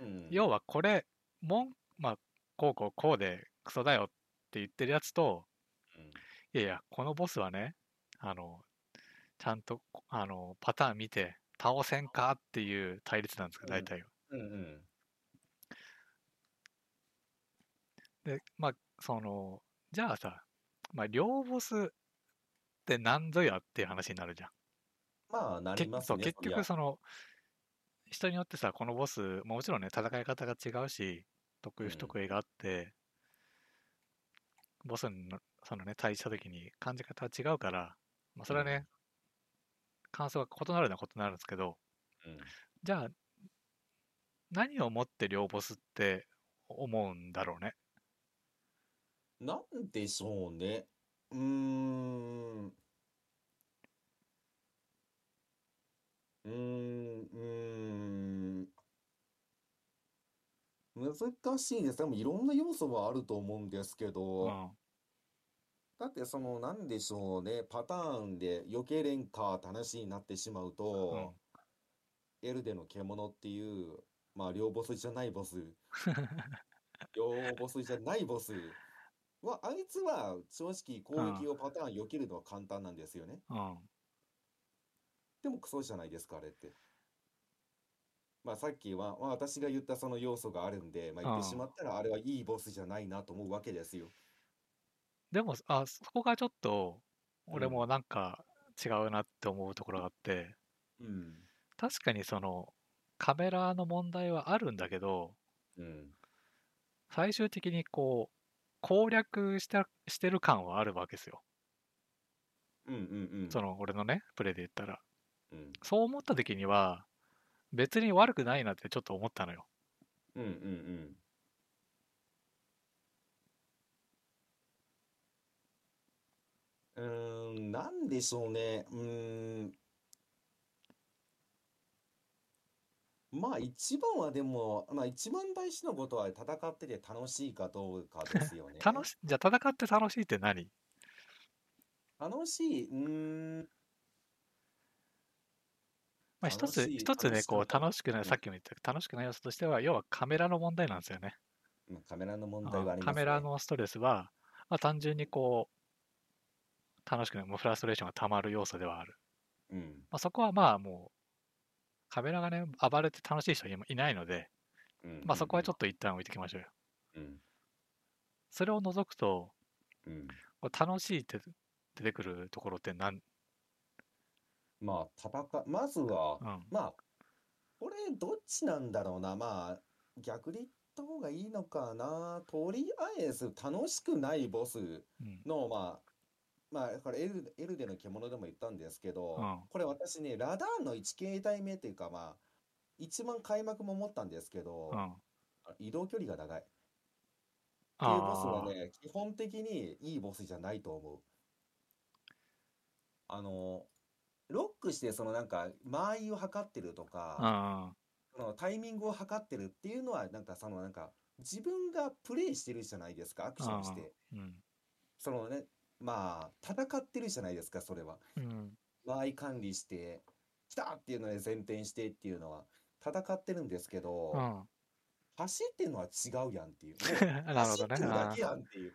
うん。
要はこれ、もん、まあ、こうこうこうでクソだよって言ってるやつと、
うん
いやいや、このボスはね、あの、ちゃんと、あの、パターン見て、倒せんかっていう対立なんですけど、
うん
大体は。
うんうん。
で、まあ、その、じゃあさ、まあ、両ボスって何ぞやっていう話になるじゃん。
まあ、なり
結
ます
そう
ね。
結
りゃ
局、その、人によってさ、このボス、まあもちろんね、戦い方が違うし、得
う
意
ん
不得意があって、ボスの、そのね、対峙した時に感じ方は違うから、まあ、それはね、感想が異なるのは異なるんですけど、
うん
じゃあ、何をもって両ボスって思うんだろうね。
なんでしょうね。うーん。うーん、うーん。難しいです。多分いろんな要素はあると思うんですけ
う
ど、
ん。
だってその、なんでしょうね、パターンで避けれんかって話になってしまう
うん
と、エルデの獣っていう、まあ、両ボスじゃないボ ス、両ボスじゃないボスは、あいつは正直攻撃をパターン避けるのは簡単なんですよね。
うん。
でもクソじゃないですか、あれって。まあ、さっきは、まあ、私が言ったその要素があるんで、まあ、言ってしまったら、あれはいいボスじゃないなと思うわけですよ。
でも、あ、そこがちょっと、俺
うん
もなんか違うなって思うところがあって、
うん。
確かにその、カメラの問題はあるんだけど、
うん。
最終的にこう、攻略したしてる感はあるわけですよ。
うんうんうん。
その、俺のね、プレイで言ったら。
うん。
そう思った時には、別に悪くないなってちょっと思ったのよ。
うんうんうん。うーん、なんでしょうね。うーん。まあ一番はでも、まあ一番大事なことは戦ってて楽しいかどうかですよね。
楽し、じゃあ戦って楽しいって何
楽しい、うーん、
まあ、一つ、
楽しい
一つね、
楽しく
こう、
ない
楽しくない、
うん
さっきも言ったけど、楽しくない要素としては、要はカメラの問題なんですよね。
まあカメラの問
あ
題は
ー
あり
カ
ます
メラのストレスは、まあ、単純にこう、楽しくない、もうフラストレーションがたまる要素ではある。
ね。うん、
まあ、そこはまあ、もう、カメラがね、暴れて楽しい人は今いないので、
うん、
まあ、そこはちょ
っ
っと一旦置いてきましょうよ。
と、うん、
それを除くと、
うん、
これ楽しいって出てくるところってなん、
まあ、戦う、まずは、
うん、
まあ、これどっちなんだろうな。まあ、逆で言った方がいいのかな。とりあえず、楽しくないボス
うん、
の、まあ、まあ、これエル、エルデの獣でも言ったんですけど、
うん
これ私ね、ラダーンの1形態目っていうか、まあ、一番開幕も思ったんですけど、
うん。
移動距離が長い。っていうボス
あ
はね、基本的にいいボスじゃないと思う。あの、ロックしてそのなんか間合いを測ってるとか、
あ、
そのタイミングを測ってるっていうのは、なんかそのなんか自分がプレイしてるじゃないですか、アクションして。
うん、うん
そのね、まあ、戦ってるじゃないですか、それは。
うん、
間合い管理して、来たっていうので前転してっていうのは、戦ってるんですけど、
うん
走ってるのは違うやんっていう。もう
なるほどね。
走ってるだけ
あ
やんっていう。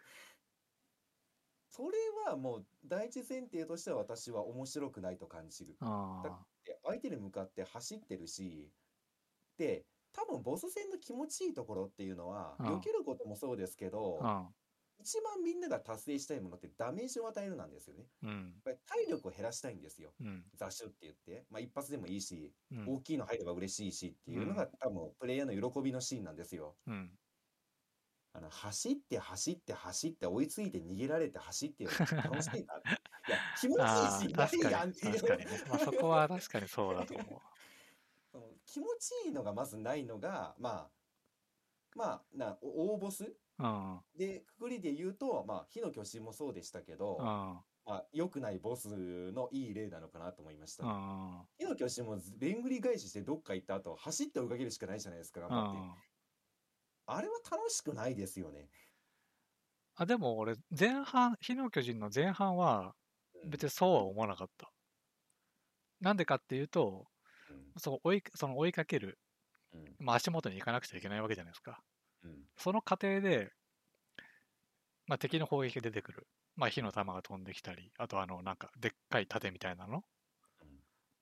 それはもう第一前提としては私は面白くないと感じる。
あ
で相手に向かって走ってるし、で、多分ボス戦の気持ちいいところっていうのは、
うん
避けることもそうですけど、
あ、
一番みんなが達成したいものってダメージを与えるなんですよね。
うん、うん、
やっぱり体力を減らしたいんですよ。
うん、
雑種って言って。まあ一発でもいいし、
うん、
大きいの入れば嬉しいしっていうのが、
う
多分プレイヤーの喜びのシーンなんですよ。
うん、
あの、走って走って走って追いついて逃げられて走ってよ楽し いな。いや、気持ち
あ
いい
あ
し、
確
何
か
やんっ
に
ていう
確かにね、まあ、そこは確かにそうだと思う。
その気持ちいいのがまずないのが、まあ、まあ、な、お大ボス
うん、
で、くくりで言うと、まあ、火の巨人もそうでしたけど、
うん、
まあ、良くないボスのいい例なのかなと思いまし
う
た。
ん、
火の巨人もずでんぐり返ししてどっか行った後、走って追いかけるしかないじゃないですか、頑
う
張って。
ん。
あれは楽しくないですよね。
あ、でも俺、前半、火の巨人の前半は、
うん
別にそうは思わなかった。なんでかっていうと、
うん
その追いその追いかける、
うん
まあ、足元に行かなくちゃいけないわけじゃないですか。
うん
その過程で、まあ、敵の攻撃が出てくる。まあ、火の玉が飛んできたり、あとあの、なんか、でっかい盾みたいなの。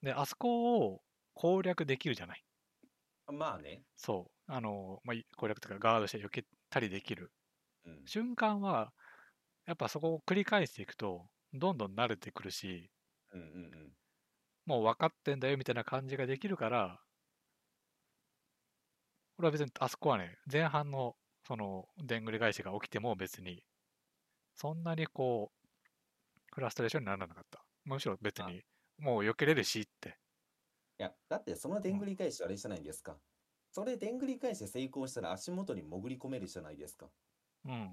で、あそこを攻略できるじゃない。
うんまあね。
そう。あの、まあ、い攻略というか、ガードして避けたりできる。
うん
瞬間は、やっぱそこを繰り返していくと、どんどん慣れてくるし、
うんうんうん。
もう分かってんだよみたいな感じができるから、俺は別にあそこはね、前半のそのでんぐり返しが起きても別に、そんなにこう、フラストレーションにならなかった。むしろ別に、もう避けれるしって。
いや、だってそのでんぐり返しあれじゃないですか。それでんぐり返して成功したら足元に潜り込めるじゃないですか。
うん、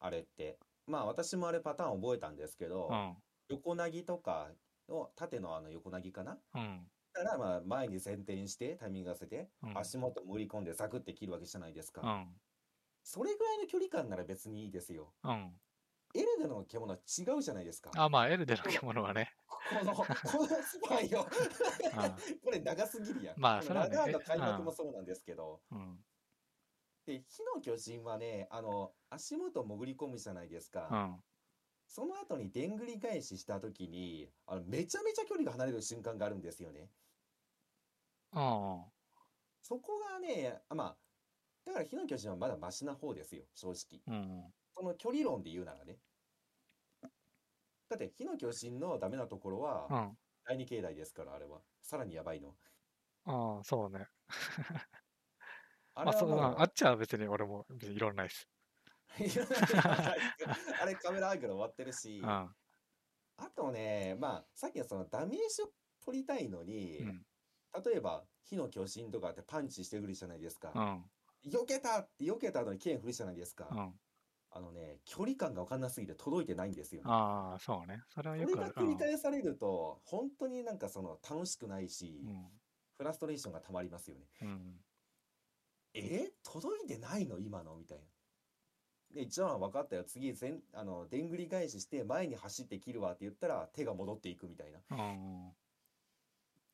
あれって。まあ私もあれパターン覚えたんですけど
う、ん、
横なぎとかの縦のあの横なぎかな
うん、
だからまあ前に前転してタイミング合わせて
うん
足元潜り込んでザクって切るわけじゃないです
う
か。
ん、
それぐらいの距離感なら別にいいですよ。
うん。
エルデの獣は違うじゃないですか。
あ、まあ、エルデの獣はね、
この、このスパ ンよ。 これ長すぎるやん。
まあ
こ
それ
の
はね
ラガーンの開
う
幕
ん
もそうなんですけど、
うん、
で、火の巨人はね、あの、足元潜り込むじゃないですか。
うん、
その後にでんぐり返しした時に、あの、めちゃめちゃ距離が離れる瞬間があるんですよね。
うん。
そこがね、あまあ、だから火の巨人はまだマシな方ですよ、正直。
うん、
その距離論で言うならね。だって火の巨人のダメなところは
う、ん、
第二形態ですから、あれは。さらにやばいの。
うん、そうね。ま
あ
あ、
れは
そう、
もう、
あっちは別に俺も別にいろんないです。
あれカメラアングル終わってるし、
うん、うん、
あとね、まあ、さっきのそのダメージを取りたいのに、例えば火の巨神とかってパンチしてくるじゃないです
う
か。
ん、
避けたって避けたのに剣振るじゃないですか
う。ん。
あのね、距離感が分かんなすぎて届いてないんですよね。
ああ、そうね。それは
こ
よ
れ
くあ
が
る。
繰り返されると、本当になんかその楽しくないし
う、ん。
フラストレーションが溜まりますよね。
うん。
えー届いてないの今のみたいな。で、一応分かったよ。次、全、あの、でんぐり返しして前に走って切るわって言ったら手が戻っていくみたいな。
うん。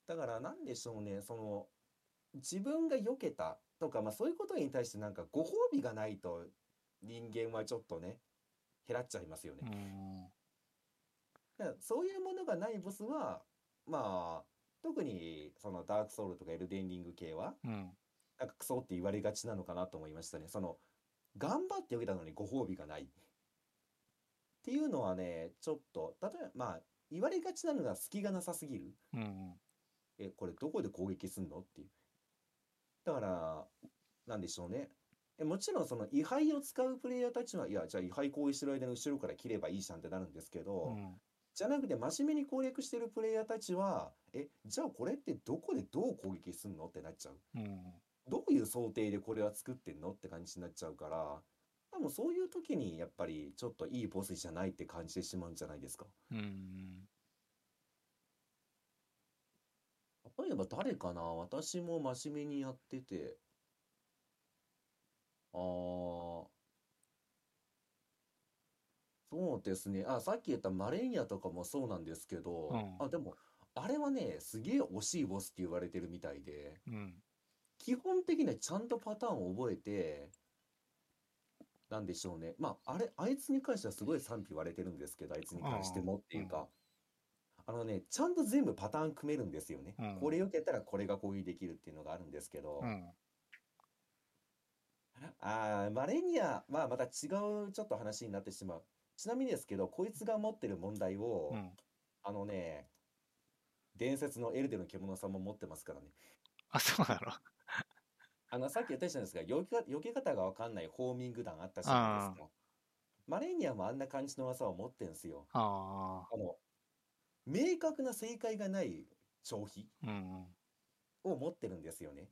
だからなんでしょうね、その自分が避けたとか、まあ、そういうことに対してなんかご褒美がないと人間はちょっとね、減らっちゃいますよね
う。ん。
だからそういうものがないボスは、まあ、特にそのダークソウルとかエルデンリング系は、
うん。
なんかクソって言われがちなのかなと思いましたね。その、頑張って避けたのにご褒美がない。っていうのはね、ちょっと、例えば、まあ、言われがちなのが隙がなさすぎる。
うんうん
え、これどこで攻撃すんのっていう。だから、なんでしょうね。え、もちろんその位牌を使うプレイヤーたちは、いや、じゃあ位牌攻撃してる間に後ろから切ればいいじゃんってなるんですけど、
うん
じゃなくて真面目に攻略してるプレイヤーたちは、え、じゃあこれってどこでどう攻撃すんのってなっちゃう。
うん
どういう想定でこれは作ってんのって感じになっちゃうから、多分そういう時にやっぱりちょっといいボスじゃないって感じてしまうんじゃないですか。
うん
例えば誰かな私も真面目にやってて。ああ。そうですね。あ、さっき言ったマレンヤとかもそうなんですけ
う
ど
ん、
あ、でも、あれはね、すげえ惜しいボスって言われてるみたいで、
うん
基本的にはちゃんとパターンを覚えて、なんでしょうね。まあ、あれ、あいつに関してはすごい賛否言われてるんですけど、あいつに関してもっていうか、あのね、ちゃんと全部パターン組めるんですよね
うん。
これよけたらこれが攻撃できるっていうのがあるんですけど
う、ん
あー、マレニアはまた違うちょっと話になってしまう。ちなみにですけど、こいつが持ってる問題を
う、ん
あのね、伝説のエルデの獣さんも持ってますからね。
あそうなの
あの、さっき言ったじゃないですか、避けが、避け方がわかんないホーミング弾あったじゃないですか。マレーニアもあんな感じの技を持ってんすよ。
あ
あの、明確な正解がない消費
あうん
を持ってるんですよね。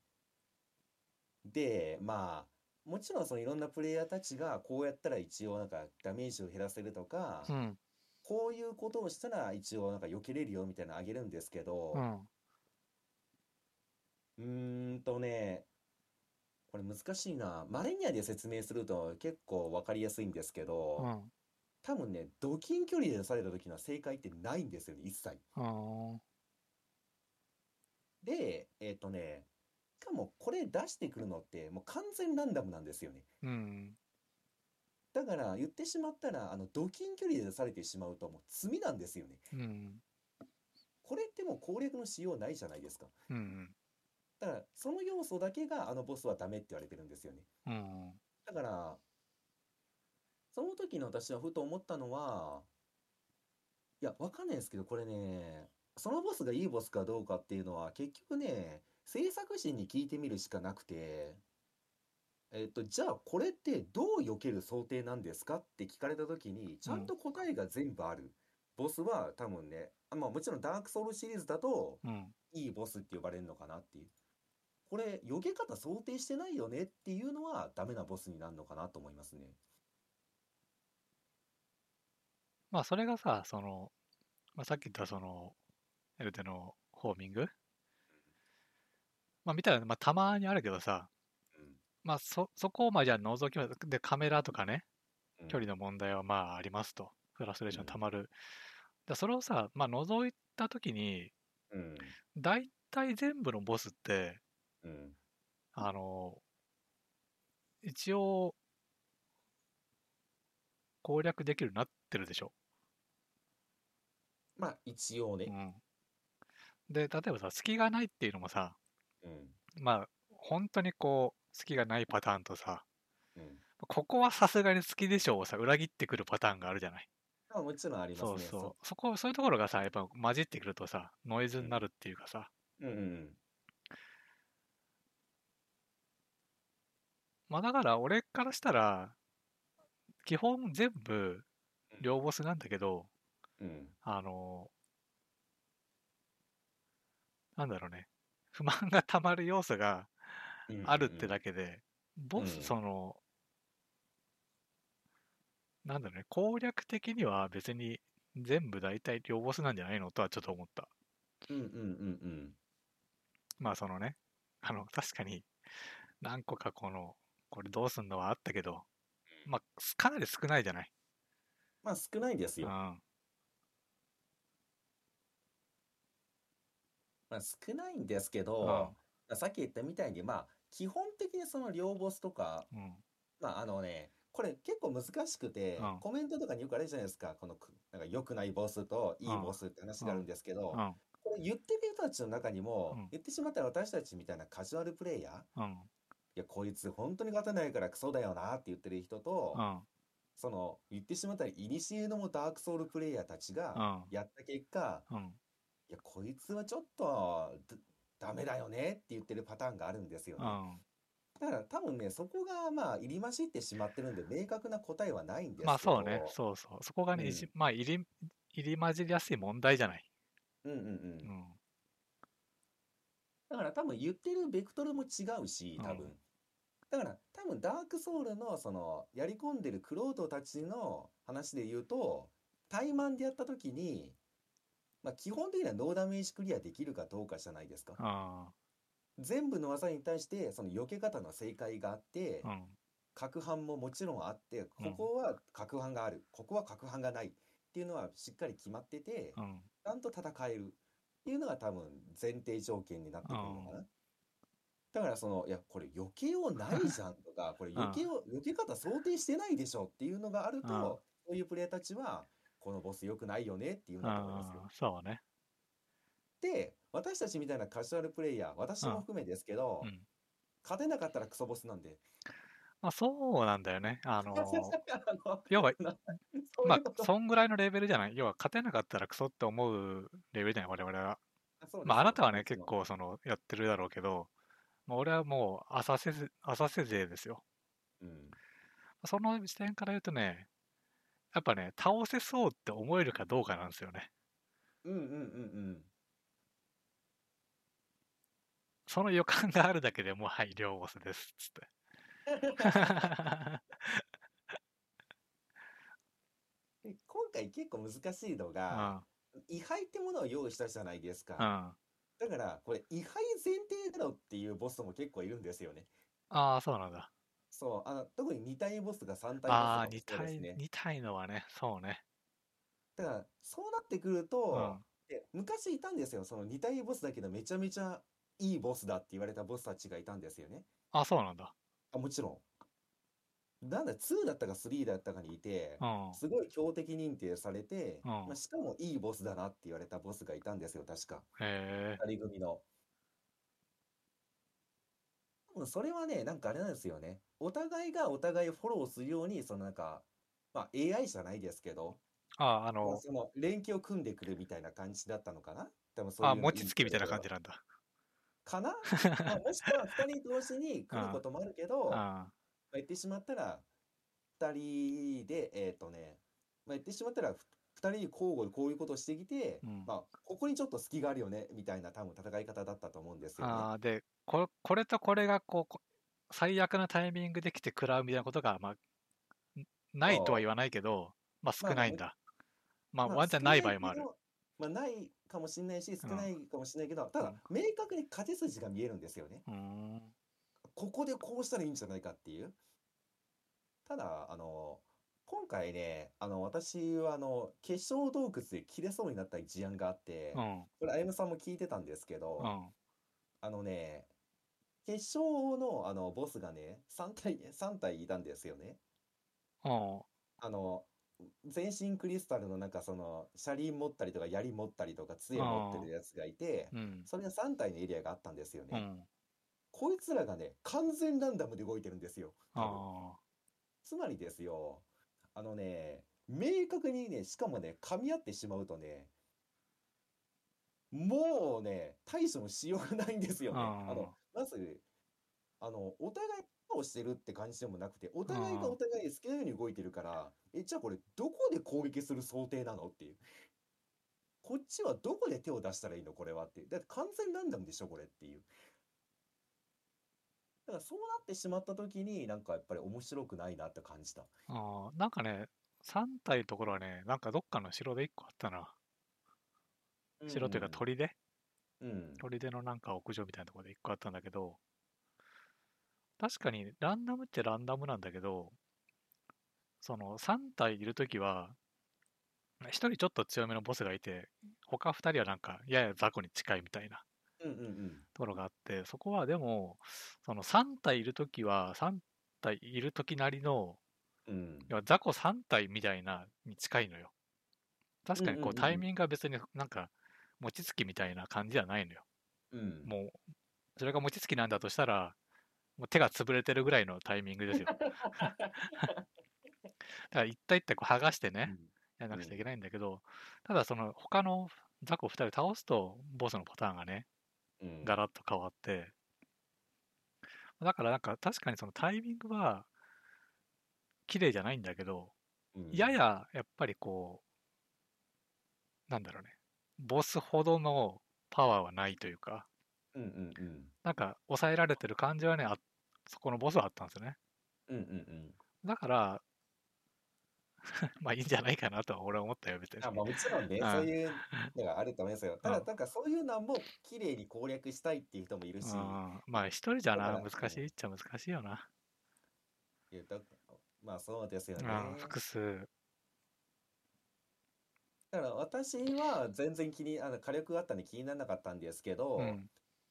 で、まあ、もちろんそのいろんなプレイヤーたちがこうやったら一応なんかダメージを減らせるとか、
うん
こういうことをしたら一応なんか避けれるよみたいなのあげるんですけど、
うん
うーんとね、これ難しいな。マレニアで説明すると結構わかりやすいんですけ
う
ど、
ん
多分ね、ドキン距離で出された時の正解ってないんですよね、一切。
あ
で、えっとね、しかもこれ出してくるのってもう完全ランダムなんですよね。
ーうん
だから言ってしまったら、あの、ドキン距離で出されてしまうともう罪なんですよね。
うん
これってもう攻略のしようないじゃないですか。
うん
だから、その要素だけがあのボスはダメって言われてるんですよね。
うん
だから、その時の私はふと思ったのは、いや、わかんないですけど、これね、そのボスがいいボスかどうかっていうのは、結局ね、制作陣に聞いてみるしかなくて、えっと、じゃあこれってどう避ける想定なんですかって聞かれた時に、ちゃんと答えが全部ある。ボスは多分ね、あまあもちろんダークソウルシリーズだと、
うん
いいボスって呼ばれるのかなっていう。これ、避け方想定してないよねっていうのはダメなボスになるのかなと思いますね。
まあそれがさその、まあ、さっき言ったそのエルテのホーミングまあみたいな、まあ、たまにあるけどさまあそそこをまあじゃあ覗きますでカメラとかね
うん。
距離の問題はまあありますとフラストレーションたまる、だそれをさまあ覗いた時に
うん。
大体全部のボスって
うん。
あの一応攻略できるようになってるでしょ
まあ、一応ね
う。ん、で例えばさ隙がないっていうのもさ
うん。
まあ本当にこう隙がないパターンとさ
うん。
ここはさすがに隙でしょうをさ裏切ってくるパターンがあるじゃない
まあ、もちろんあります
そう
ね。
そうそこそういうところがさやっぱ混じってくるとさノイズになるっていうかさ、
う。うんうん。
まあだから俺からしたら基本全部両ボスなんだけど
うん。
あのなんだろうね不満がたまる要素が
うん
あるってだけで、ボ
う
ス、
ん
その、なんだろうね、攻略的には別に全部大体両ボスなんじゃないのとはちょっと思った。
うんうんうん
まあ、そのね、あの、確かに何個かこの、これどうすんのはあったけど、まあ、すかなり少ないじゃない。
まあ、少ないです
う
よ。
ん。
まあ、少ないんですけ
う
ど、さっき言ったみたいに、まあ、基本的にその両ボスとか、
ん。うん。
まああのね、これ結構難しくて
うん、
コメントとかによくあるじゃないですか、このく、なんか良くないボスといい
うん
ボスって話があるんですけど、
うん。
これ言ってる人たちの中にも、
うん
言ってしまったら私たちみたいなカジュアルプレイヤー、い
うん。
や、こいつ本当に勝てないからクソだよなって言ってる人と、
うん。
その言ってしまったら古のもダークソウルプレイヤーたち
う
が
ん
やった結果、
うん
いやこいつはちょっとだダメだよねって言ってるパターンがあるんですよ
う
ね。
ん
だから多分ねそこがまあ入り混じってしまってるんで明確な答えはないんですけど。
まあそうねそうそうそこがね、
うん
一まあ入り入り混じりやすい問題じゃない、
うんうんう。
うんん、
だから多分言ってるベクトルも違うし
うん
多分。だから多分ダークソウルのそのやり込んでるクロードたちの話で言うと怠慢でやった時に、まあ、基本的にはノーダメージクリアできるかどうかじゃないですか。
あ
全部の技に対してその避け方の正解があって
ーうん
攪拌ももちろんあって
うん
ここは攪拌があるここは攪拌がないっていうのはしっかり決まってて
うん
ちゃんと戦えるっていうのが多分前提条件になってくるのかな。だからそのいやこれ避けようないじゃんとかこれ避けよう避け方想定してないでしょっていうのがあると
うん
そういうプレイヤーたちはこのボス良くないよねっていうんだと思いますよ
あ。ーそうね
で私たちみたいなカジュアルプレイヤー私も含めですけど、
うん
勝てなかったらクソボスなんで。
まあそうなんだよねあの
あの
要は
そう
ま
い
あ
うこと
そんぐらいのレベルじゃない要は勝てなかったらクソって思うレベルじゃない我々は
そうです
まああなたは
そ
ね
うです
結構そのやってるだろうけど、まあ、俺はもう浅瀬ず浅瀬勢ですよ
うん
その視点から言うとねやっぱね倒せそうって思えるかどうかなんですよね
うんうんうん
その予感があるだけでもうはい両ボスですっつって
うんで今回結構難しいの
う
が
ん
位牌ってものを用意したじゃないです
う
か、
ん
だからこれ位牌前提だろっていうボスも結構いるんですよね
ああそうなんだ
そうあの特に2体ボスとか3体ボスと
ああー
かも
似
そう
た
です
い
ね
似たいのはねそうね
だからそうなってくる
う
と
ん、
で昔いたんですよその2体ボスだけどめちゃめちゃいいボスだって言われたボスたちがいたんですよね
あそうなんだ
あもちろんなんだ2だったか3だったかにいて、
うん
すごい強敵認定されて、
うん
まあ、しかもいいボスだなって言われたボスがいたんですよ、確か。
へえ
二人組の。多分それはね、なんかあれなんですよね。お互いがお互いフォローするように、そのなんか、まあ AI じゃないですけど、
あああの
その連携を組んでくるみたいな感じだったのかな多分そういう
あ
の
餅つきみたいな感じ
だ。
なんだ
かな、 まあもしくは二人同時に来ることもあるけど、
う
まあ
ん
言ってしまったら、二人で、えっ、とね、まあ、言ってしまったら、ふ二人交互にこういうことをしてきて、
うん
まあ、ここにちょっと隙があるよね、みたいな多分戦い方だったと思うんですよね。
あーでここれとこれがこうこ最悪なタイミングで来て食らうみたいなことが、まあ、んないとは言わないけど、まあ、
まあ
少ないんだ。まあ、
まあ
ワンチャンない場合もあ。
少
る。
けどまあ、ないかもしれないし、少
うん
ないかもしれないけど、ただ、明確に勝手筋が見えるんですよね。
うーん
ここでこうしたらいいんじゃないかっていう。ただ、あの、今回ね、あの、私は、あの、化粧洞窟で切れそうになった事案があって、
う
こ
ん
れ、あゆむさんも聞いてたんですけど
う、ん
あのね、決勝の、あの、ボスがね、3体、三体いたんですよね。
うん
あの、全身クリスタルのなんかその、車輪持ったりとか、槍持ったりとか、杖持ってるやつがいて、
うん
それが3体のエリアがあったんですよ
う
ね。
ん
こいつらがね、完全ランダムで動いてるんですよ。多分
あ
つまりですよ、あのね、明確にね、しかもね、噛み合ってしまうとね、もうね、対処のしようがないんですよね。
あー
あの、まず、あの、お互いをしてるって感じでもなくて、お互いがお互い好きなように動いてるから、え、じゃあこれ、どこで攻撃する想定なのっていう。こっちはどこで手を出したらいいのこれはって。だって完全ランダムでしょこれっていう。だからそうなってしまった時になんかやっぱり面白くないなって感じた。
あーなんかね、3体のところはね、なんかどっかの城で1個あったな。城というか砦、
うん。
砦のなんか屋上みたいなところで1個あったんだけど、確かにランダムってランダムなんだけど、その3体いるときは、1人ちょっと強めのボスがいて、他2人はなんかやや雑魚に近いみたいな
うんうんうん。
ところがあって、そこはでも、その3体いるときは、3体いるときなりの、
うん。
要は雑魚3体みたいなに近いのよ。確かに
うんうん
こう
う
んタイミングは別になんか餅つきみたいな感じじゃないのよ。
うん。
もう、それが餅つきなんだと したら、もう手が潰れてるぐらいのタイミングですよ。から一体一体こう剥がしてね、
う
やらなくちゃいけないんだけど、ただその他の雑魚2人倒すと、ボスのパターンがね、
んうん
ガラッと変わって、だからなんか確かにそのタイミングは綺麗じゃないんだけど、
うん
やややっぱりこうなんだろうねボスほどのパワーはないというか
うんうんうん
なんか抑えられてる感じはねあそこのボスはあったんですよね
うんうんうん
だから まあいいんじゃないかなとは俺は思ったよ別に
あまあもちろんね、
うん
そういうのがあると思いますよ。ただ、
うん
なんかそういうのも綺麗に攻略したいっていう人もいるし、
うんまあ一人じゃ
だ
な
から
難しいっちゃ難しいよな、
いやだまあそうですよ
う
ね。
ん、複数
だから私は全然気に、あの火力があったんで気にならなかったんですけど、
うん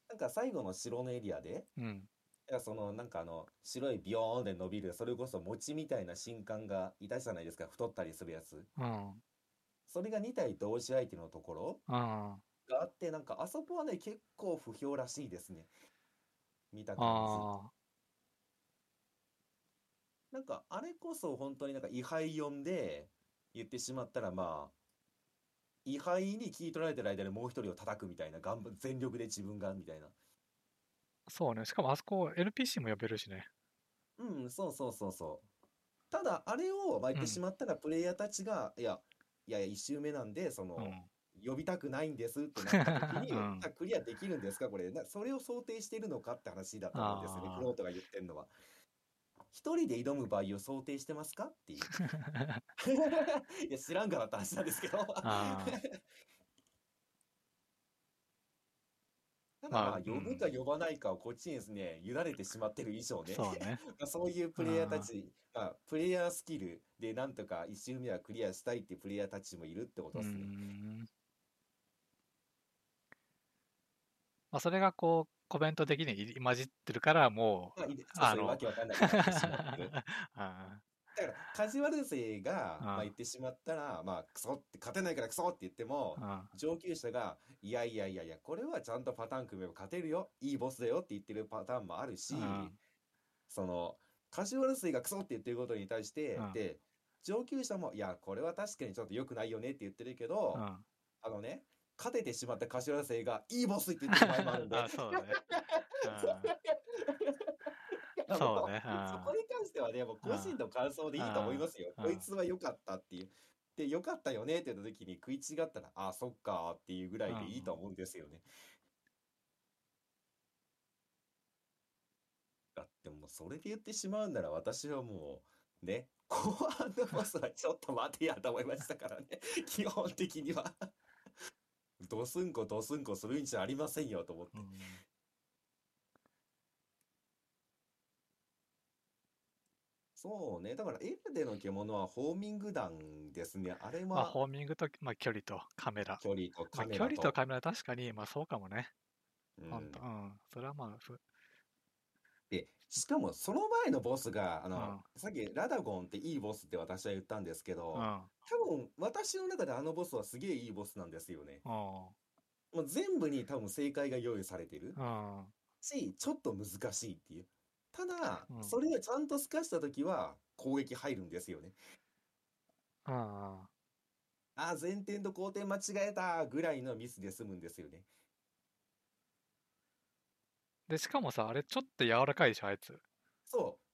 なんか最後の城のエリアで、
うん
いやそのなんかあの白いビヨーンで伸びる、それこそ餅みたいな新刊がいたじゃないですか、太ったりするやつ。
うん
それが2体同時相手のところ
うん
があって、なんかあそこはね、結構不評らしいですね。見た感じ。
あ
なんかあれこそ本当になんか位牌読んで言ってしまったらまあ位牌に聞い取られてる間にもう一人を叩くみたいな頑張全力で自分がみたいな
ーそうねしかもあそこ NPC も呼べるしね
うんそうそうそうそうただあれをまあ言ってしまったらプレイヤーたちが、いやいやいや1周目なんでその、
うん
呼びたくないんですってなった 時に、
うん
あクリアできるんですかこれなそれを想定してるのかって話だと思うんですよね
あー
クロートが言ってるのは一人で挑む場合を想定してますかっていういや知らんからって話なんですけど
あ ー
ただ
まあ
まあ呼ぶか呼ばないかをこっちにですね委ねてしまってる以上ね
そう ね
まあそういうプレイヤーたち、まあ、プレイヤースキルでなんとか一周目はクリアしたいっていうプレイヤーたちもいるってこと
う
ですね。
んまあ、それがこうコメント的に入り混じってるからもう
まあ、いそう
あ
そうい
の
うわけわかんない
あ
ことになってしまっ てる
あ
だからカジュアル勢が、
うん
まあ、言ってしまったら、まあ、クソって勝てないからクソって言っても
あ
上級者がいやいやいやいやこれはちゃんとパターン組めば勝てるよいいボスだよって言ってるパターンもあるし、
うん
そのカジュアル勢がクソって言ってることに対して、
うん
で上級者もいやこれは確かにちょっと良くないよねって言ってるけど、
うん
あのね勝ててしまったカジュアル勢がいいボスって言ってる場合もあるんで
あそう だね
あの
そうね
そこに関してはね、もう個人の感想でいいと思いますよ。
うん
こいつは良かったっていう。で、良かったよねって言った時に食い違ったら、あ、そっかっていうぐらいでいいと思うんですよね。だってもうそれで言ってしまうなら私はもう、ね、後半のボスはちょっと待てやと思いましたからね。 基本的には。 ドスンコドスンコするんじゃありませんよと思って
うん、う。ん
そうね。だから、エルデの獣はホーミング弾ですね。あれ
まあ
は
ホーミングと、まあ、距離とカメラ
距離と
ま
カ
あ、
メラ
距離とカメラ確かにまあそうかもね、
うん
ほんとうん、それはまあふ
で、しかもその前のボスが、あの、
うん
さっきラダゴンっていいボスって私は言ったんですけど、
うん
多分私の中であのボスはすげえいいボスなんですよね。
うん
もう全部に多分正解が用意されてる
うん
し、ちょっと難しいっていう。ただ、
うん
それをちゃんと透かした時は攻撃入るんですよね。
うんうん
あー、前転と後転間違えたぐらいのミスで済むんですよね。
でしかもさあれちょっと柔らかいでしょあいつ、
そう。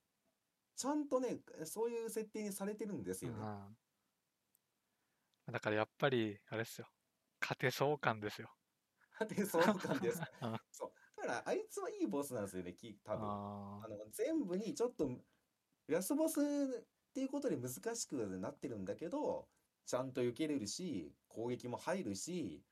ちゃんとね、そういう設定にされてるんです
う
よね。
ん、だからやっぱりあれですよ勝てそう感ですよ
で、そう感です。
うん
そう。だから、あいつはいいボスなんですよね、き、多分。あ
あー
の、全部にちょっと、ラスボスっていうことで難しくなってるんだけど、ちゃんと避けれるし、攻撃も入るし、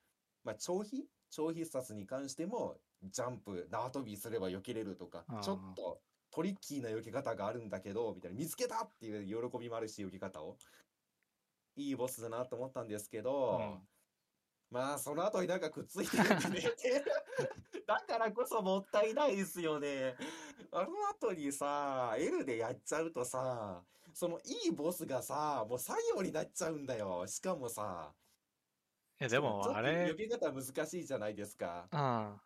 まあ、長飛長飛殺に関しても、ジャンプ、縄跳びすれば避けれるとか
あー、
ちょっとトリッキーな避け方があるんだけど、みたいな、見つけたっていう喜びもあるし、避け方を。いいボスだなと思ったんですけど、まあ、その後になんかくっついてる んでね。だからこそもったいないですよね。あの後にさ、L でやっちゃうとさ、そのいいボスがさ、もう作業になっちゃうんだよ。しかもさ、
いやでも
ちょっと
あれ
呼び方難しいじゃないですか。
う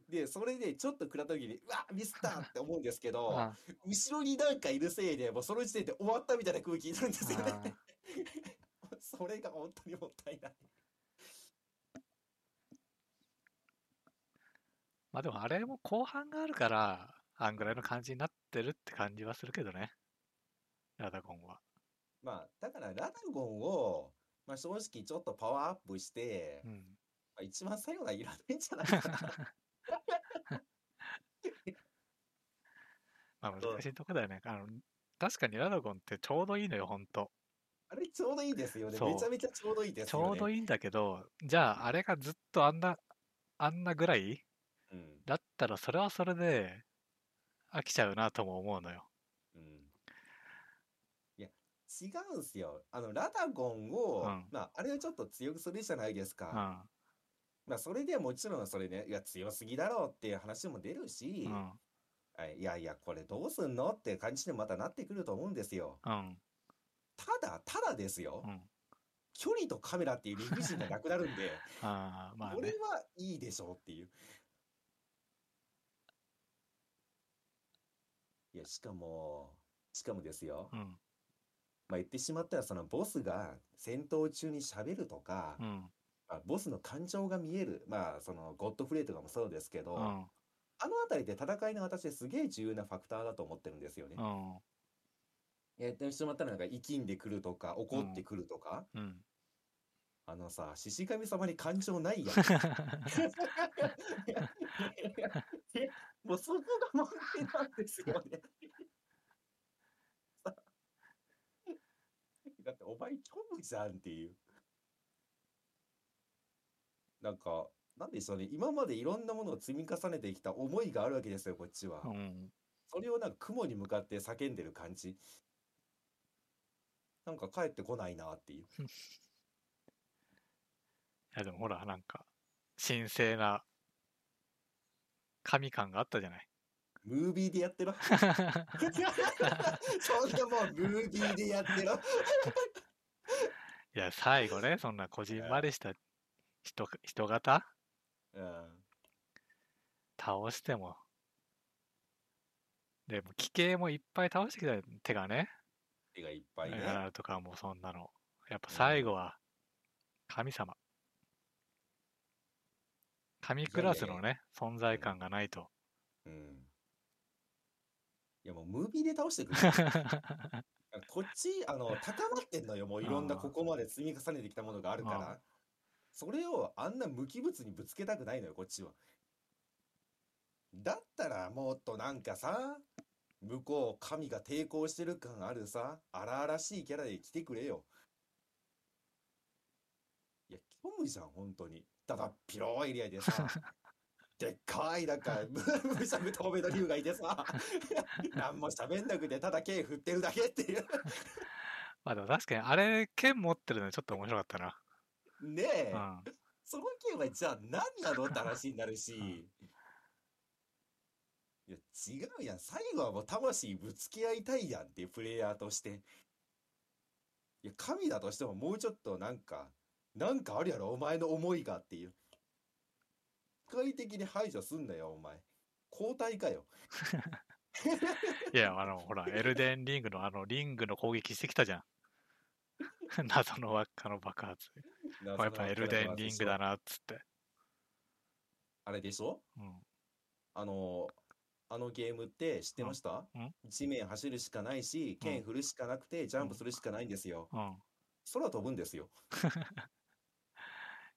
ん
で、それでちょっと食らった時に、うわ、ミスったって思うんですけど、
あ
後ろになんかいるせいで、もうその時点で終わったみたいな空気になるんですよ ね。
あ
それが本当にもったいない。
まあでもあれも後半があるから、あんぐらいの感じになってるって感じはするけどね。ラダゴンは。
まあ、だからラダゴンを、まあ正直ちょっとパワーアップして、
うん。
まあ、一番最後がいらないんじゃないかな。
まあ
そう
難しいとこだよね。あの確かにラダゴンってちょうどいいのよ、ほんと。
あれちょうどいいですよね。
そう
めちゃめちゃちょうどいいです
ちょ
よ
うど
ね。
いいんだけど、じゃああれがずっとあんな、あんなぐらい
うん。
だったらそれはそれで飽きちゃうなとも思うのよ。
うん。いや、違うんすよ。あの、ラダゴンを、
うん
まあ、あれをちょっと強くするじゃないです
う
か。
ん。
まあ、それでもちろんそれね、いや、強すぎだろうっていう話も出るし、
うん。
あいやいや、これどうすんのって感じでまたなってくると思うんですよ。
うん。
ただ、ただですよ。
うん。
距離とカメラっていう理不尽がなくなるんで、
ああ、まあ
これ
ね。
はいいでしょうっていう。いや、しかも、しかもですよ。
うん。
まあ、言ってしまったら、そのボスが戦闘中に喋るとか、
うん。
まあ、ボスの感情が見える、まあ、そのゴッドフレイとかもそうですけど、
う
あ
ん。
のあたりって戦いの私すげえ重要なファクターだと思ってるんですよね
う。ん。
やってしまったらなんか生きんでくるとか、怒ってくるとか、
うん。
あのさ、獅子神様に感情ないやん。 もうそこが問題なんですよね。だってお前虚無じゃんっていう。なんか、なんでしょうね。今までいろんなものを積み重ねてきた思いがあるわけですよ、こっちは。
うん。
それをなんか雲に向かって叫んでる感じ。なんか帰ってこないなっていう。
いやでもほら、なんか、神聖な神感があったじ ゃない。
ムービーでやって ろ。そんなもん、ムービーでやってろ。
いや、最後ね、そんなこじんまりした人か、人型
うん。
倒しても。でも、奇形もいっぱい倒してきたよ手がね、
手がいっぱい
エ
ね。
ガラルとかもそんなの。やっぱ
うん
最後は、神様。神クラスの
い
ね、存在感がない と。
うん。いやもうムービーで倒してくれ。 こっち、あの、高まってんのよ。もういろんな
あー
ここまで積み重ねてきたものがあるか
あ
ら。それをあんな無機物にぶつけたくないのよ、こっちは。だったらもっとなんかさ、向こう神が抵抗してる感あるさ、荒々しいキャラで来てくれよ。いや、虚無じゃん、本当に。ただ、ピローエリアでさ、でっかい、なんか、むむしゃむ透明の竜がいてさ、 なんも喋んなくて、ただ剣振ってるだけっていう。
まあでも確かに、あれ、剣持ってるのちょっと面白かったな。
ねえ、
うん。
その剣はじゃあ何なのって話になるし、
うん
いや、違うやん。最後はもう魂ぶつけ合いたいやんっていうプレイヤーとして。いや、神だとしてももうちょっとなんか、なんかあるやろ、お前の思いがっていう。機械的に排除すんなよ、お前。交代かよ。
いや、あの、ほら、エルデンリングのあの、リングの攻撃してきたじゃん。 謎の輪っかの爆発。
な
まあやっぱエルデンリングだ。な、っつって。
あれでしょ
うん。
あの、あのゲームって知ってました
うん
地面走るしかないし、
う
剣
ん
振るしかなくて、ジャン
う
プ
ん
するしかないんですよ。
うん。
空飛ぶんですよ。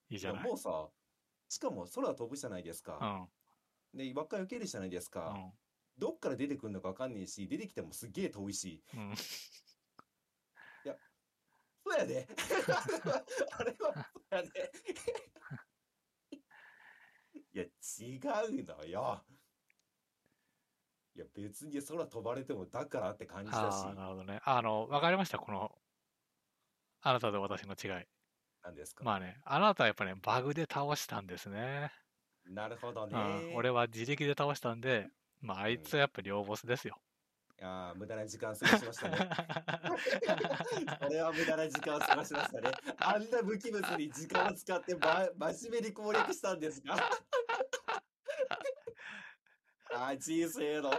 いい
い
じゃ
や、
ない。
もうさ、しかも空飛ぶじゃないです
うん。う
か。で、輪っか避けるじゃないですか。
ん。
どっから出てくるのかわかんねえし、出てきてもすげえ遠いし。
うん。
そう やで。あれは、そうやで。いや、違うのよ。いや、別に空飛ばれてもだからって感じだし
ああ、。なるほどね。あの、わかりました、この、あなたと私の違い。
なんですか。
まあね、あなたはやっぱね、バグで倒したんですね。
なるほど
う
ね。
ん。俺は自力で倒したんで、まあ、あいつはやっぱ両ボスですよ。
ああ、無駄な時間過ごし ましたね。これは無駄な時間を過ごしましたね。 あんな無 機物に時間を使って、ま、真面目に攻略したんですかあー人生の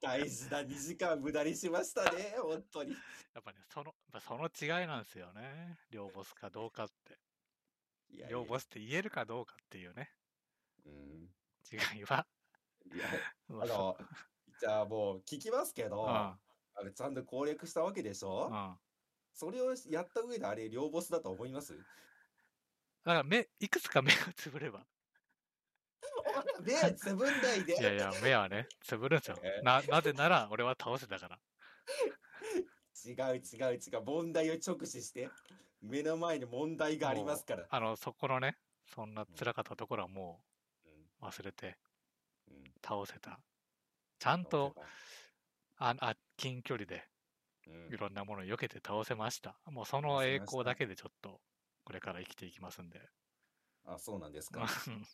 大事な2時間無駄にしましたね、本当に。
やっぱね、その、まあその違いなんですよね。両ボスかどうかって。
いやいや
両ボスって言えるかどうかっていうね、
うん。
違いは。
いや、
ま
あの、じゃあもう聞きますけど、
あ
あれちゃんと攻略したわけでし
う
ょ
ん。うん。
それをやった上であれ、両ボスだと思います
だから目、いくつか目をつぶれば。
目つぶんないで
いやいや、目はね、つぶるんですよ
え。
な、なぜなら俺は倒せたから。
違う違う違う問題を直視して目の前に問題がありますから、
あの、そこのね、そんな辛かったところはも
うん
う忘れて
うん、
倒せた。ちゃんと、ああ近距離で
うん
いろんなものを避けて倒せました。もうその
倒せ
栄
ました
光だけでちょっと、これから生きていきますんで。
あそうなんですか、
うん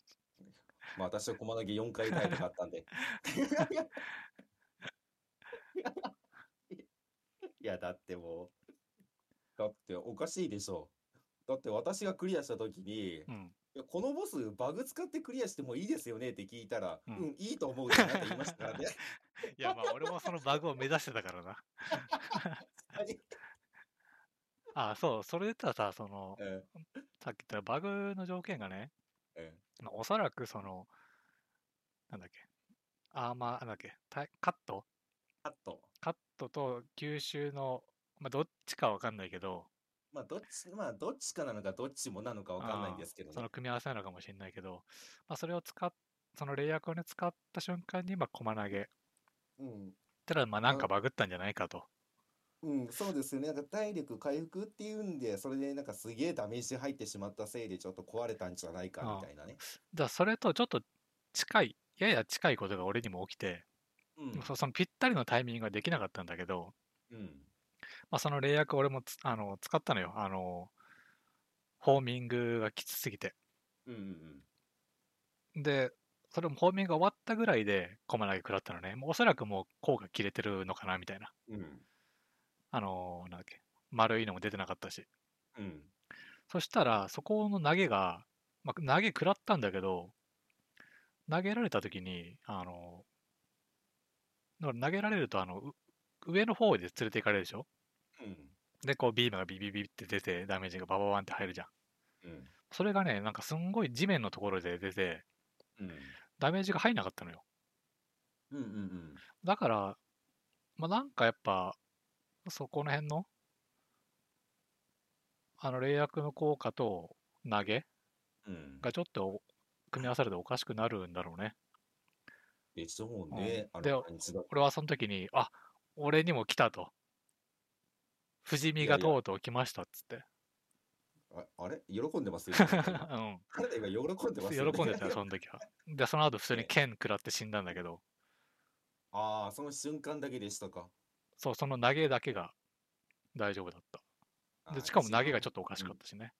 まあ、私は駒投げ4回タイプがあったんでいやだってもうだっておかしいでしょだって私がクリアした時に
うん。
いやこのボスバグ使ってクリアしてもいいですよねって聞いたら、
う
うんん、いいと思うよって言いました からね。
いや、まあ 俺もそのバグを目指してたからな。 あそう、それで言ったらさ、その、
うん
さっき言ったバグの条件がね、
うん
まあおそらくその、なんだっけ、アーマー、なんだっけ、タイカット
カット。
カットと吸収の、まあ、どっちかわかんないけど、
まあどっち、まあどっちかなのかどっちもなのかわかんないんですけど
あーそ
ね
の。組み合わせなのかもしれないけど、まあ、それを使っその霊薬をね、使った瞬間に、まあ、駒投げ。
うん。
ただ、まあ、なんか
うん
バグったんじゃないかと。
うん、そうですよね。なんか体力回復っていうんで、それでなんかすげえダメージ入ってしまったせいでちょっと壊れたんじゃないかみたいなね。
だからそれとちょっと近い、やや近いことが俺にも起きて、
うん。
そそのぴったりのタイミングができなかったんだけど、
うん。
まあ、その霊薬俺もつあの使ったのよ。あの、ホーミングがきつすぎて。
うんうん
で、それもホーミングが終わったぐらいで駒投げ食らったのね。もうおそらくもう効果切れてるのかなみたいな。
うん。うん。
あのーなんだっけ。丸いのも出てなかったし。
うん。
そしたら、そこの投げが、まあ、投げ食らったんだけど、投げられた時に、あのーだから投げられると、あの、う上の方で連れていかれるでしょ
うん。
で、こうビームがビビビって出て、ダメージがバババンって入るじゃん。
うん。
それがね、なんかすんごい地面のところで出て、
うん。
ダメージが入んなかったのよ。
うんうんうん。
だから、まあ、なんかやっぱ、そこの辺の、あの、霊薬の効果と投げ
うん。
がちょっと組み合わされておかしくなるんだろうね。
でしょうね。
うん
あ
で
の感じだと。
俺はその時に、あ俺にも来たと。不死身が
いやい
と
や
うとう来ましたっつって。
あ、あれ喜んでますよ。
うん。
彼ら今喜んでますよね。
喜んでたよ、その時は。で、その後普通
え
に
え
剣食らって死んだんだけど、
ああ、その瞬間だけでしたか。
そう、その投げだけが大丈夫だった。で、
あ
しかも投げ
違う
がちょっとおかしかったしね。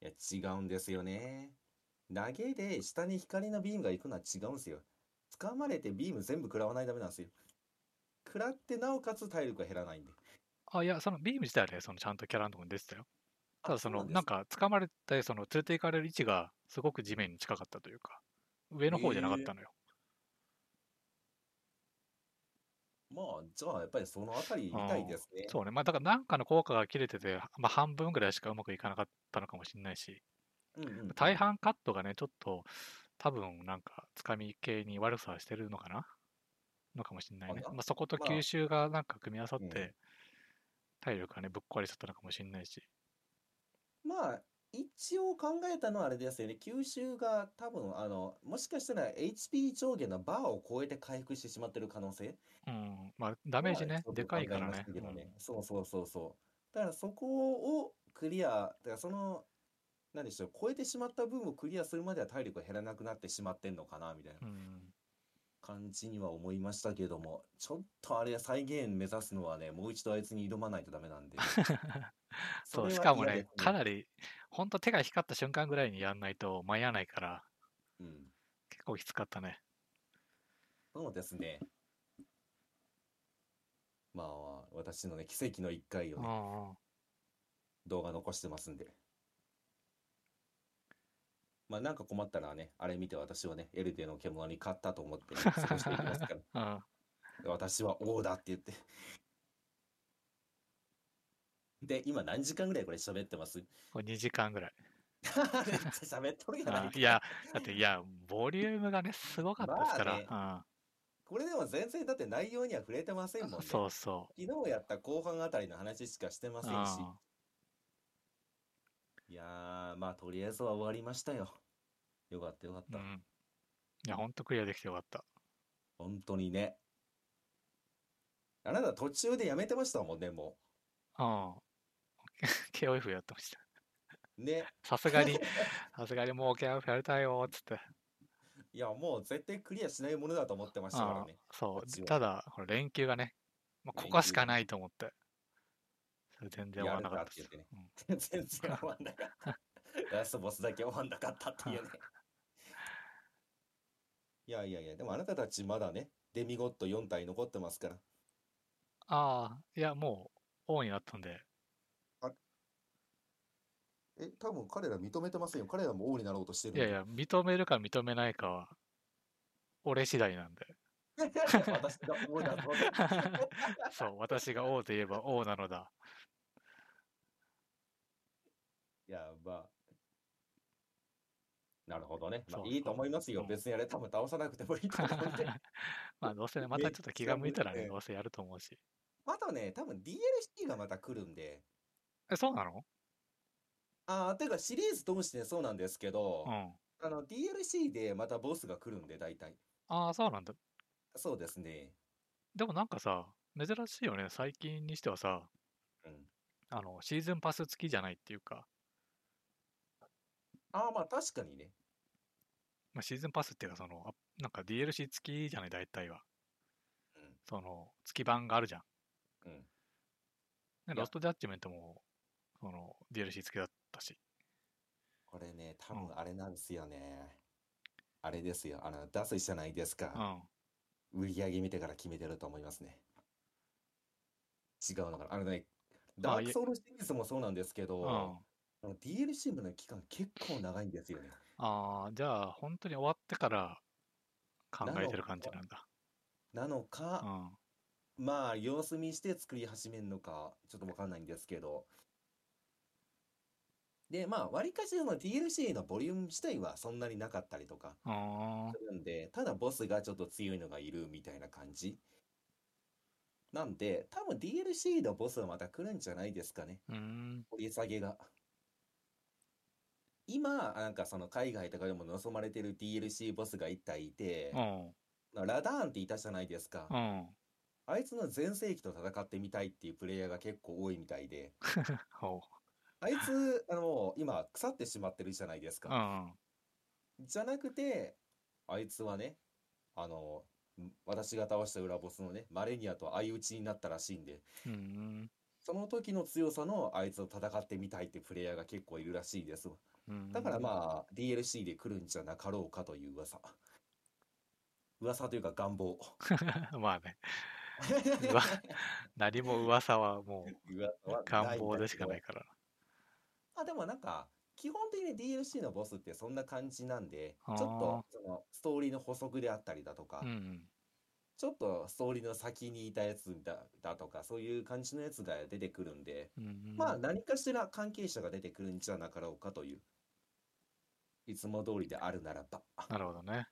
いや、違うんですよね。投げで下に光のビームが行くのは違うんですよ。掴まれてビーム全部食らわないとダメなんですよ。食らってなおかつ体力が減らないんで。
あ、いや、そのビーム自体はね、そのちゃんとキャラのとこに出てたよ。ただ、その、なん
か、
か、掴まれて、その、連れて行かれる位置が、すごく地面に近かったというか、上の方じゃなかったのよ。
まあ、じゃあやっぱりそのあたりみたいですね。
そうね、まあ、だから、なんかの効果が切れてて、まあ、半分ぐらいしかうまくいかなかったのかもしれないし、
うんうんうん
大半カットがね、ちょっと、多分なんか、つかみ系に悪さしてるのかなのかもしれないね。
あな
まあ、そこと
まあ
吸収がなんか組み合わさっ
うん
て、体力がね、ぶっ壊れちゃったのかもしれないし。
まあ、一応考えたのはあれですよね。吸収が多分、あの、もしかしたら HP 上限のバーを超えて回復してしまってる可能性
うん、まあ、ダメージね、でかいからね。
うんそうそうそうそう。だからそこをクリア、だからその、なんでしょう、超えてしまった分をクリアするまでは体力が減らなくなってしまってんのかな、みたいな
うんうん
感じには思いましたけど も、ちょっとあれ再現目指すのはね、もう一度あいつに挑まないとダメなんで。
そ、
そうれ
し
は
かも
嫌
ね
で、すね
かなり、ほんと手が光った瞬間ぐらいにやんないと間に合わないから、
うん。
結構きつかったね。
そうですね。まあ、私のね、奇跡の一回
う
をね、
んうん。
動画残してますんで。まあなんか困ったらね、あれ見て私はね、エルデの獣に勝ったと思って、ね、過ごしていきますから。
うん。
私は王だって言って。で、今何時間ぐらいこれ喋ってます めっ
これ2時間ぐらい。
ちゃ喋っとるやない
あ
か
いや、だって、いや、ボリュームがね、すごかったですから。
これでも全然だって内容には触れてません
う
もん
ん。
ね。
そうそ
昨日やった後半あたりの話しかしてま
う。
せんし。いやー、まあとりあえずは終わりましたよ。よかったよかっ
うん。う
た。
ん。いや、ほんとクリアできてよかった。
本当にね。あなた途中でやめてましたもんね、も
うん。KOF やってました。
う。ね。
さすが に、さすがにもう KOF やりたいよ、つって。
いや、もう絶対クリアしないものだと思ってましたからね。
ああそ
こっち
う、
は
ただ、これ連休がね、まあ、こ
連
こはし
休
か
がね
ないと思って、それ全然終わらなかったです。
やる
うん
全然終わんなかった。ラスボスだけ終わんなかったっていうね。いやいやいや、でもあなたたちまだね、デミゴット4体残ってますから。
ああ、いや、もう、王になったんで、
え、多分彼ら認めてませんよ。彼らも王になろうとしてるん
い
で
やいや、認めるか認めないかは、俺次第なんで。
私が王だぞ。
そう、私が王といえば王なのだ。
やば。なるほどね。まあ、
そう
いいと思いますよ
う。ん
別にあれ多分倒さなくてもいいと思うんで。
まあ、どうせね、またちょっと気が向いたら
え
ね、
え
どうせやると思うし。
あとね、多分 DLC がまた来るんで。
え、そうなの
ああ、てかシリーズ通してそうなんですけど、
うん。
あの DLC でまたボスが来るんで、大体。
ああ、そうなんだ。
そうですね。
でもなんかさ、珍しいよね、最近にしてはさ、
うん。
あの、シーズンパス付きじゃないっていうか、
ああ、まあ確かにね。
まあ、シーズンパスっていうか、その、あなんか DLC 付きじゃない、大体は。その、月版があるじゃん。
うん。うん。
ね、
いや
ロストジャッジメントも、その、DLC 付きだったし。
これね、多
う
分あれなんですよね。あれですよ。あの、出すじゃないです
う
か。
ん。
売り上げ見てから決めてると思いますね。違うのかな。あのね、
まあ
ダ
い
ー
え
クソウルシリーズもそうなんですけ
う
ど、
ん。あ
あの DLC までの期間結構長いんですよね。
あー、じゃあ、本当に終わってから考
な
え
の
てる感じなんだ。
なの
う
か、
ん。
まあ様子見して作り始めるのか、ちょっとわかんないんですけど。で、まあ、わりかしその DLC のボリューム自体はそんなになかったりとか
あ
するんで、ただボスがちょっと強いのがいるみたいな感じ。なんで、多分 DLC のボスはまた来るんじゃないですかね。
ーうーん。
掘り下げが。今、なんかその海外とかでも望まれてる DLC ボスが1体いて
う、ん。
ラダーンっていたじゃないですか
う。ん。
あいつの全盛期と戦ってみたいっていうプレイヤーが結構多いみた いで、
ほ
あいつ、あの、今腐ってしまってるじゃないです
う。う
か。
ん。
じゃなくて、あいつはね、あの、ん私が倒した裏ボスのね、マレニアと相打ちになったらしいんで、
うーん。
その時の強さのあいつを戦ってみたいってプレイヤーが結構いるらしいです。だから
あ。
まあ、DLC で来るんじゃなかろうかという噂。噂というか 願望。
まあね、わ何も噂は もう
噂はな
願
いんだけど
望でしかないから
あ、でもなんか、基本的に DLC のボスってそんな感じなんで、ち
あ
ょ
ー
っとそのストーリーの補足であったりだとか、
な。うん
ちょっとストーリーの先にいたやつだだとか、そういう感じのやつが出てくるんで、
うん。うんうん
まあ何かしら関係者が出てくるんじゃなかろうかという。いつも通りであるならば。
なるほどね。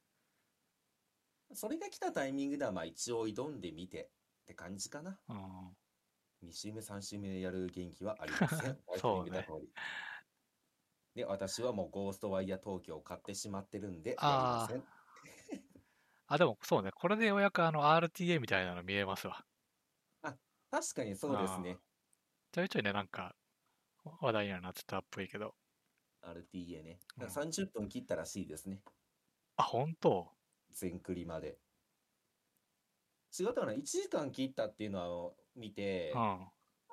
それが来たタイミングではまあ一応挑んでみてって感じかな。
うん。。
2週目、3週目でやる元気はありません
そうね
お分けいただいた通りで、私はもうゴーストワイヤー東京を買ってしまってるんで、やりま
あー
せん。
あ、でもそうね、これでようやくあの RTA みたいなの見えますわ。
確かにそうですね。
ちょいちょいね、なんか話題にはなってたっぽいけど。
RTA ね。
うん
30分切ったらしいですね。
あ、本当
全クリまで。違ったかな ?1 時間切ったっていうのは見て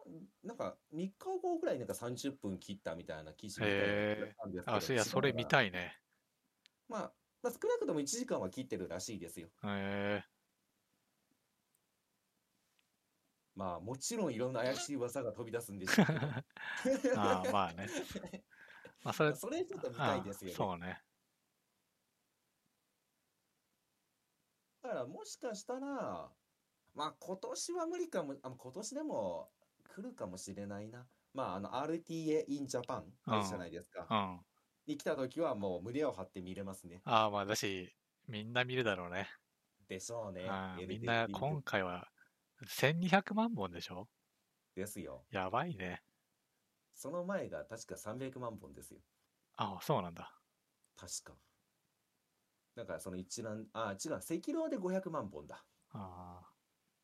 う、ん。
なんか3日後ぐらいになんか30分切ったみたいな記事みたいなのがあったんですけど
あ、そういや、
違う
それ見たいね。
まあ、まあ、少なくとも1時間は切ってるらしいですよ。
へえ
まあ、もちろんいろんな怪しい噂が飛び出すんで しょうけど。
ああ、まあね。まあ、それ、
それちょっと見たいですよね。
ああそうね。
からもしかしたら、まあ今年は無理かも、あ今年でも来るかもしれないな。まああの RTA in Japan あるじゃないですか。
うん。
に来た時はもう胸を張って見れますね。
ああ、まあだし、みんな見るだろうね。
でしょうね
あ。ー
LDP
みんな今回は1200万本でしょ
ですよ。
やばいね。
その前が確か300万本ですよ。
ああ、そうなんだ。
確か。だからその一覧、あ、違う、赤狼で500万本だ。
あ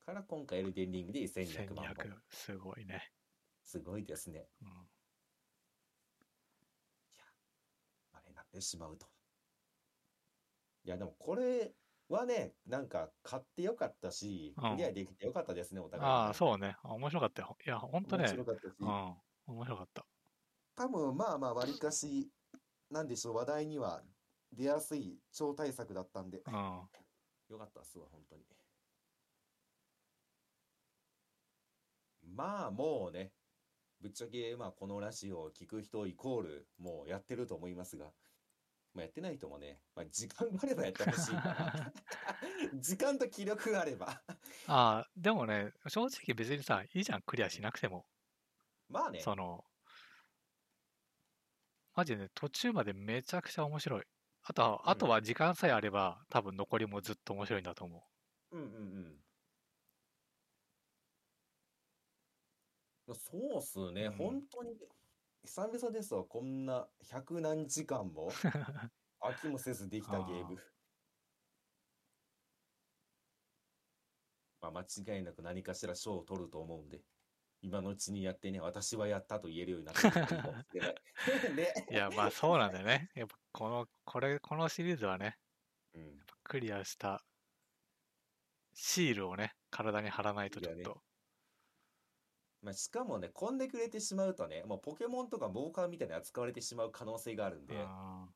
あ、
から今回エルデンリングで1200
1200
万本。
すごいね。
すごいですね。
うん、
あれになってしまうと。いや、でもこれはね、なんか買ってよかったし、
うん
クリアできてよかったですね、お互いに。
ああ、そうね。あ面白かったよ。いや、ほんと
面
ね
白。かったし
う、ん。面白かった。
多分まあまあ、わりかし、なんでしょう、話題には出やすい超大作だったんで、
うん。
よかったっすわ、本当に。まあ、もうね、ぶっちゃけ、まあ、このラジオを聞く人イコール、もうやってると思いますが、まあ、やってない人もね、まあ、時間があればやってほしいな時間と気力があれば。
ああ、でもね、正直別にさ、いいじゃん、クリアしなくても。
まあね、
その、マジでね、途中までめちゃくちゃ面白い。あとは、あとは時間さえあれば、多分残りもずっと面白いんだと思う。
うんうんうん。まあそうっすね、
うん
本当に、久々ですわ、こんな百何時間 も飽きもせずできたゲーム。まあ、間違いなく何かしら賞を取ると思うんで、今のうちにやってね、私はやったと言えるようになってくれるかもし れない。ね。
いや、まあそうなんだよ ね。やっぱこの、これ、このシリーズはね、
うん
クリアしたシールをね、体に貼らないとちょっ
いや
と。
まあ、しかもね、混んでくれてしまうとね、もうポケモンとかモーカーみたいに扱われてしまう可能性があるんで、
あ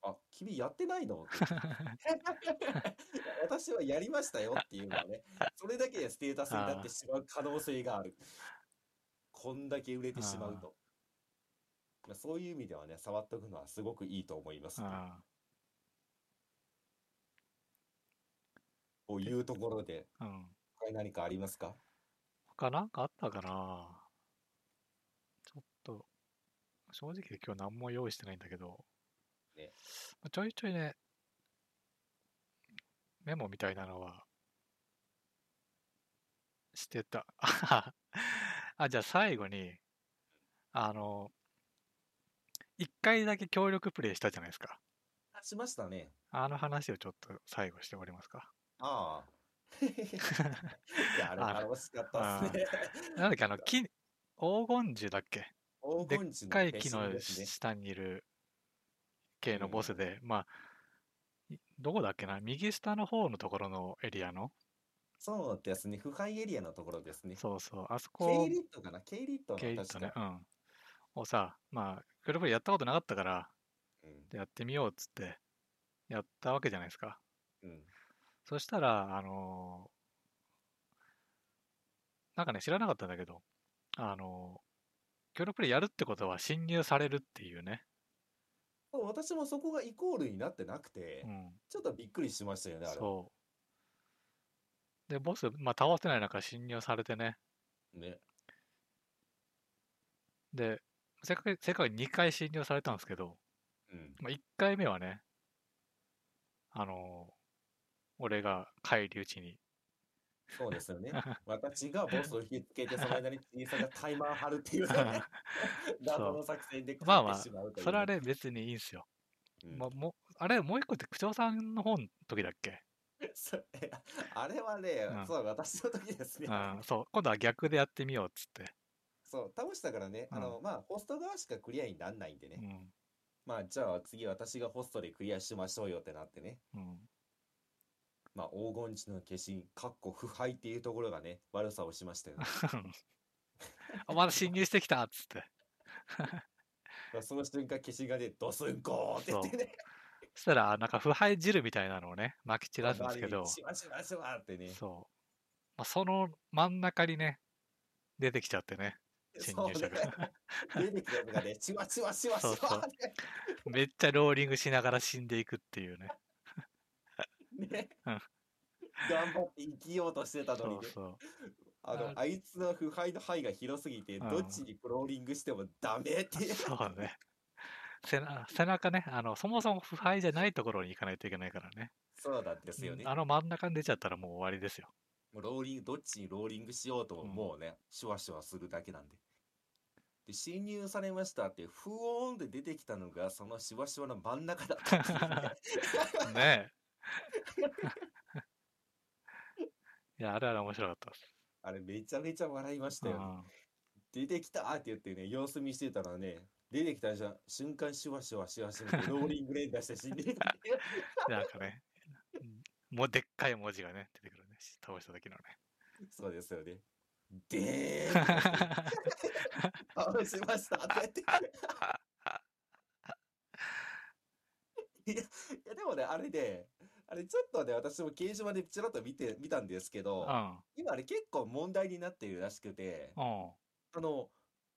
あ、君やってないのって 私はやりましたよっていうのはね、それだけでステータスになってしまう可能性がある。こんだけ売れてしまうと。まあ、そういう意味ではね、触っとくのはすごくいいと思います
ー
ね。
あ
こういうところで、
ー、うん。
他に何かありますか
他なんかあったかなちょっと、正直今日何も用意してないんだけど、
ね
まあちょいちょいね、メモみたいなのは、してた。 あじゃあ最後に、あの、一回だけ協力プレイしたじゃないですか。
あしましたね。
あの話をちょっと最後しておりますか。
ああ。 いや、あ
あ
れ楽しかったっすね。
なんだっけ、あの、金、黄金樹だっけ
黄
でっ
金樹の
かい
化
木
身
の
ですね。
下にいる系の
うん
ボスで、まあ、いどこだっけな、右下の方のところのエリアの、
そうですね。腐敗エリアのところですね。
そうそう、あそ
ケ
こ
イ、リットかなケイリットの
ケイリッ
確
ト
か。
ね、うん。をさ、まあ、クルプリやったことなかったから、やってみようっつって、やったわけじゃないですか。
うん。うん。
そしたら、あのーなんかね、知らなかったんだけど、あのー、協力プレイやるってことは侵入されるっていうね。
そう私もそこがイコールになってなくて、
うん。
ちょっとびっくりしましたよね、あれ。
そう。で、ボス、まあ、倒せない中、侵入されてね。
ね。
で、せっかく、せっかく2回侵入されたんですけど、
うん。
まあ、1回目はね、あのー俺が返り討ちに、
そうですよね。 私がボスを引きつけて、その間に小さなタイマー張るっていうね、 謎の作戦で
まあ
勝っ
まあ
てしまうというね。
それはね、別にいいんすよ。
うん
まあ、もうあれ、もう一個って、区長さんの方の時だっけ
それあれはね
う、ん
そう、私の時ですね。
うん、そう、今度は逆でやってみようっつって。
そう、倒したからね、あの、まあ、ホスト側しかクリアにならないんで
う
ね。
ん、
まあ、じゃあ次私がホストでクリアしましょうよってなってね。
うん、
まあ、黄金地の化身、かっこ腐敗っていうところがね、悪さをしましたよね。
あまだ侵入してきたっつって。
まあその瞬間、消しがね、ドスンコーって言ってね、
そしたら、なんか腐敗汁みたいなのをね、撒き散らすんですけど。
シュワシュワシュワってね、
そう。まあ、その真ん中にね、出てきちゃってね、侵入者が。
そうね出てきたのがね、シュワシュワシュワシュワって
めっ ちゃローリングしながら死んでいくっていうね。
ね
うん。
頑張って生きようとしてたの
そ
に
う
ね
そう。
あの
あ
あいつの腐敗の範囲が広すぎて
うん
どっちにクローリングしてもダメって
そう ね。背な背中ねあの、そもそも腐敗じゃないところに行かないといけないからね。
そうなんですよね
うんあの真ん中に出ちゃったらもう終わりです よ。
もうローリングどっちにローリングしようとも
うん
もうね、シュワシュワするだけなんでで侵入されましたってふおーんで出てきたのがそのシュワシュワの真ん中だったっていうね
ね え。いや、あれは面白かったです。
あれめちゃめちゃ笑いましたよね、出てきたーって言ってね様子見してたらね出てきた瞬間シュワシュワシュワシュ ワってローリング連打して死んでたっていう
うんなんかね、うんもうでっかい文字がね、出てくるね。倒した時のね。
そうですよねでーんってなって倒しましたってやって。 いやいやでもね、あれね、あれちょっとね、私も掲示板でちらっと見て、見たんですけ
う
ど、
ん。
今あれ結構問題になっているらしくて、
うん。
あの、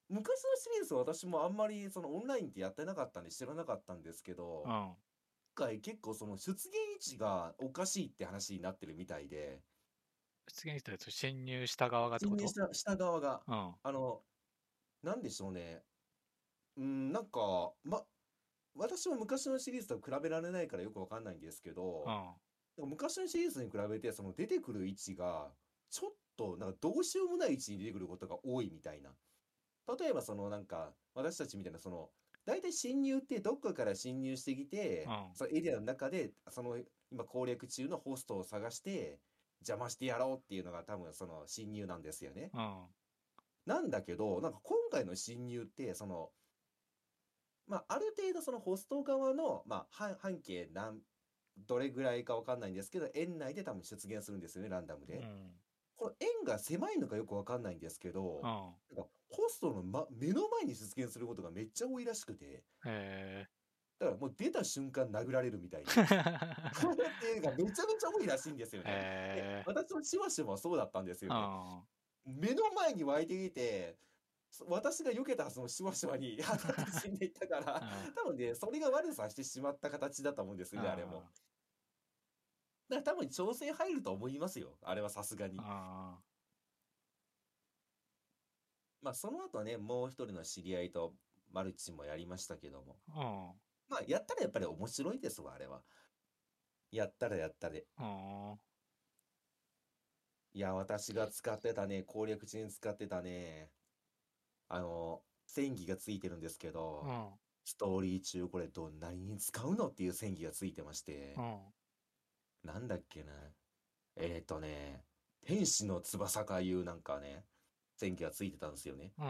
昔のシリーズは私もあんまりそのオンラインってやってなかったんで知らなかったんですけど、
うん。
今回結構その出現位置がおかしいって話になってるみたいで、
出現したやつ、侵入した側がって
侵
こ
入
と
した、した側が、
うん。
あの、なんでしょうね。うん、なんか、ま、私も昔のシリーズと比べられないからよくわかんないんですけど、
うん。
でも昔のシリーズに比べて、その出てくる位置が、ちょっと、なんかどうしようもない位置に出てくることが多いみたいな。例えば、そのなんか、私たちみたいな、その、大体侵入ってどっかから侵入してきて、
うん
そのエリアの中で、その今攻略中のホストを探して、邪魔してやろうっていうのが多分その侵入なんですよね。
うん。
なんだけど、なんか今回の侵入って、その、まあ、ある程度そのホスト側の、まあ、半半径何、どれぐらいかわかんないんですけど、園内で多分出現するんですよね、ランダム
うん。う
で。
ん。
この園が狭いのかよくわかんないんですけど、なんか
うん
ホストの、ま、目の前に出現することがめっちゃ多いらしくて、
え
だからもう出た瞬間殴られるみ たいな。
ー。
これっていうのがめちゃめちゃ多いらしいんですよね。で
えー。
私もしばしばそうだったんですよね。
うん。
目の前に湧いていて、そ私が避けたはずのシュワシュワに当たって死んでいったから、多分ね、それが悪さしてしまった形だと思うんですよね、あれも。だから多分調整入ると思いますよ、あれはさすがに。
あ
まあ、その後ね、もう一人の知り合いとマルチもやりましたけども。
あ。うん。
まあ、やったらやっぱり面白いですわ、あれは。やったらやったで。
うん。
いや、私が使ってたね、攻略中に使ってたね、あの、戦技がついてるんですけど、
うん。
ストーリー中これどんなに使うのっていう戦技がついてまして
う、ん。
なんだっけな。えっとね、天使の翼かいうなんかね、戦技がついてたんですよね。
うん。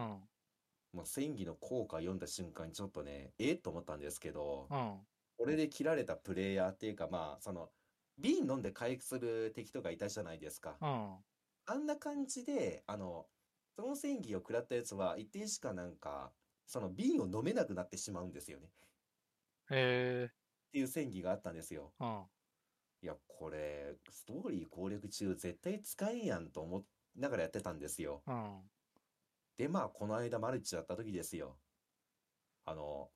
もう戦技の効果読んだ瞬間にちょっとね、えっと思ったんですけど、
うん。
これで切られたプレイヤーっていうかまあ、その、瓶飲んで回復する敵とかいたじゃないですか。
うん。
あんな感じで、あの、その戦技を食らったやつは一定しかなんか、その瓶を飲めなくなってしまうんですよね。っ
え
ていう戦技があったんですよ。
ー。うん。
いや、これ、ストーリー攻略中絶対使えんやんと思いながらやってたんですよ。
うん。
で、まあ、この間マルチやった時ですよ。あの、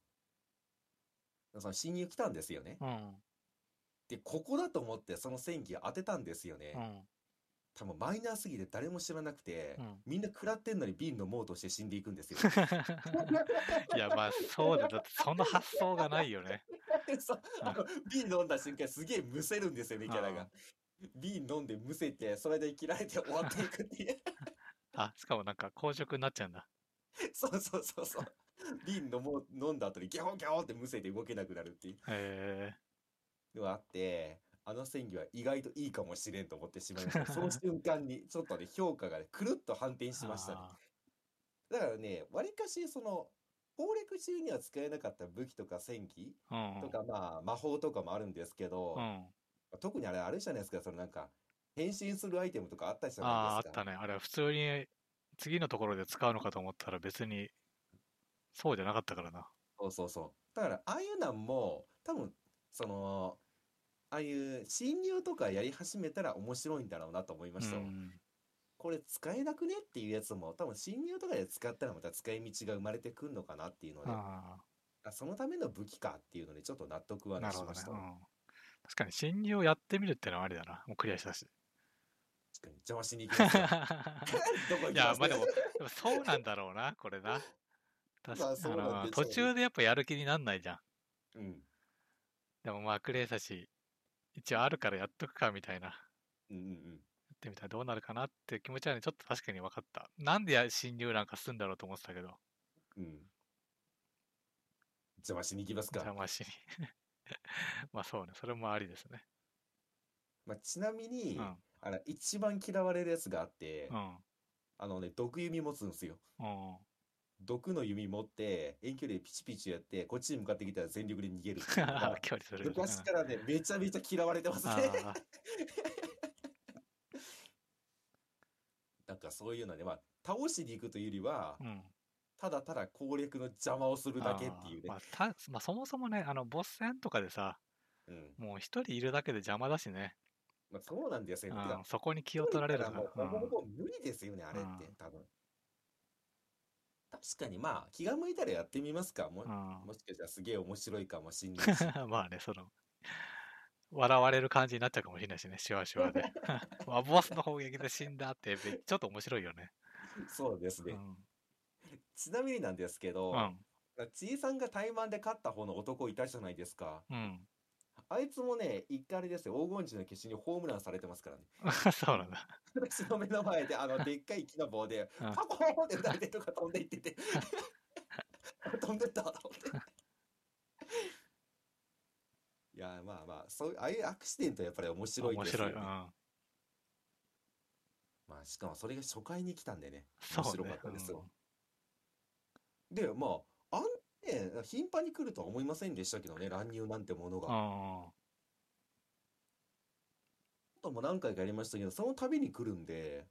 その侵入来たんですよね。
うん。
で、ここだと思ってその戦技当てたんですよ
う
ね。
ん。
多分マイナーすぎて誰も知らなくて
うん、
みんな食らってんのに瓶飲もうとして死んでいく んですよ。
いや、まあ、そうだ。だって、その発想がないよね。
そうあの瓶飲んだ瞬間すげえむせるんですよね、キャラが。瓶飲んでむせて、それで切られて終わっていくっていう。
あ、しかもなんか、硬直になっちゃうんだ。
そうそうそうそう。瓶飲もう 飲んだ後にギャオギャオってむせて動けなくなるっていう
え
のがあって、あの戦技は意外といいかもしれんと思ってしまいました。その瞬間にちょっとね、評価がね、くるっと反転
ー。
しましたね。
あ
だからね、わりかしその、攻略中には使えなかった武器とか戦技
ー。
とか、まあ、魔法とかもあるんですけど
うん。う、ん。
特にあれ、あれじゃないですか、そのなんか、変身するアイテムとかあったりじゃ
ああ
な
ー、あ
い
っ
ですか。
たね。あれは普通に、次のところで使うのかと思ったら別に、そうじゃなかったからな。
そうそうそう。だから、ああいうなんも、多分、その、ああいう侵入とかやり始めたら面白いんだろうなと思いま
う
したわ。
ん。
これ使えなくねっていうやつも、多分侵入とかで使ったらまた使い道が生まれてくるのかなっていうので、
あ
あそのための武器かっていうのでちょっと納得は
あ、
ね
なる
し
ほど
ま
ね
し。
う
たわ。
ん。確かに、侵入をやってみるってのはありだな。もうクリアしたし。
君邪魔しに行きますよ どこ行
い
きま
や
す、
まあでも、でもそうなんだろうな、これな。確
ま
か
あそうなんで
あの
しょう
途中でやっぱやる気になんないじゃん。
うん
でもまあ、クレイサし、一応あるからやっとくかみたいな、やっ
うんうんうん
てみたらどうなるかなって気持ちはね、ちょっと確かに分かった。なんでや新入なんかすんだろうと思ってたけど、
うん邪魔しに行きます
邪
か、
魔しに。 まあそうね、それもありですね。
まあ、ちなみに、
うん
あの一番嫌われるやつがあって、
うん。
あのね毒弓持つんですよ
うん。
毒の弓持って遠距離でピチピチやってこっちに向かってきたら全力で逃げるって いうのが
距離する。
昔からねめちゃめちゃ嫌われてますね
ああ
なんかそういうので、まあ、倒しに行くというよりは、
うん。
ただただ攻略の邪魔を するだけっていうね
あ。あまあ、たまあ、そもそもね、あの、ボス戦とかでさ、
うん。
もう一人いるだけで邪魔だしね、
まあ、そうなんです
う
よ。
ん
てか、
そこに気を取られる
一人
から
いたもうほぼほぼ無理ですよね、あれっ
う
て
ん、
多分。確かに、まあ、気が向いたらやってみますか。も,、
う
もしかしたらすげえ面白いかもしんないし。
んまあね、その、笑われる感じになっちゃうかもしれないしね、シュワシュワで。 まあボスの砲撃で死んだって、ちょっと面白いよね。
そうです
う
ね、
ん。
ちなみになんですけど、
うん。
ちいさんが怠慢で勝った方の男いたじゃないですか。
うん。
あいつもね、一回あれですよ、黄金時の消しにホームランされてますからね。
そうなんだ。
私の目の前で あのでっかい木の棒で
うん
パコーンって打たれてとか飛んでいって て飛んでったと思っていやまあまあそういうああいうアクシデントはやっぱり面白い
面
ですよ
白い。
ね
うん。
まあしかもそれが初回に来たんでね
そうね
面白かったですよ、でまああんね頻繁に来るとは思いませんでしたけどね乱入なんてもの
う
が、あ
ん。うん
とも何回かやりましたけどその度に来るんで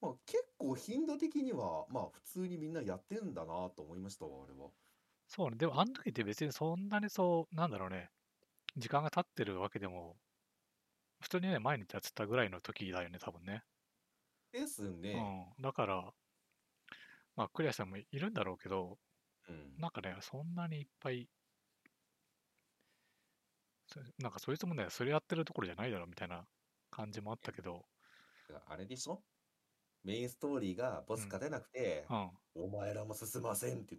まあ結構頻度的にはまあ普通にみんなやってんだなと思いましたわあれは
そうね。でも、あの時って別にそんなにそう、なんだろうね。時間が経ってるわけでも、普通にね、毎日やってたぐらいの時だよね、多分ね。
ですね。
うん。だから、まあ、クリアさんもいるんだろうけど、
うん
なんかね、そんなにいっぱい、そなんかそいつもね、それやってるところじゃないだろうみたいな感じもあったけど、
あれでしょメインストーリーがボス勝てなくて
う、 ん。
お前らも進ませんって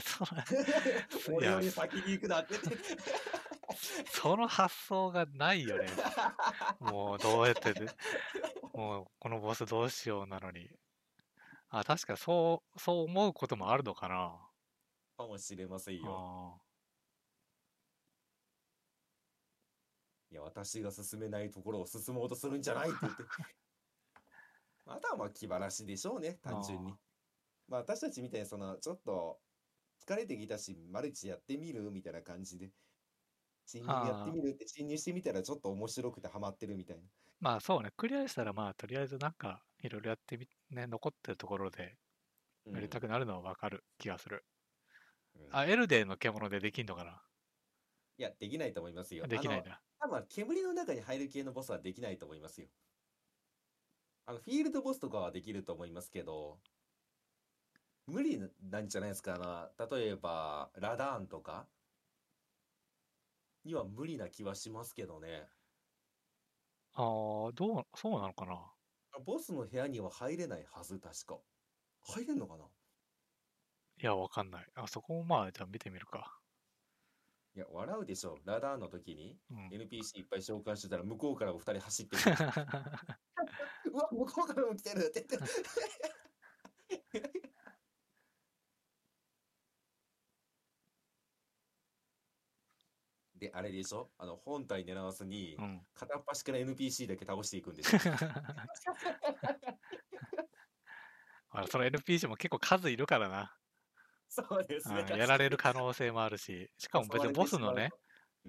その
言っ て、
い
俺
や
より先に行くなって言って、
その発想がない よね。もうどうやってで、もうこのボスどうしようなのに。あ、確かそう、そう思うこともあるのかな。
かもしれませんよ。
あ
いや、私が進めないところを進もうとするんじゃないって 言って。あとはまあ気晴らしでしょうね、単純に
あー。
まあ私たちみたいにその、ちょっと疲れてきたし、マルチやってみるみたいな感じで。侵入やってみるって侵入してみたらちょっと面白くてハマってるみたいな。
まあそうね、クリアしたらまあとりあえずなんかいろいろやってみ、ね、残ってるところで
うん
やりたくなるのはわかる気がする。
うん
あ、エルデンの獣でできんのかない
や、できないと思いますよ。
できない
あ
な。
の多分、煙の中に入る系のボスはできないと思いますよ。あの、フィールドボスとかはできると思いますけど、無理なんじゃないですかな。例えば、ラダーンとかには無理な気はしますけどね。
ああー、どう、そうなのかな
ボスの部屋には入れないはず、確か。入れんのかない
や、わかんない。あそこもまあ、じゃあ見てみるか。
いや、笑うでしょ。ラダーンの時に
うん
NPC いっぱい紹介してたら、向こうからお二人走ってきてうわ、向こうからも来てるって言って。 で、あれでしょあの、本体狙わずに
う、 ん。
片っ端から NPC だけ倒していくんでしょ
あその NPC も結構数いるからな。
そうですね。
うんやられる可能性もあるし、しかも別にボスのね、
うん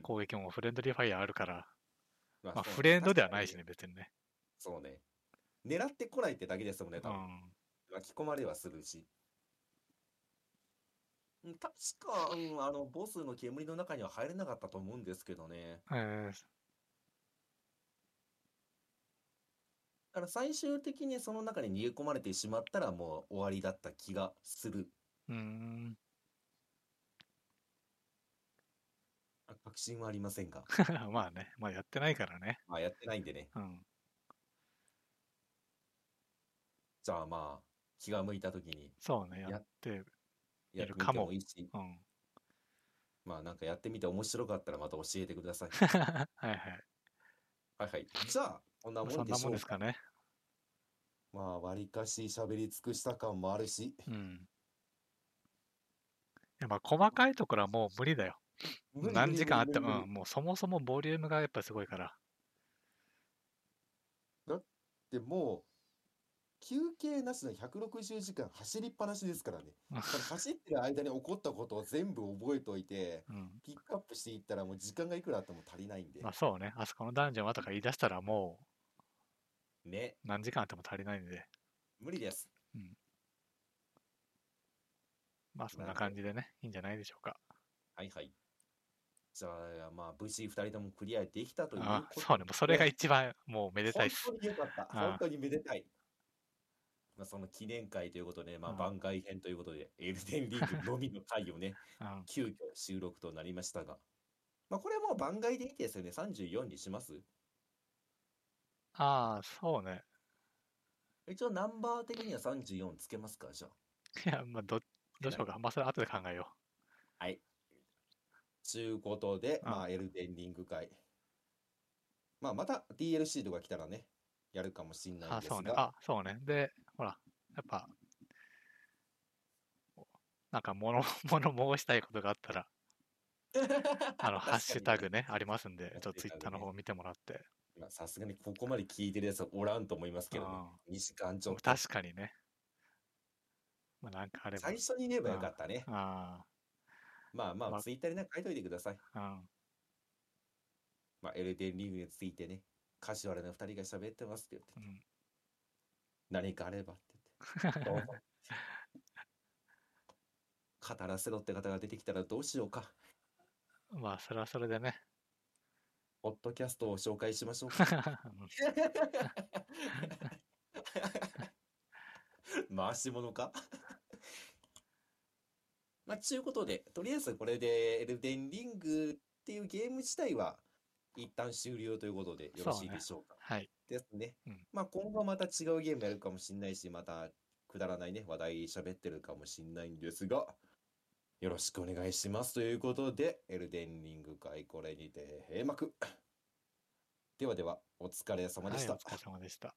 攻撃もフレンドリーファイアあるから、
ま
まあ
そう
フレンドではないし。ね、
確
別にね。
かにそうね。狙ってこないってだけですもんね、
う
多分。
ん。
巻き込まれはするし。うん確か、うん、あの、ボスの煙の中には入れなかったと思うんですけどね。
えー
だから最終的にその中に逃げ込まれてしまったらもう終わりだった気がする。
うーん。
確 信はありませんが。
まあね、まあやってないからね。
まあやってないんでね。
うん。
じゃあまあ、気が向いた時に
そうね、
や
やって、
や
や
って
る
み
か
て
も
もいいし、
うん。
まあなんかやってみて面白かったらまた教えてく ださい。
はいはい。
はいはい。じゃあ、こんな
まあそ
もん
ん
で
な
し
も
ょ
ん
う
です
か。
かね。
まあ、わりかし喋り尽くした感もあるし、
うん。いやまあ細かいところはもう無理だよ。
無理無
何
理
時間あっ
無
て
理無理
も、
無理
うんもうそもそもボリュームがやっぱすごいから。
でもう休憩なしの160時間走りっぱなしですからね。
うん
これ走ってる間に起こったことを全部覚えておいて、
うん。
ピックアップしていったらもう時間がいくらあっても足りないんで
ま。あそうね、あそこのダンジョンはとか言い出したらも
ね、
う何時間あっても足りないんで、
無理です。
まあそん
な
な
るほど
感じでね、いいんじゃないでしょうか。
はいはい。じゃあ、まあ、VC2 人ともクリアできたという
あ
こと
そうね、もうそれが
で
一番もうめでたいっす
本。当に良かった。
ああ
本当にめでたい。まあ、その記念会ということで、まあ、
うん
番外編ということで、エルデンリーグのみの回をね、
うん、
急遽収録となりましたが、まあ、これはもう番外でいいですよね。34にします
ああ、そうね。
一応ナンバー的には34つけますかじゃ
いや、まあど、どうしようか。まあそれ後で考えよ
あ。はい。ちゅうことで、
うん
まあ、エルデンリング会。まあ、また DLC とか来たらね、やるかもしれ
う。
ない
あ
んです
そうね。
が、
あそうね。で、ほら、やっぱ、なんか物、 物申したいことがあった ら、あの、
確かに
ハッシュタグね、ありますんで、ちょっと
ハッシ
ツ
ュ
イ
タ
ッタ
グね
ーの方見てもらって。
まあさすがにここまで聞いてるやつはおらんと思いますけどね。2時間ちょっ
うん、
と。
確かにね。まあなんかあれば
最。初に言えばよかったね。
あ
まあま
ま
あ、
あ
ツイッターになんか書いといてください。
あ、うん。
まあ、エルデンリングについてね、カジュアルな2人が喋ってますって言って
う、ん
何かあればって言って。どう ぞ語らせろって方が出てきたらどうしようか。
まあ、それはそれでね。
ポッドキャストを紹介しましょうか。 回し物 かまあ、ちゅうことで、とりあえずこれでエルデンリングっていうゲーム自体は一旦終了ということでよろしいでしょうか。
はい。
ですね。
うん
まあ今後また違うゲームやるかもしれないし、またくだらないね、話題喋ってるかもしれないんですが、よろしくお願いしますということで、エルデンリング会これにて閉幕。ではでは、お疲れ様
はい、お
でした。
疲れ様でした。